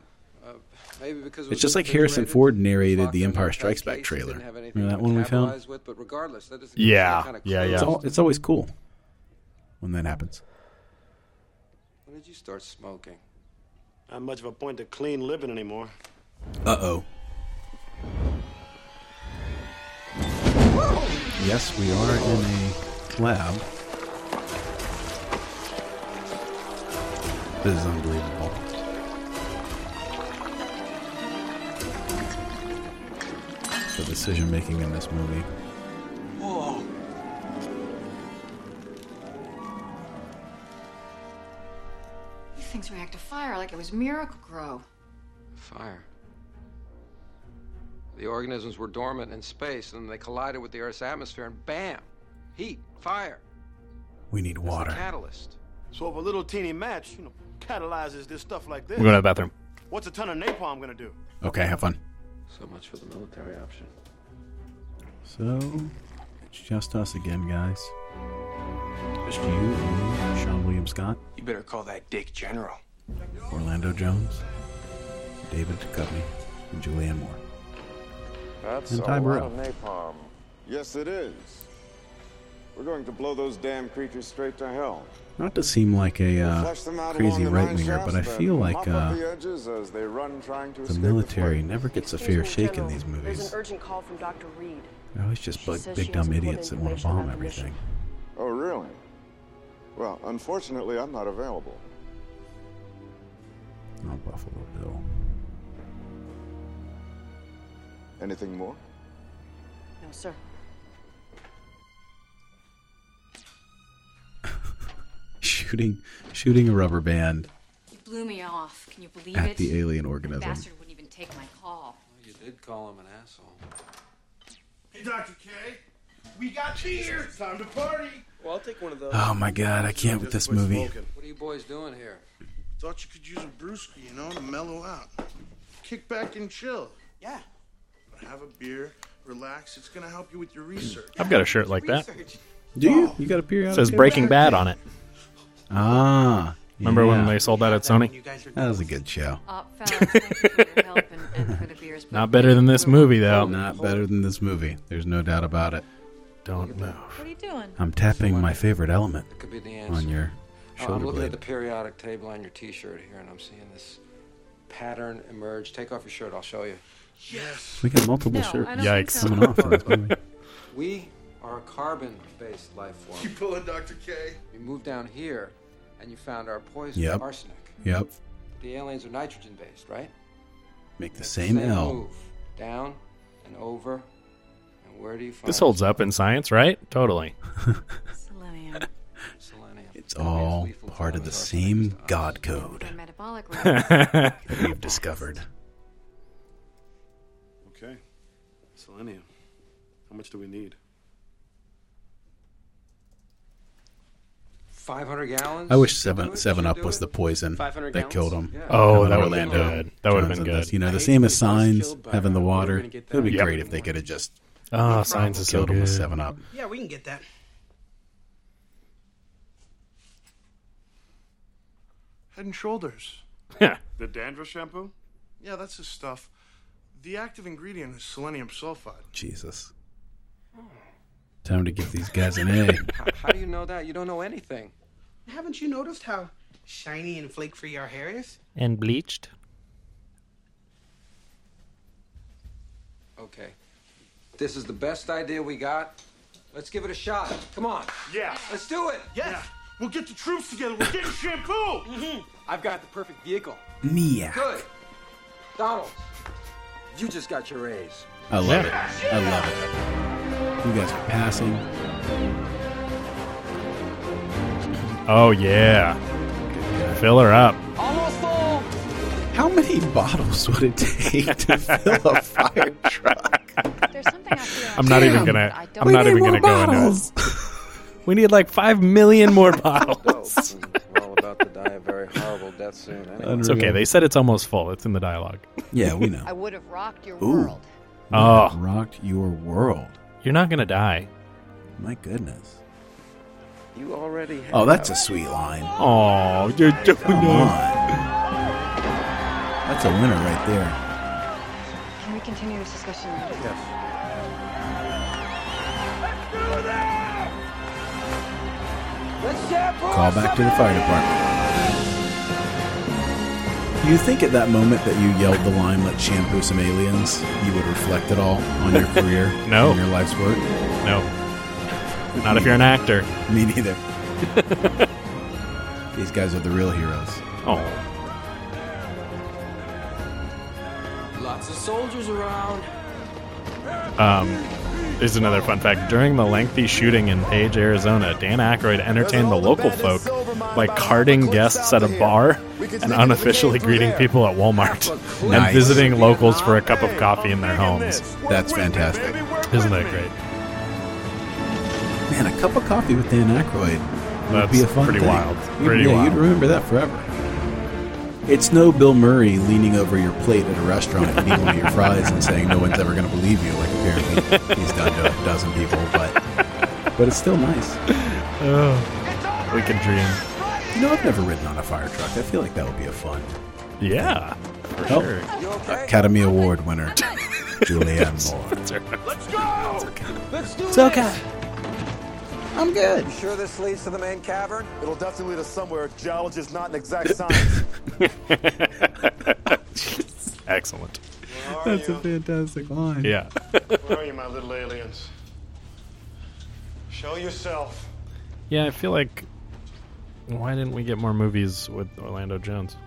Speaker 2: Maybe because it
Speaker 12: It's
Speaker 2: was
Speaker 12: just like Harrison Ford narrated the Empire Strikes Back trailer. Remember that one we found?
Speaker 2: with, but regardless, that doesn't
Speaker 11: Yeah,
Speaker 2: kind of
Speaker 11: yeah,
Speaker 12: It's, al- it's always cool when that happens.
Speaker 2: When did you start smoking?
Speaker 13: Not much of a point to clean living anymore.
Speaker 12: Uh oh. Yes, we are in a lab. This is unbelievable. The decision making in this movie.
Speaker 18: Whoa.
Speaker 10: These things react to fire like it was Miracle Grow.
Speaker 2: Fire. The organisms were dormant in space, and they collided with the Earth's atmosphere, and bam! Heat, fire,
Speaker 12: We need water.
Speaker 2: catalyst.
Speaker 13: So if a little teeny match, you know, catalyzes this stuff like this.
Speaker 11: We're going to the bathroom.
Speaker 13: What's a ton of napalm gonna do?
Speaker 12: Okay, have fun.
Speaker 2: So much for the military option.
Speaker 12: So, it's just us again, guys. Just you, me, Sean William Scott,
Speaker 18: You better call that Dick General.
Speaker 12: Orlando Jones, David Duchovny, and Julianne Moore.
Speaker 22: That's
Speaker 12: And
Speaker 22: a
Speaker 12: time uh, we're
Speaker 22: lot of napalm. Yes, it is. We're going to blow those damn creatures straight to hell.
Speaker 12: Not to seem like a
Speaker 22: We'll
Speaker 12: uh,
Speaker 22: flush them out along
Speaker 12: crazy
Speaker 22: the
Speaker 12: right winger,
Speaker 22: mine
Speaker 12: but I
Speaker 22: shafts
Speaker 12: feel
Speaker 22: and
Speaker 12: like
Speaker 22: mop up
Speaker 12: uh,
Speaker 22: the edges as they run trying to
Speaker 12: the
Speaker 22: escape
Speaker 12: military never gets a fair shake in these
Speaker 7: There's
Speaker 12: movies.
Speaker 7: an urgent call from Dr. Reed.
Speaker 12: They're always just
Speaker 7: She
Speaker 12: big,
Speaker 7: says she
Speaker 12: big
Speaker 7: has
Speaker 12: dumb
Speaker 7: important
Speaker 12: idiots that want to
Speaker 7: information
Speaker 12: bomb
Speaker 7: about the
Speaker 12: everything.
Speaker 22: Oh, really? Well, unfortunately, I'm not available.
Speaker 12: Oh, Buffalo Bill.
Speaker 22: Anything more?
Speaker 7: No, sir.
Speaker 12: Shooting, shooting a rubber band
Speaker 10: You blew me off. Can you believe
Speaker 12: at
Speaker 10: it?
Speaker 12: the alien organism.
Speaker 10: Bastard wouldn't even take my call.
Speaker 2: You did call him an asshole.
Speaker 4: Hey, Dr. K, we got beer. It's time to party.
Speaker 7: Well, I'll take one of those.
Speaker 12: Oh my god, I can't with this movie.
Speaker 4: What are you boys doing here? Thought you could use a brewski, you know, to mellow out. Kick back and chill. Yeah. Have a beer, relax. It's gonna help you with your
Speaker 12: Mm.
Speaker 4: research.
Speaker 11: I've got a shirt like that.
Speaker 12: Do you? You got a
Speaker 11: It
Speaker 12: periodic
Speaker 11: says
Speaker 12: table?
Speaker 11: Breaking Bad on it.
Speaker 12: Ah,
Speaker 11: Remember when
Speaker 12: Yeah.
Speaker 11: they sold that at Sony?
Speaker 12: That was a good show.
Speaker 10: Op fellas, thank you for your help and, and for the beers. but
Speaker 11: Not better than this movie, though.
Speaker 12: Not better than this movie. There's no doubt about it. Don't move.
Speaker 10: What are you doing?
Speaker 12: I'm tapping my favorite element
Speaker 2: That could be the answer.
Speaker 12: on your
Speaker 2: Oh, I'm
Speaker 12: shoulder
Speaker 2: looking at
Speaker 12: blade.
Speaker 2: the periodic table on your T-shirt here, and I'm seeing this pattern emerge. Take off your shirt. I'll show you. Yes.
Speaker 12: We got multiple
Speaker 2: No,
Speaker 12: shirts
Speaker 2: I don't think so.
Speaker 12: coming off in this movie.
Speaker 2: We are a carbon-based life form. You
Speaker 38: pulling Dr. K?
Speaker 2: You moved down here, and you found our poison,
Speaker 12: Yep.
Speaker 2: arsenic.
Speaker 12: Yep.
Speaker 2: The aliens are nitrogen-based, right?
Speaker 12: Make the
Speaker 2: That's
Speaker 12: same L.
Speaker 2: Move down and over, and where do you find
Speaker 11: This holds up in science, right? Totally.
Speaker 10: Selenium.
Speaker 2: selenium?
Speaker 12: It's all part of the same
Speaker 2: uh,
Speaker 12: God code
Speaker 10: metabolic
Speaker 12: that we've discovered.
Speaker 39: Okay. Selenium. How much do we need?
Speaker 2: 500 gallons.
Speaker 12: I wish Seven Seven Up was the poison
Speaker 2: 500
Speaker 12: that
Speaker 2: gallons?
Speaker 12: killed him.
Speaker 2: Yeah.
Speaker 11: Oh,
Speaker 12: Having
Speaker 11: that would've
Speaker 12: Orlando
Speaker 11: been good. That would've been
Speaker 12: Johnson does.
Speaker 11: good.
Speaker 12: You know,
Speaker 11: I
Speaker 12: the
Speaker 11: hate
Speaker 12: same
Speaker 11: that
Speaker 12: as signs having the water. It would be
Speaker 11: Yep.
Speaker 12: great if they could have just
Speaker 11: Ah, signs is so
Speaker 12: killed him with
Speaker 11: good.
Speaker 12: Seven Up.
Speaker 4: Yeah, we can get that.
Speaker 38: Head and shoulders.
Speaker 22: The dandruff shampoo?
Speaker 38: Yeah, that's his stuff. The active ingredient is selenium sulfide.
Speaker 12: Jesus. Time to give these guys an A.
Speaker 2: How, how do you know that? You don't know anything.
Speaker 4: Haven't you noticed how shiny and flake free our hair is?
Speaker 11: And bleached.
Speaker 2: Okay. This is the best idea we got. Let's give it a shot. Come on.
Speaker 38: Yeah.
Speaker 2: Let's do it.
Speaker 38: Yes. We'll get the troops together. We're getting shampoo.
Speaker 2: hmm I've got the perfect vehicle.
Speaker 12: Mia.
Speaker 2: Good. Donald, you just got your raise.
Speaker 12: I love it. I love it. You guys are passing.
Speaker 11: Oh, yeah. Fill her up.
Speaker 12: How many bottles would it take to fill a fire truck?
Speaker 11: I'm not
Speaker 12: Damn.
Speaker 11: even gonna. I'm
Speaker 12: We
Speaker 11: not
Speaker 12: need
Speaker 11: even gonna
Speaker 12: more bottles.
Speaker 11: go into it. We need like five million more bottles.
Speaker 2: We're all about to die a very horrible death soon. Anyway.
Speaker 11: It's okay. They said it's almost full. It's in the dialogue.
Speaker 12: Yeah, we know.
Speaker 40: I would have rocked your
Speaker 12: Ooh.
Speaker 40: world.
Speaker 11: Oh.
Speaker 12: You rocked your world.
Speaker 11: You're not gonna die.
Speaker 12: My goodness.
Speaker 2: You already have.
Speaker 12: Oh, that's a sweet line.
Speaker 11: Oh, you're doing
Speaker 12: Come on. That's a winner right there.
Speaker 40: Can we continue this discussion later?
Speaker 2: Let's shampoo.
Speaker 12: Call back to the fire department. Do you think at that moment that you yelled the line, let's shampoo some aliens, you would reflect at all on your career?
Speaker 11: No.
Speaker 12: And your life's work?
Speaker 11: No. Not if you're an actor.
Speaker 12: Me neither. These guys are the real heroes.
Speaker 11: Oh.
Speaker 2: Lots of soldiers around.
Speaker 11: Um, there's another fun fact. During the lengthy shooting in Page, Arizona, Dan Aykroyd entertained the local folk by carding guests at a bar and unofficially greeting people at Walmart and
Speaker 12: Nice.
Speaker 11: visiting locals for a cup of coffee in their homes.
Speaker 12: That's fantastic.
Speaker 11: Isn't that great?
Speaker 12: Man, a cup of coffee with Dan Aykroyd would
Speaker 11: That's
Speaker 12: be a fun
Speaker 11: pretty
Speaker 12: thing.
Speaker 11: wild.
Speaker 12: You'd,
Speaker 11: Pretty
Speaker 12: yeah,
Speaker 11: wild.
Speaker 12: you'd remember that forever. It's no Bill Murray leaning over your plate at a restaurant and eating one of your fries and saying no one's ever going to believe you, like apparently he's done to a dozen people, but but it's still nice.
Speaker 11: Oh, we can dream.
Speaker 12: You know, I've never ridden on a fire truck. I feel like that would be a fun.
Speaker 11: Yeah, for
Speaker 12: Oh,
Speaker 11: sure.
Speaker 12: Academy Award winner Julianne Moore.
Speaker 11: That's right.
Speaker 2: Let's go. Let's do
Speaker 12: It's
Speaker 2: it.
Speaker 12: okay. I'm good.
Speaker 2: You sure this leads to the main cavern?
Speaker 13: It'll definitely lead us somewhere. Geologist, not an exact science.
Speaker 11: Excellent.
Speaker 12: That's a fantastic line.
Speaker 11: Yeah.
Speaker 13: Where are you, my little aliens? Show yourself.
Speaker 11: Yeah, I feel like why didn't we get more movies with Orlando Jones?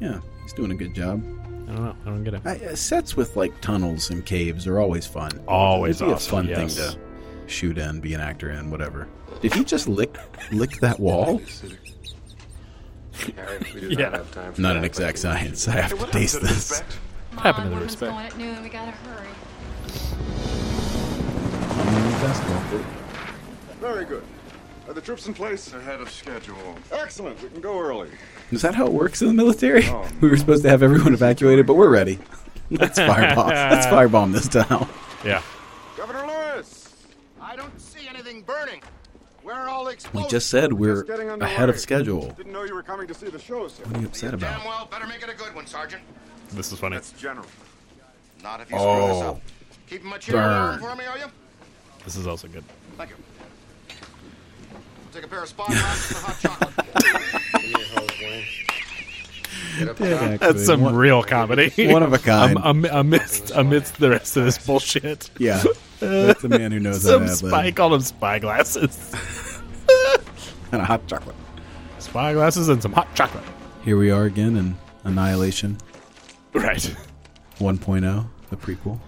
Speaker 12: Yeah, he's doing a good job.
Speaker 11: I don't know. I don't get it.
Speaker 12: I, uh, sets with like tunnels and caves are always fun.
Speaker 11: Always
Speaker 12: It'd be
Speaker 11: awesome,
Speaker 12: a fun
Speaker 11: yes.
Speaker 12: thing to shoot in, be an actor in, whatever. Did he just lick lick that wall?
Speaker 2: Harry, we do
Speaker 12: Yeah.
Speaker 2: not have time for
Speaker 12: Uh, Not
Speaker 2: that.
Speaker 12: an exact science. I have to taste this.
Speaker 10: What
Speaker 11: happened to the
Speaker 10: woman's
Speaker 11: respect?
Speaker 10: going at noon. We gotta hurry.
Speaker 22: Very good. Are the troops in place? Ahead of schedule. Excellent. We can go early.
Speaker 12: Is that how it works in the military?
Speaker 22: Oh.
Speaker 12: We were supposed to have everyone evacuated, but we're ready. Let's firebomb. Let's firebomb this town.
Speaker 11: Yeah.
Speaker 22: Governor Lewis!
Speaker 41: I don't see anything burning. We're all
Speaker 12: We just said we're ahead of schedule.
Speaker 22: Didn't know you were coming to see the show, sir.
Speaker 12: What are you upset about?
Speaker 22: well better make it a good one, Sergeant.
Speaker 11: This is funny.
Speaker 22: That's general. Not if you screw this
Speaker 11: Oh,
Speaker 22: up. Keeping my cheer
Speaker 11: burn.
Speaker 22: on for me, are you?
Speaker 11: This is also good.
Speaker 22: Thank you. Take a pair of spot glasses for hot chocolate.
Speaker 12: Yeah,
Speaker 11: That's some
Speaker 12: One-
Speaker 11: real comedy.
Speaker 12: One of a kind.
Speaker 11: Um, um, amidst amidst the rest of this bullshit.
Speaker 12: Yeah. That's a man who knows how to
Speaker 11: some
Speaker 12: ad-lib.
Speaker 11: spy called him spy glasses.
Speaker 12: and a hot chocolate.
Speaker 11: Spy glasses and some hot chocolate.
Speaker 12: Here we are again in Annihilation
Speaker 11: Right.
Speaker 12: 1.0, oh, the prequel.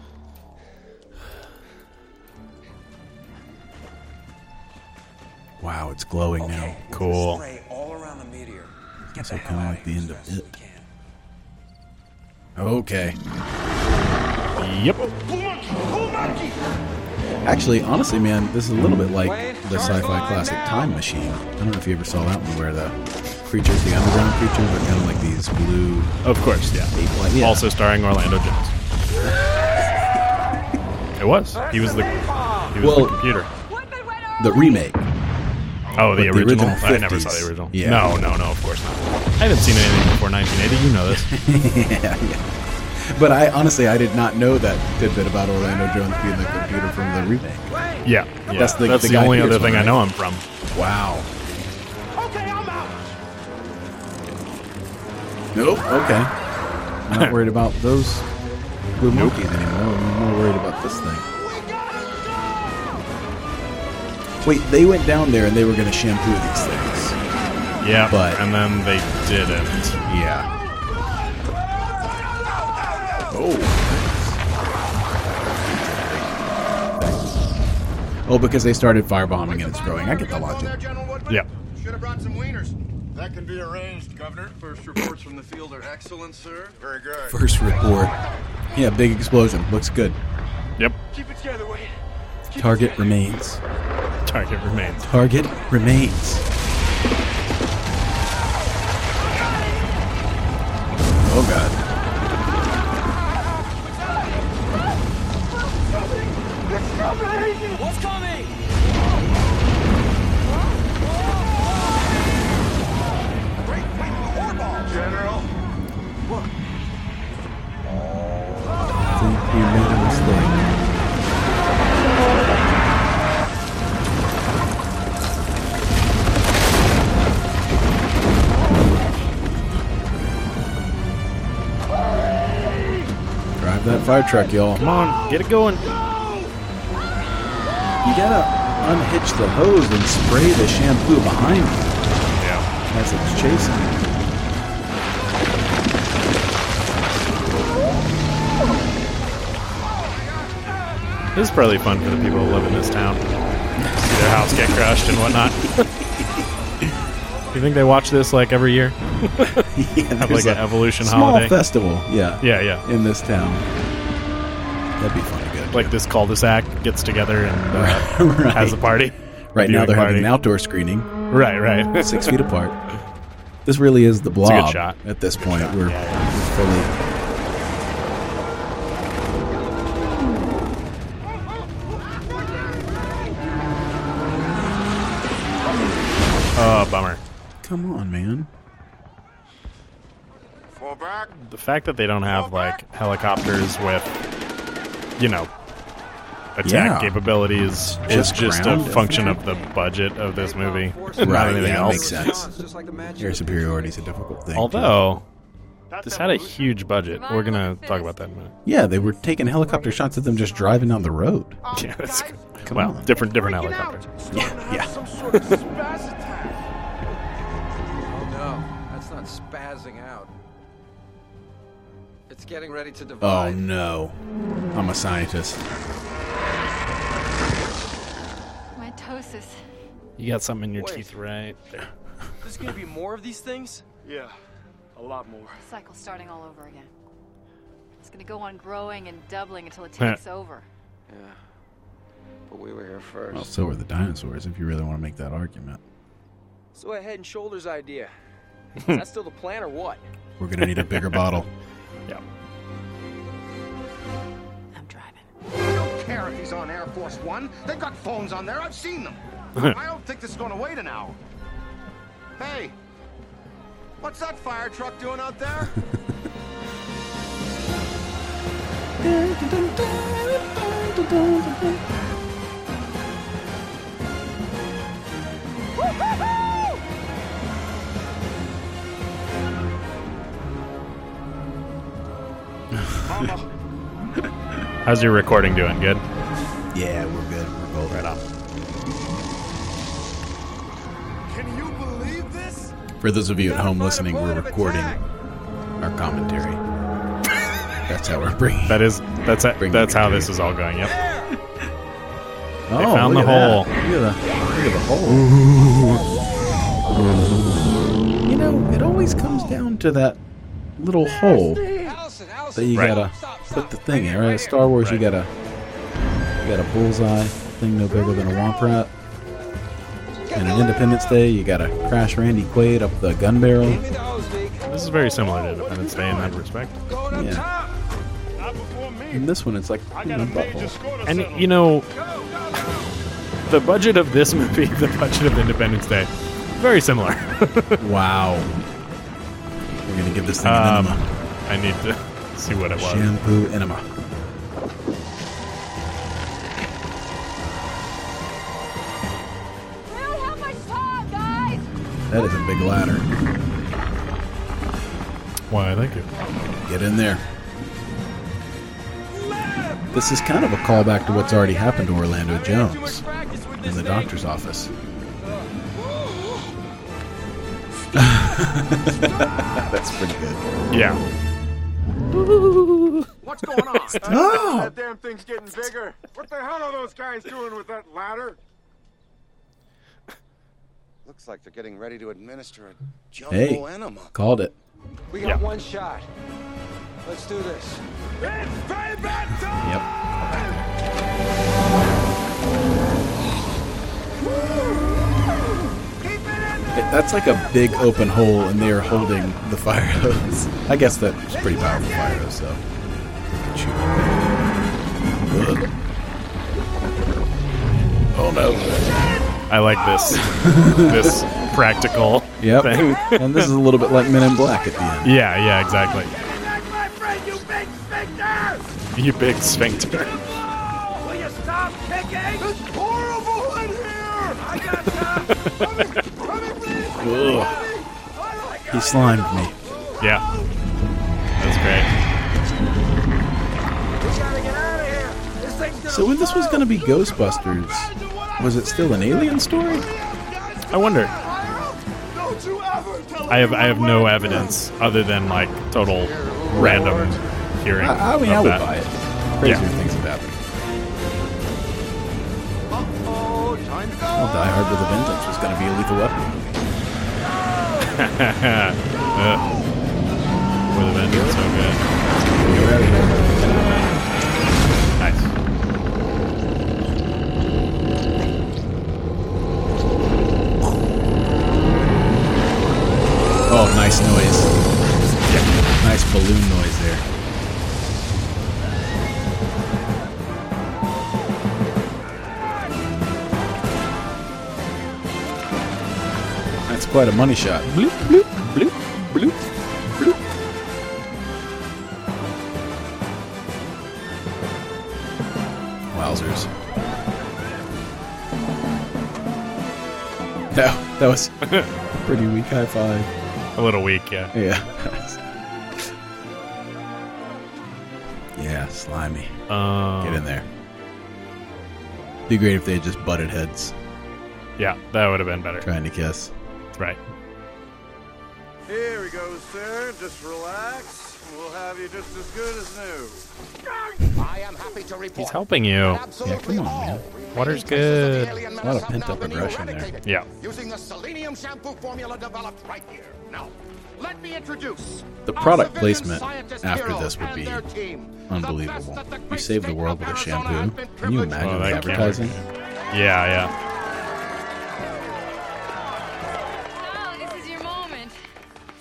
Speaker 12: Wow, it's glowing now. Oh, Cool.
Speaker 2: Spray all around the meteor.
Speaker 12: Guess we're coming at the end of it. Okay.
Speaker 11: Yep.
Speaker 12: Actually, honestly, man, this is a little bit like the sci-fi classic Time Machine. I don't know if you ever saw that one, where the creatures, the underground creatures, are kind of like these blue.
Speaker 11: Of course, yeah.
Speaker 12: Ape-like, yeah.
Speaker 11: Also starring Orlando Jones. it was. He was the. He was
Speaker 12: Well,
Speaker 11: the computer.
Speaker 12: The remake.
Speaker 11: Oh, the
Speaker 12: But
Speaker 11: original. I never saw the
Speaker 12: 50s.
Speaker 11: original.
Speaker 12: Yeah.
Speaker 11: No, no, no. Of course not. I haven't seen anything before 1980. You know this.
Speaker 12: yeah, yeah. But I honestly, I did not know that tidbit about Orlando Jones being the computer from the remake.
Speaker 11: Yeah, yeah. That's the,
Speaker 12: guy
Speaker 11: only
Speaker 12: Pierce
Speaker 11: other
Speaker 12: one,
Speaker 11: thing I
Speaker 12: right?
Speaker 11: know him from.
Speaker 12: Wow. Nope. Okay. I'm not worried about those blue monkeys anymore. I'm more worried about this thing. Wait, they went down there and they were going to shampoo these things.
Speaker 11: Yeah,
Speaker 12: But-
Speaker 11: and then they didn't.
Speaker 12: Yeah. Oh. Oh, because they started firebombing and it's growing. I get the logic.
Speaker 11: Yeah.
Speaker 22: Should have brought some wieners. That can be arranged, Governor. First reports from the field are excellent, sir. Very good.
Speaker 12: First report. Yeah, big explosion. Looks good.
Speaker 11: Yep.
Speaker 22: Keep it together, Wade.
Speaker 12: Target remains.
Speaker 11: Target remains.
Speaker 12: Target remains. Oh god.
Speaker 7: What's coming?
Speaker 22: General.
Speaker 12: I think you made a mistake. Drive that fire truck, y'all.
Speaker 11: Come on, get it going.
Speaker 12: You gotta unhitch the hose and spray the shampoo behind you
Speaker 11: Yeah.
Speaker 12: as it's chasing.
Speaker 11: This is probably fun for the people who live in this town. See their house get crushed and whatnot. you think they watch this like every year?
Speaker 12: Yeah,
Speaker 11: Have like
Speaker 12: there's
Speaker 11: an
Speaker 12: a
Speaker 11: evolution
Speaker 12: small
Speaker 11: holiday.
Speaker 12: festival. Yeah.
Speaker 11: Yeah, yeah.
Speaker 12: In this town. That'd be fun. Good.
Speaker 11: Like this cul-de-sac gets together and uh,
Speaker 12: Right.
Speaker 11: has a party.
Speaker 12: Right now
Speaker 11: Viewing
Speaker 12: they're
Speaker 11: party.
Speaker 12: having an outdoor screening.
Speaker 11: Right, right.
Speaker 12: Six feet apart. This really is the
Speaker 11: a good
Speaker 12: blob
Speaker 11: shot.
Speaker 12: at this point. We're fully
Speaker 11: Oh, bummer.
Speaker 12: Come on, man.
Speaker 11: The fact that they don't have like helicopters with, you know,
Speaker 12: Yeah.
Speaker 11: attack capabilities
Speaker 12: Just
Speaker 11: is just a
Speaker 12: ground it.
Speaker 11: function of the budget of this movie. Not
Speaker 12: Right,
Speaker 11: anything
Speaker 12: yeah,
Speaker 11: else.
Speaker 12: makes sense. Air superiority is a difficult thing.
Speaker 11: Although this had a huge budget. We're gonna talk about that in a minute.
Speaker 12: yeah, they were taking helicopter shots of them just driving down the road.
Speaker 11: Yeah, that's
Speaker 12: Come
Speaker 11: well,
Speaker 12: on.
Speaker 11: different different helicopter.
Speaker 12: Yeah, yeah.
Speaker 2: Oh no, that's not spazzing out. It's getting ready to
Speaker 12: Oh
Speaker 2: divide.
Speaker 12: no, I'm a scientist.
Speaker 6: Mitosis.
Speaker 11: You got something in your
Speaker 19: Wait.
Speaker 11: teeth right there.
Speaker 19: There's gonna be more of these things?
Speaker 13: Yeah, a lot more.
Speaker 6: Cycle starting all over again. It's gonna go on growing and doubling until it takes over.
Speaker 8: Yeah. But we were here first.
Speaker 12: Well, so are the dinosaurs. If you really want to make that argument,
Speaker 19: So a head and shoulders idea. That's still the plan or what?
Speaker 12: we're gonna need a bigger bottle.
Speaker 11: Yeah.
Speaker 6: I'm driving.
Speaker 1: I don't care if he's on Air Force One. They've got phones on there. I've seen them.
Speaker 4: I don't think this is going to wait an hour. Hey, what's that fire truck doing out there?
Speaker 11: How's your recording doing? Good.
Speaker 12: Yeah, we're good. We're golden. Right on.
Speaker 4: Can you believe this?
Speaker 12: For those of you at home listening, we're recording our commentary. That's how we're bringing.
Speaker 11: That is that's a, that's how this is all going. Yep.
Speaker 12: Oh,
Speaker 11: they found
Speaker 12: look
Speaker 11: the
Speaker 12: at
Speaker 11: hole.
Speaker 12: that. Look at the, look at the hole. You know, it always comes down to that little hole that you
Speaker 11: Right.
Speaker 12: gotta put the thing in, right? At Star Wars, you gotta you got a bullseye thing no bigger than a womp rat. And an Independence Day, you gotta crash Randy Quaid up the gun barrel.
Speaker 11: This is very similar to Independence Day in that respect.
Speaker 12: Yeah. And this one, it's like in the butthole.
Speaker 11: And you know, the budget of this movie, the budget of Independence Day, very similar.
Speaker 12: wow. We're gonna give this thing an
Speaker 11: Um,
Speaker 12: enema.
Speaker 11: I need to see what it was.
Speaker 12: Shampoo enema. That is a big ladder.
Speaker 11: Why? Thank you.
Speaker 12: Get in there. This is kind of a callback to what's already happened to Orlando Jones in the doctor's office. That's pretty good.
Speaker 11: Yeah.
Speaker 4: What's going on?
Speaker 12: Stop!
Speaker 4: That damn thing's getting bigger. What the hell are those guys doing with that ladder?
Speaker 14: Looks like they're getting ready to administer a jumbo
Speaker 12: Hey,
Speaker 14: enema.
Speaker 12: called it.
Speaker 14: We got one shot. Let's do this.
Speaker 12: Yep. It- That's like a big open hole, and they are holding the fire hose. I guess that's a pretty powerful fire hose, so. Shoot. Ugh. Oh no.
Speaker 11: I like this this practical
Speaker 12: Yep.
Speaker 11: thing.
Speaker 12: and this is a little bit like Men in Black at the end.
Speaker 11: Yeah, yeah, exactly. You big sphincter.
Speaker 7: Will you stop kicking? It's horrible in here! I got time!
Speaker 12: Ugh. He slimed me.
Speaker 11: Yeah. That's great.
Speaker 12: So when this was going to be Ghostbusters, was it still an alien story?
Speaker 11: I wonder.
Speaker 4: Don't you ever tell
Speaker 11: I have I have no evidence other than like total random hearing.
Speaker 12: Uh, I- I mean,
Speaker 11: of
Speaker 12: I would
Speaker 11: that.
Speaker 12: buy it. Crazier
Speaker 11: Yeah.
Speaker 12: things have happened. Well, Die Hard with a Vengeance was going to be a lethal weapon.
Speaker 11: uh, with a vengeance, so good. Nice.
Speaker 12: Oh, nice noise. Nice balloon noise there. That's quite a money shot. Bloop, bloop, bloop, bloop, bloop. Wowzers. That, that was a pretty weak high five.
Speaker 11: A little weak, yeah.
Speaker 12: Yeah. yeah, slimy.
Speaker 11: Um,
Speaker 12: Get in there. Be great if they had just butted heads,
Speaker 11: Yeah, that would have been better.
Speaker 12: trying to kiss.
Speaker 11: Right.
Speaker 4: Here we go, sir. Just relax. We'll have you just as good as new. I am happy to report.
Speaker 11: He's helping you.
Speaker 12: Yeah, come on, man.
Speaker 11: Water's good.
Speaker 12: A lot of pent up aggression there.
Speaker 11: Yeah.
Speaker 4: Using the selenium shampoo formula developed right here. Now, let me introduce
Speaker 12: The
Speaker 4: our
Speaker 12: product
Speaker 4: civilian
Speaker 12: placement
Speaker 4: scientist
Speaker 12: after
Speaker 4: heroes
Speaker 12: this would
Speaker 4: and
Speaker 12: be
Speaker 4: their team.
Speaker 12: Unbelievable. You save the world with a shampoo. Can you imagine
Speaker 11: Oh,
Speaker 12: the
Speaker 11: that camera.
Speaker 12: advertising?
Speaker 11: Yeah, yeah.
Speaker 10: Oh, this is your moment.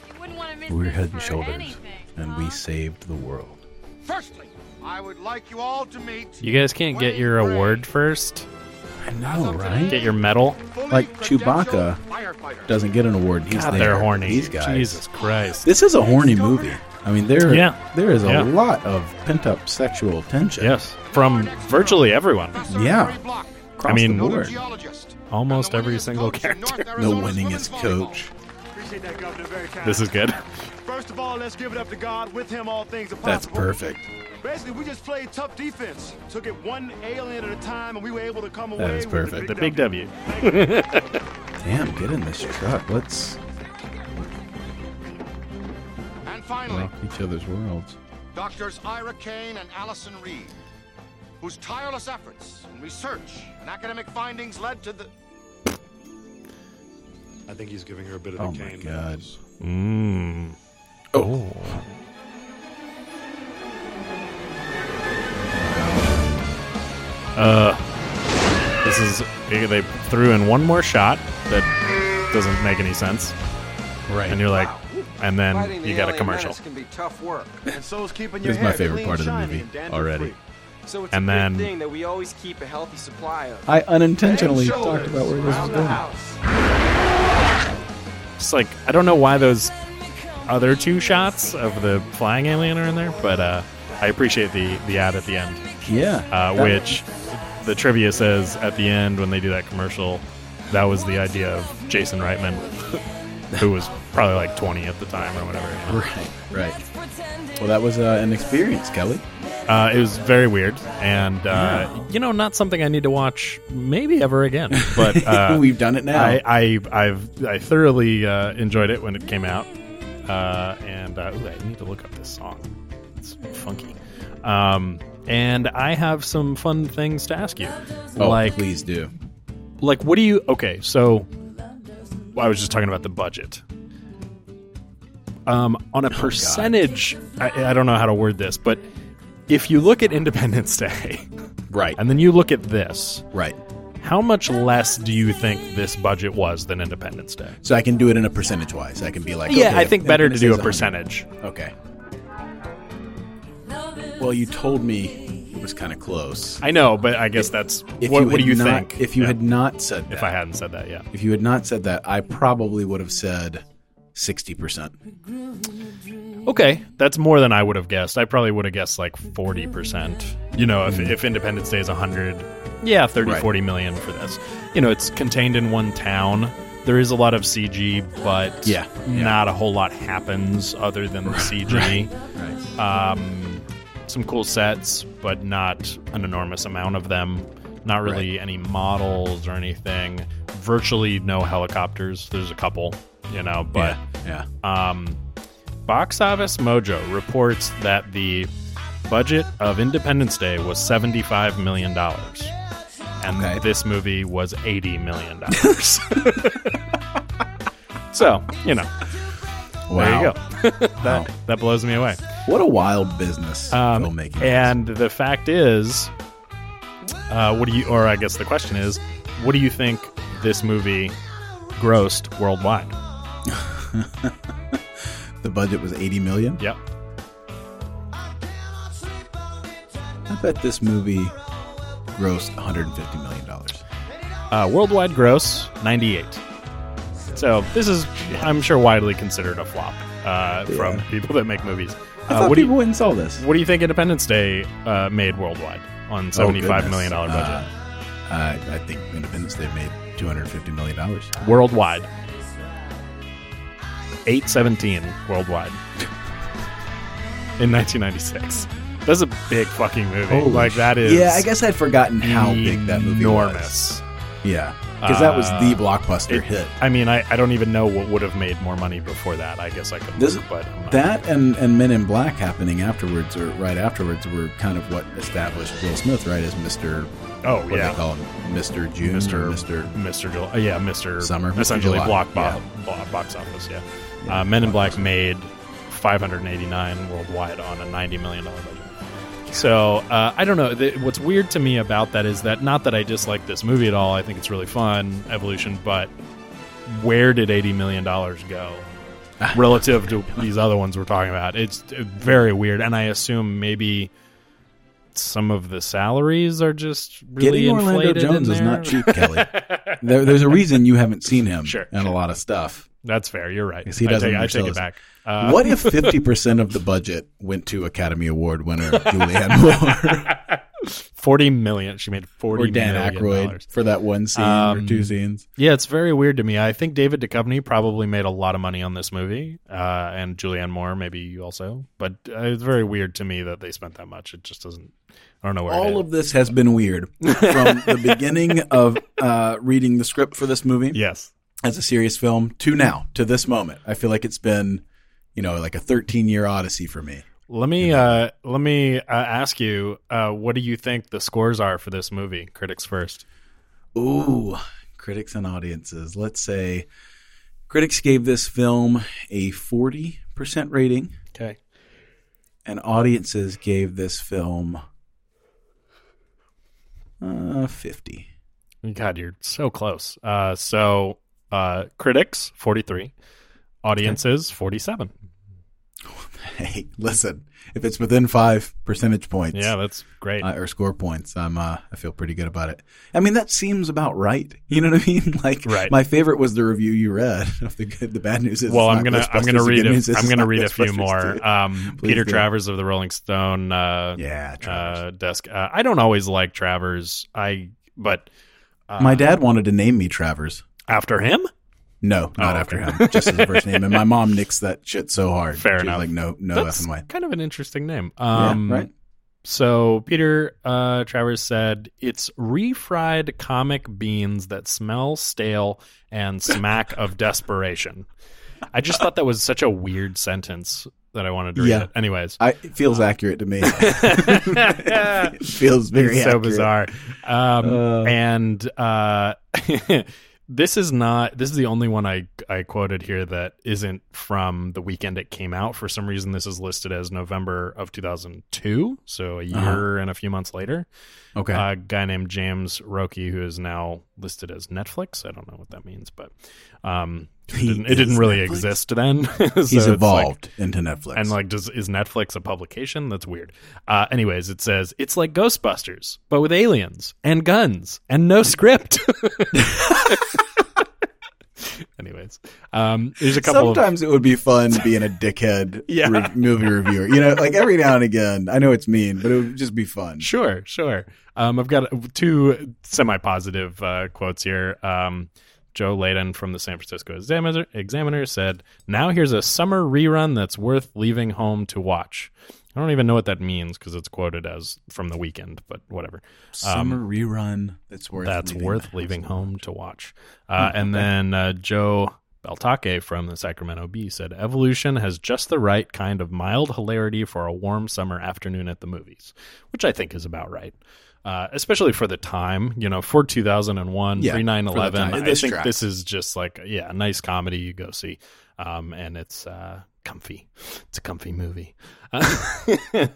Speaker 10: You wouldn't want to miss
Speaker 12: We're
Speaker 10: this
Speaker 12: head and
Speaker 10: for
Speaker 12: shoulders,
Speaker 10: anything.
Speaker 12: and we saved the world.
Speaker 4: Firstly, I would like you all to meet
Speaker 11: You guys can't get your award first.
Speaker 12: I know, right?
Speaker 11: Get your medal.
Speaker 12: Like Chewbacca doesn't get an award. and He's
Speaker 11: God,
Speaker 12: there.
Speaker 11: they're horny.
Speaker 12: These guys.
Speaker 11: Jesus Christ.
Speaker 12: This is a horny movie. I mean, there
Speaker 11: Yeah.
Speaker 12: there is a
Speaker 11: Yeah.
Speaker 12: lot of pent up sexual tension.
Speaker 11: Yes, from virtually everyone.
Speaker 12: Yeah.
Speaker 11: I
Speaker 12: Across
Speaker 11: mean,
Speaker 12: the board.
Speaker 11: almost every single character.
Speaker 12: The winningest coach.
Speaker 17: Appreciate that, Governor. Very kind.
Speaker 11: This is good.
Speaker 17: First of all, let's give it up to God. With Him, all things are possible.
Speaker 12: That's perfect.
Speaker 17: Basically, we just played tough defense. Took it one alien at a time, and we were able to come
Speaker 12: That
Speaker 17: away
Speaker 12: is
Speaker 17: with
Speaker 12: perfect.
Speaker 17: the big
Speaker 11: W.
Speaker 12: Damn, get in this truck. Let's
Speaker 16: And finally,
Speaker 12: rock each other's worlds.
Speaker 16: Doctors Ira Kane and Allison Reed, whose tireless efforts in research and academic findings led to the.
Speaker 5: I think he's giving her a bit of
Speaker 12: Oh
Speaker 5: a
Speaker 12: my
Speaker 5: cane.
Speaker 12: god.
Speaker 11: Mmm. Oh. Uh, this is they threw in one more shot that doesn't make any sense.
Speaker 12: Right.
Speaker 11: And you're like, and
Speaker 2: Fighting
Speaker 11: then
Speaker 2: the
Speaker 11: you got a
Speaker 2: alien
Speaker 11: commercial.
Speaker 2: menace can be tough work.
Speaker 17: And so is keeping
Speaker 12: This is my favorite part of the movie already.
Speaker 19: So it's
Speaker 11: And
Speaker 19: a good
Speaker 11: then-
Speaker 19: thing that we always keep a healthy supply of.
Speaker 12: I unintentionally
Speaker 19: Head and
Speaker 12: talked about where
Speaker 19: shoulders
Speaker 12: this was
Speaker 19: around the
Speaker 12: going.
Speaker 19: house.
Speaker 11: Just like I don't know why those other two shots of the flying alien are in there, but uh, I appreciate the the ad at the end.
Speaker 12: Yeah.
Speaker 11: Uh,
Speaker 12: That-
Speaker 11: which the trivia says at the end when they do that commercial, that was the idea of Jason Reitman, who was probably like 20 at the time or whatever. you know.
Speaker 12: Right, right. Well, that was uh, an experience, Kelly.
Speaker 11: Uh, it was very weird, and uh, you know, not something I need to watch maybe ever again. But uh,
Speaker 12: We've done it now.
Speaker 11: I, I I've I thoroughly uh, enjoyed it when it came out, uh, and uh, ooh, I need to look up this song. It's funky, um, and I have some fun things to ask you.
Speaker 12: Oh,
Speaker 11: like,
Speaker 12: please do.
Speaker 11: like, what do you? Okay, so I was just talking about the budget. Um, on a percentage, I, I don't know how to word this, but if you look at Independence Day,
Speaker 12: right,
Speaker 11: and then you look at this,
Speaker 12: right,
Speaker 11: how much less do you think this budget was than Independence Day?
Speaker 12: So I can do it in a percentage wise. I can be like,
Speaker 11: yeah,
Speaker 12: okay,
Speaker 11: I
Speaker 12: if-
Speaker 11: think
Speaker 12: if
Speaker 11: better
Speaker 12: it
Speaker 11: to do
Speaker 12: says 100.
Speaker 11: a percentage.
Speaker 12: Okay. Well, you told me it was kind of close.
Speaker 11: I know, but I guess that's
Speaker 12: If
Speaker 11: what,
Speaker 12: you
Speaker 11: what
Speaker 12: had
Speaker 11: do you
Speaker 12: not-
Speaker 11: think?
Speaker 12: If you
Speaker 11: Yeah.
Speaker 12: had not said that,
Speaker 11: if I hadn't said that, yeah,
Speaker 12: if you had not said that, I probably would have said sixty percent.
Speaker 11: okay, that's more than I would have guessed. I probably would have guessed like forty percent. You know, if, if Independence Day is hundred, yeah, 30,
Speaker 12: Right.
Speaker 11: 40 million for this. You know, it's contained in one town. There is a lot of CG, but
Speaker 12: Yeah, yeah.
Speaker 11: not a whole lot happens other than the CG.
Speaker 12: Right.
Speaker 11: Um, some cool sets, but not an enormous amount of them. Not really any models or anything. Virtually no helicopters. There's a couple, you know, but
Speaker 12: yeah.
Speaker 11: Um, Box Office Mojo reports that the budget of Independence Day was seventy-five million dollars, and this movie was eighty million dollars. so you know,
Speaker 12: Wow.
Speaker 11: there you go. that
Speaker 12: Wow.
Speaker 11: that blows me away.
Speaker 12: What a wild business
Speaker 11: Um,
Speaker 12: filmmaking.
Speaker 11: And the fact is, uh, what do you, or I guess the question is, what do you think this movie grossed worldwide?
Speaker 12: The budget was eighty million.
Speaker 11: Yep.
Speaker 12: I bet this movie grossed one hundred and fifty million dollars.
Speaker 11: Uh, worldwide gross, 98. So this is, I'm sure, widely considered a flop uh, from people that make movies.
Speaker 12: I
Speaker 11: Uh,
Speaker 12: thought
Speaker 11: what, do you,
Speaker 12: people wouldn't saw this.
Speaker 11: what do you think Independence Day uh, made worldwide on seventy-five million dollar
Speaker 12: Oh, goodness.
Speaker 11: budget?
Speaker 12: Uh, I, I think Independence Day made two hundred fifty million dollars.
Speaker 11: worldwide. 817 worldwide in 1996. That's a big fucking movie. Oh, like that is
Speaker 12: Yeah, I guess I'd forgotten how big that movie was.
Speaker 11: enormous.
Speaker 12: Yeah, because that was
Speaker 11: Uh,
Speaker 12: the blockbuster
Speaker 11: it-
Speaker 12: hit.
Speaker 11: I mean, I, I don't even know what would have made more money before that. I guess I could
Speaker 12: This-
Speaker 11: look, but I'm not-
Speaker 12: That and, and Men in Black happening afterwards or right afterwards were kind of what established Will Smith, right, as Mister.
Speaker 11: Oh,
Speaker 12: what do
Speaker 11: yeah.
Speaker 12: they call him, Mister June, Mister Mister
Speaker 11: Mr. Mm, Jul- uh, yeah, Mr.
Speaker 12: Summer, Mr.
Speaker 11: essentially
Speaker 12: July,
Speaker 11: block, bo-
Speaker 12: yeah.
Speaker 11: bo- box office. Yeah, uh, Men in Black made 589 worldwide on a 90 million dollar budget. So uh, I don't know. Th- what's weird to me about that is that not that I dislike this movie at all. I think it's really fun, Evolution, but where did 80 million dollars go
Speaker 12: Ah.
Speaker 11: relative to these other ones we're talking about? It's uh, very weird, and I assume maybe some of the salaries are just really
Speaker 12: Getting
Speaker 11: inflated.
Speaker 12: Orlando Jones
Speaker 11: in
Speaker 12: is not
Speaker 11: there.
Speaker 12: cheap, Kelly. there, there's a reason you haven't seen him in a lot of stuff.
Speaker 11: That's fair. You're right.
Speaker 12: Because he
Speaker 11: I
Speaker 12: doesn't.
Speaker 11: take- I take it
Speaker 12: understand.
Speaker 11: back. Uh,
Speaker 12: what if fifty percent of the budget went to Academy Award winner Julianne Moore?
Speaker 11: Forty million. She made forty
Speaker 12: or Dan
Speaker 11: million
Speaker 12: Aykroyd
Speaker 11: dollars.
Speaker 12: for that one scene or
Speaker 11: Um,
Speaker 12: two scenes.
Speaker 11: Yeah, it's very weird to me. I think David Duchovny probably made a lot of money on this movie, uh, and Julianne Moore maybe you also. But uh, it's very weird to me that they spent that much. It just doesn't. I don't know where it
Speaker 12: All of this has been weird from the beginning of uh, reading the script for this movie.
Speaker 11: Yes,
Speaker 12: as a serious film to now to this moment. I feel like it's been, you know, like a 13 year odyssey for me.
Speaker 11: Let me uh, let me uh, ask you, uh, what do you think the scores are for this movie? Critics first.
Speaker 12: Ooh, critics and audiences. Let's say critics gave this film a 40% rating.
Speaker 11: Okay.
Speaker 12: And audiences gave this film uh, 50.
Speaker 11: God, you're so close. Uh, so uh, critics forty three, audiences forty seven.
Speaker 12: Hey, listen, if it's within five percentage points.
Speaker 11: Yeah, that's great.
Speaker 12: Uh, or score points. I'm, uh, I feel pretty good about it. I mean, that seems about right. You know what I mean? Like,
Speaker 11: Right.
Speaker 12: my favorite was the review you read of the good, the bad news is.
Speaker 11: well,
Speaker 12: it's
Speaker 11: I'm
Speaker 12: not
Speaker 11: gonna I'm
Speaker 12: Ghostbusters,
Speaker 11: gonna
Speaker 12: the
Speaker 11: read
Speaker 12: good
Speaker 11: a,
Speaker 12: news is
Speaker 11: I'm
Speaker 12: it's
Speaker 11: gonna
Speaker 12: not
Speaker 11: read a few
Speaker 12: Ghostbusters too.
Speaker 11: more. Um,
Speaker 12: Please
Speaker 11: Peter
Speaker 12: do.
Speaker 11: Travers of the Rolling Stone. Uh,
Speaker 12: yeah,
Speaker 11: uh, desk. Uh, I don't always like Travers. I but uh,
Speaker 12: my dad wanted to name me Travers
Speaker 11: after him. Oh,
Speaker 12: No, not after him. Just his first name. And my mom nicks that shit so hard.
Speaker 11: Fair
Speaker 12: She was
Speaker 11: enough.
Speaker 12: Like no, no
Speaker 11: That's
Speaker 12: Oh, F and Y.
Speaker 11: Kind of an interesting name.
Speaker 12: Yeah,
Speaker 11: Um,
Speaker 12: right?
Speaker 11: So Peter uh, Travers said, "It's refried comic beans that smell stale and smack of desperation." I just thought that was such a weird sentence that I wanted to read.
Speaker 12: Yeah.
Speaker 11: It. Anyways,
Speaker 12: I, it feels accurate to me. it feels very
Speaker 11: uh, It's so
Speaker 12: accurate.
Speaker 11: bizarre. Um, and uh, this is not. This is the only one I I quoted here that isn't from the weekend it came out. For some reason, this is listed as November of 2002, so a year
Speaker 12: Uh-huh.
Speaker 11: and a few months later. Uh,
Speaker 12: Okay.
Speaker 11: a guy named James Roki, who is now listed as Netflix. I don't know what that means, but um, it
Speaker 12: He
Speaker 11: didn't, it didn't
Speaker 12: is
Speaker 11: really
Speaker 12: Netflix.
Speaker 11: exist then.
Speaker 12: He's
Speaker 11: it's like-
Speaker 12: evolved into Netflix.
Speaker 11: And like, does is Netflix a publication? That's weird. Uh, anyways, it says it's like Ghostbusters, but with aliens and guns and no script. anyways, um, there's a couple of
Speaker 12: Sometimes it would be fun being a dickhead
Speaker 11: Yeah.
Speaker 12: re- movie reviewer. You know, like every now and again. I know it's mean, but it would just be fun.
Speaker 11: Sure, sure. Um, I've got two semi-positive uh, quotes here. Um, Joe Layden from the San Francisco Examiner, Examiner said, "Now here's a summer rerun that's worth leaving home to watch." I don't even know what that means because it's quoted as from the weekend, but whatever.
Speaker 12: Summer rerun that's worth
Speaker 11: Um, that's
Speaker 12: leaving
Speaker 11: worth
Speaker 12: the
Speaker 11: leaving home to watch. Uh,
Speaker 12: Hmm,
Speaker 11: and then uh, Joe Beltake from the Sacramento Bee said, "Evolution has just the right kind of mild hilarity for a warm summer afternoon at the movies," which I think is about right. Uh, especially for the time, you know, for 2001,
Speaker 12: Yeah,
Speaker 11: pre 9
Speaker 12: for
Speaker 11: 11,
Speaker 12: the
Speaker 11: I
Speaker 12: time. This
Speaker 11: think
Speaker 12: tracks.
Speaker 11: this is just like, yeah, a nice comedy you go see. Um, and it's uh, comfy. It's a comfy movie. Uh,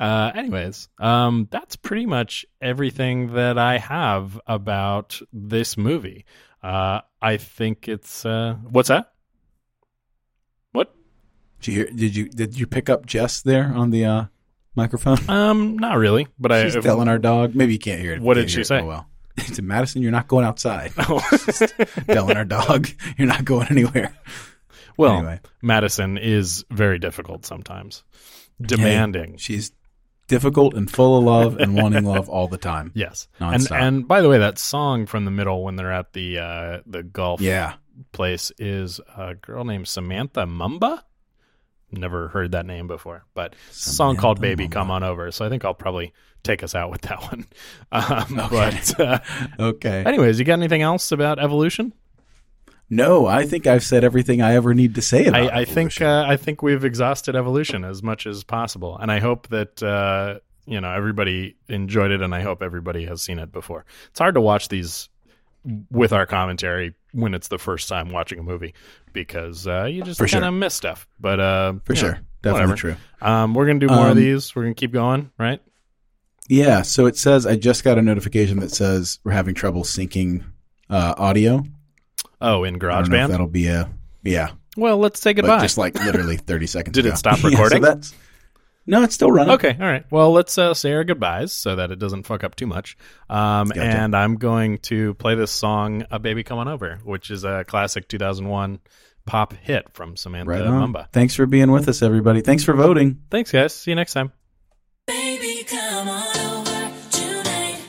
Speaker 11: uh, anyways, um, that's pretty much everything that I have about this movie. Uh, I think it's, uh, what's that?
Speaker 12: Did you, hear, did you did you pick up Jess there on the uh, microphone?
Speaker 11: Um, not really, but I-
Speaker 12: she's telling our dog. Maybe you can't hear it. if
Speaker 11: What
Speaker 12: you
Speaker 11: did
Speaker 12: can't
Speaker 11: she
Speaker 12: hear it.
Speaker 11: say? Oh.
Speaker 12: Oh, well, it's Madison. You're not going outside. She's telling our dog you're not going anywhere.
Speaker 11: Well,
Speaker 12: Anyway.
Speaker 11: Madison is very difficult sometimes, demanding.
Speaker 12: Hey, she's difficult and full of love and wanting love all the time.
Speaker 11: Yes,
Speaker 12: nonstop.
Speaker 11: and and by the way, that song from the middle when they're at the uh, the golf
Speaker 12: Yeah.
Speaker 11: place is a girl named Samantha Mumba. Never heard that name before, but it's a song called "Baby Come On Over." So I think I'll probably take us out with that one. Um, But, uh,
Speaker 12: Okay.
Speaker 11: Anyways, you got anything else about evolution?
Speaker 12: no, I think I've said everything I ever need to say about.
Speaker 11: I, I think uh, I think we've exhausted evolution as much as possible, and I hope that uh, you know everybody enjoyed it, and I hope everybody has seen it before. It's hard to watch these with our commentary when it's the first time watching a movie because uh, you just
Speaker 12: For
Speaker 11: kind of
Speaker 12: sure.
Speaker 11: miss stuff. But uh,
Speaker 12: For
Speaker 11: you know,
Speaker 12: sure. Definitely
Speaker 11: whatever.
Speaker 12: true.
Speaker 11: Um, we're gonna do more of
Speaker 12: Um,
Speaker 11: these. We're gonna keep going, right?
Speaker 12: Yeah, so it says I just got a notification that says we're having trouble syncing uh, audio.
Speaker 11: Oh, in
Speaker 12: I don't know if
Speaker 11: GarageBand.
Speaker 12: that'll be a yeah.
Speaker 11: Well, let's say
Speaker 12: But
Speaker 11: goodbye.
Speaker 12: just like literally 30 seconds
Speaker 11: Did it
Speaker 12: ago.
Speaker 11: stop
Speaker 12: Yeah, so
Speaker 11: recording?
Speaker 12: that's- No, it's still running.
Speaker 11: Okay, all right. Well, let's uh, say our goodbyes so that it doesn't fuck up too much. Um,
Speaker 12: Gotcha.
Speaker 11: And I'm going to play this song, "A Baby Come On Over," which is a classic 2001 pop hit from Samantha
Speaker 12: Right on.
Speaker 11: Mumba.
Speaker 12: Thanks for being with us, everybody. Thanks for voting.
Speaker 11: Thanks, guys. See you next time.
Speaker 7: Baby, come on over tonight.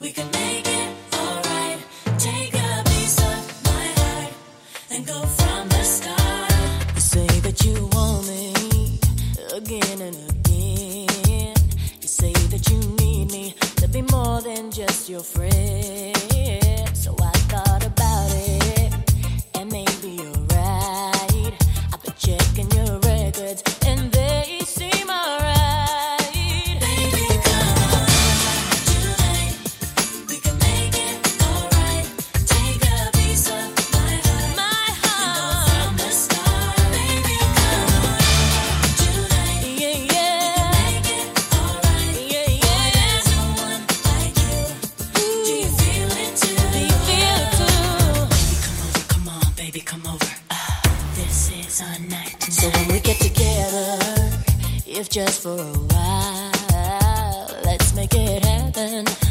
Speaker 7: We can make it alright. Take a piece of my heart and go from the start. You say that you want me again and again. You say that you need me to be more than just your friend. So I thought about it, and maybe you're right. I've been checking your records, and they seem alright. Baby, come on tonight. We can make it alright. Take a piece of my heart, my heart from the start. Baby, come on tonight. Yeah, yeah. Make it alright. Yeah, yeah. There's no one like you. Do you feel it too? Do you feel it too? Come on, baby, come over. This is our night. So when we get together, if just for a while, let's make it happen.
Speaker 9: Oh,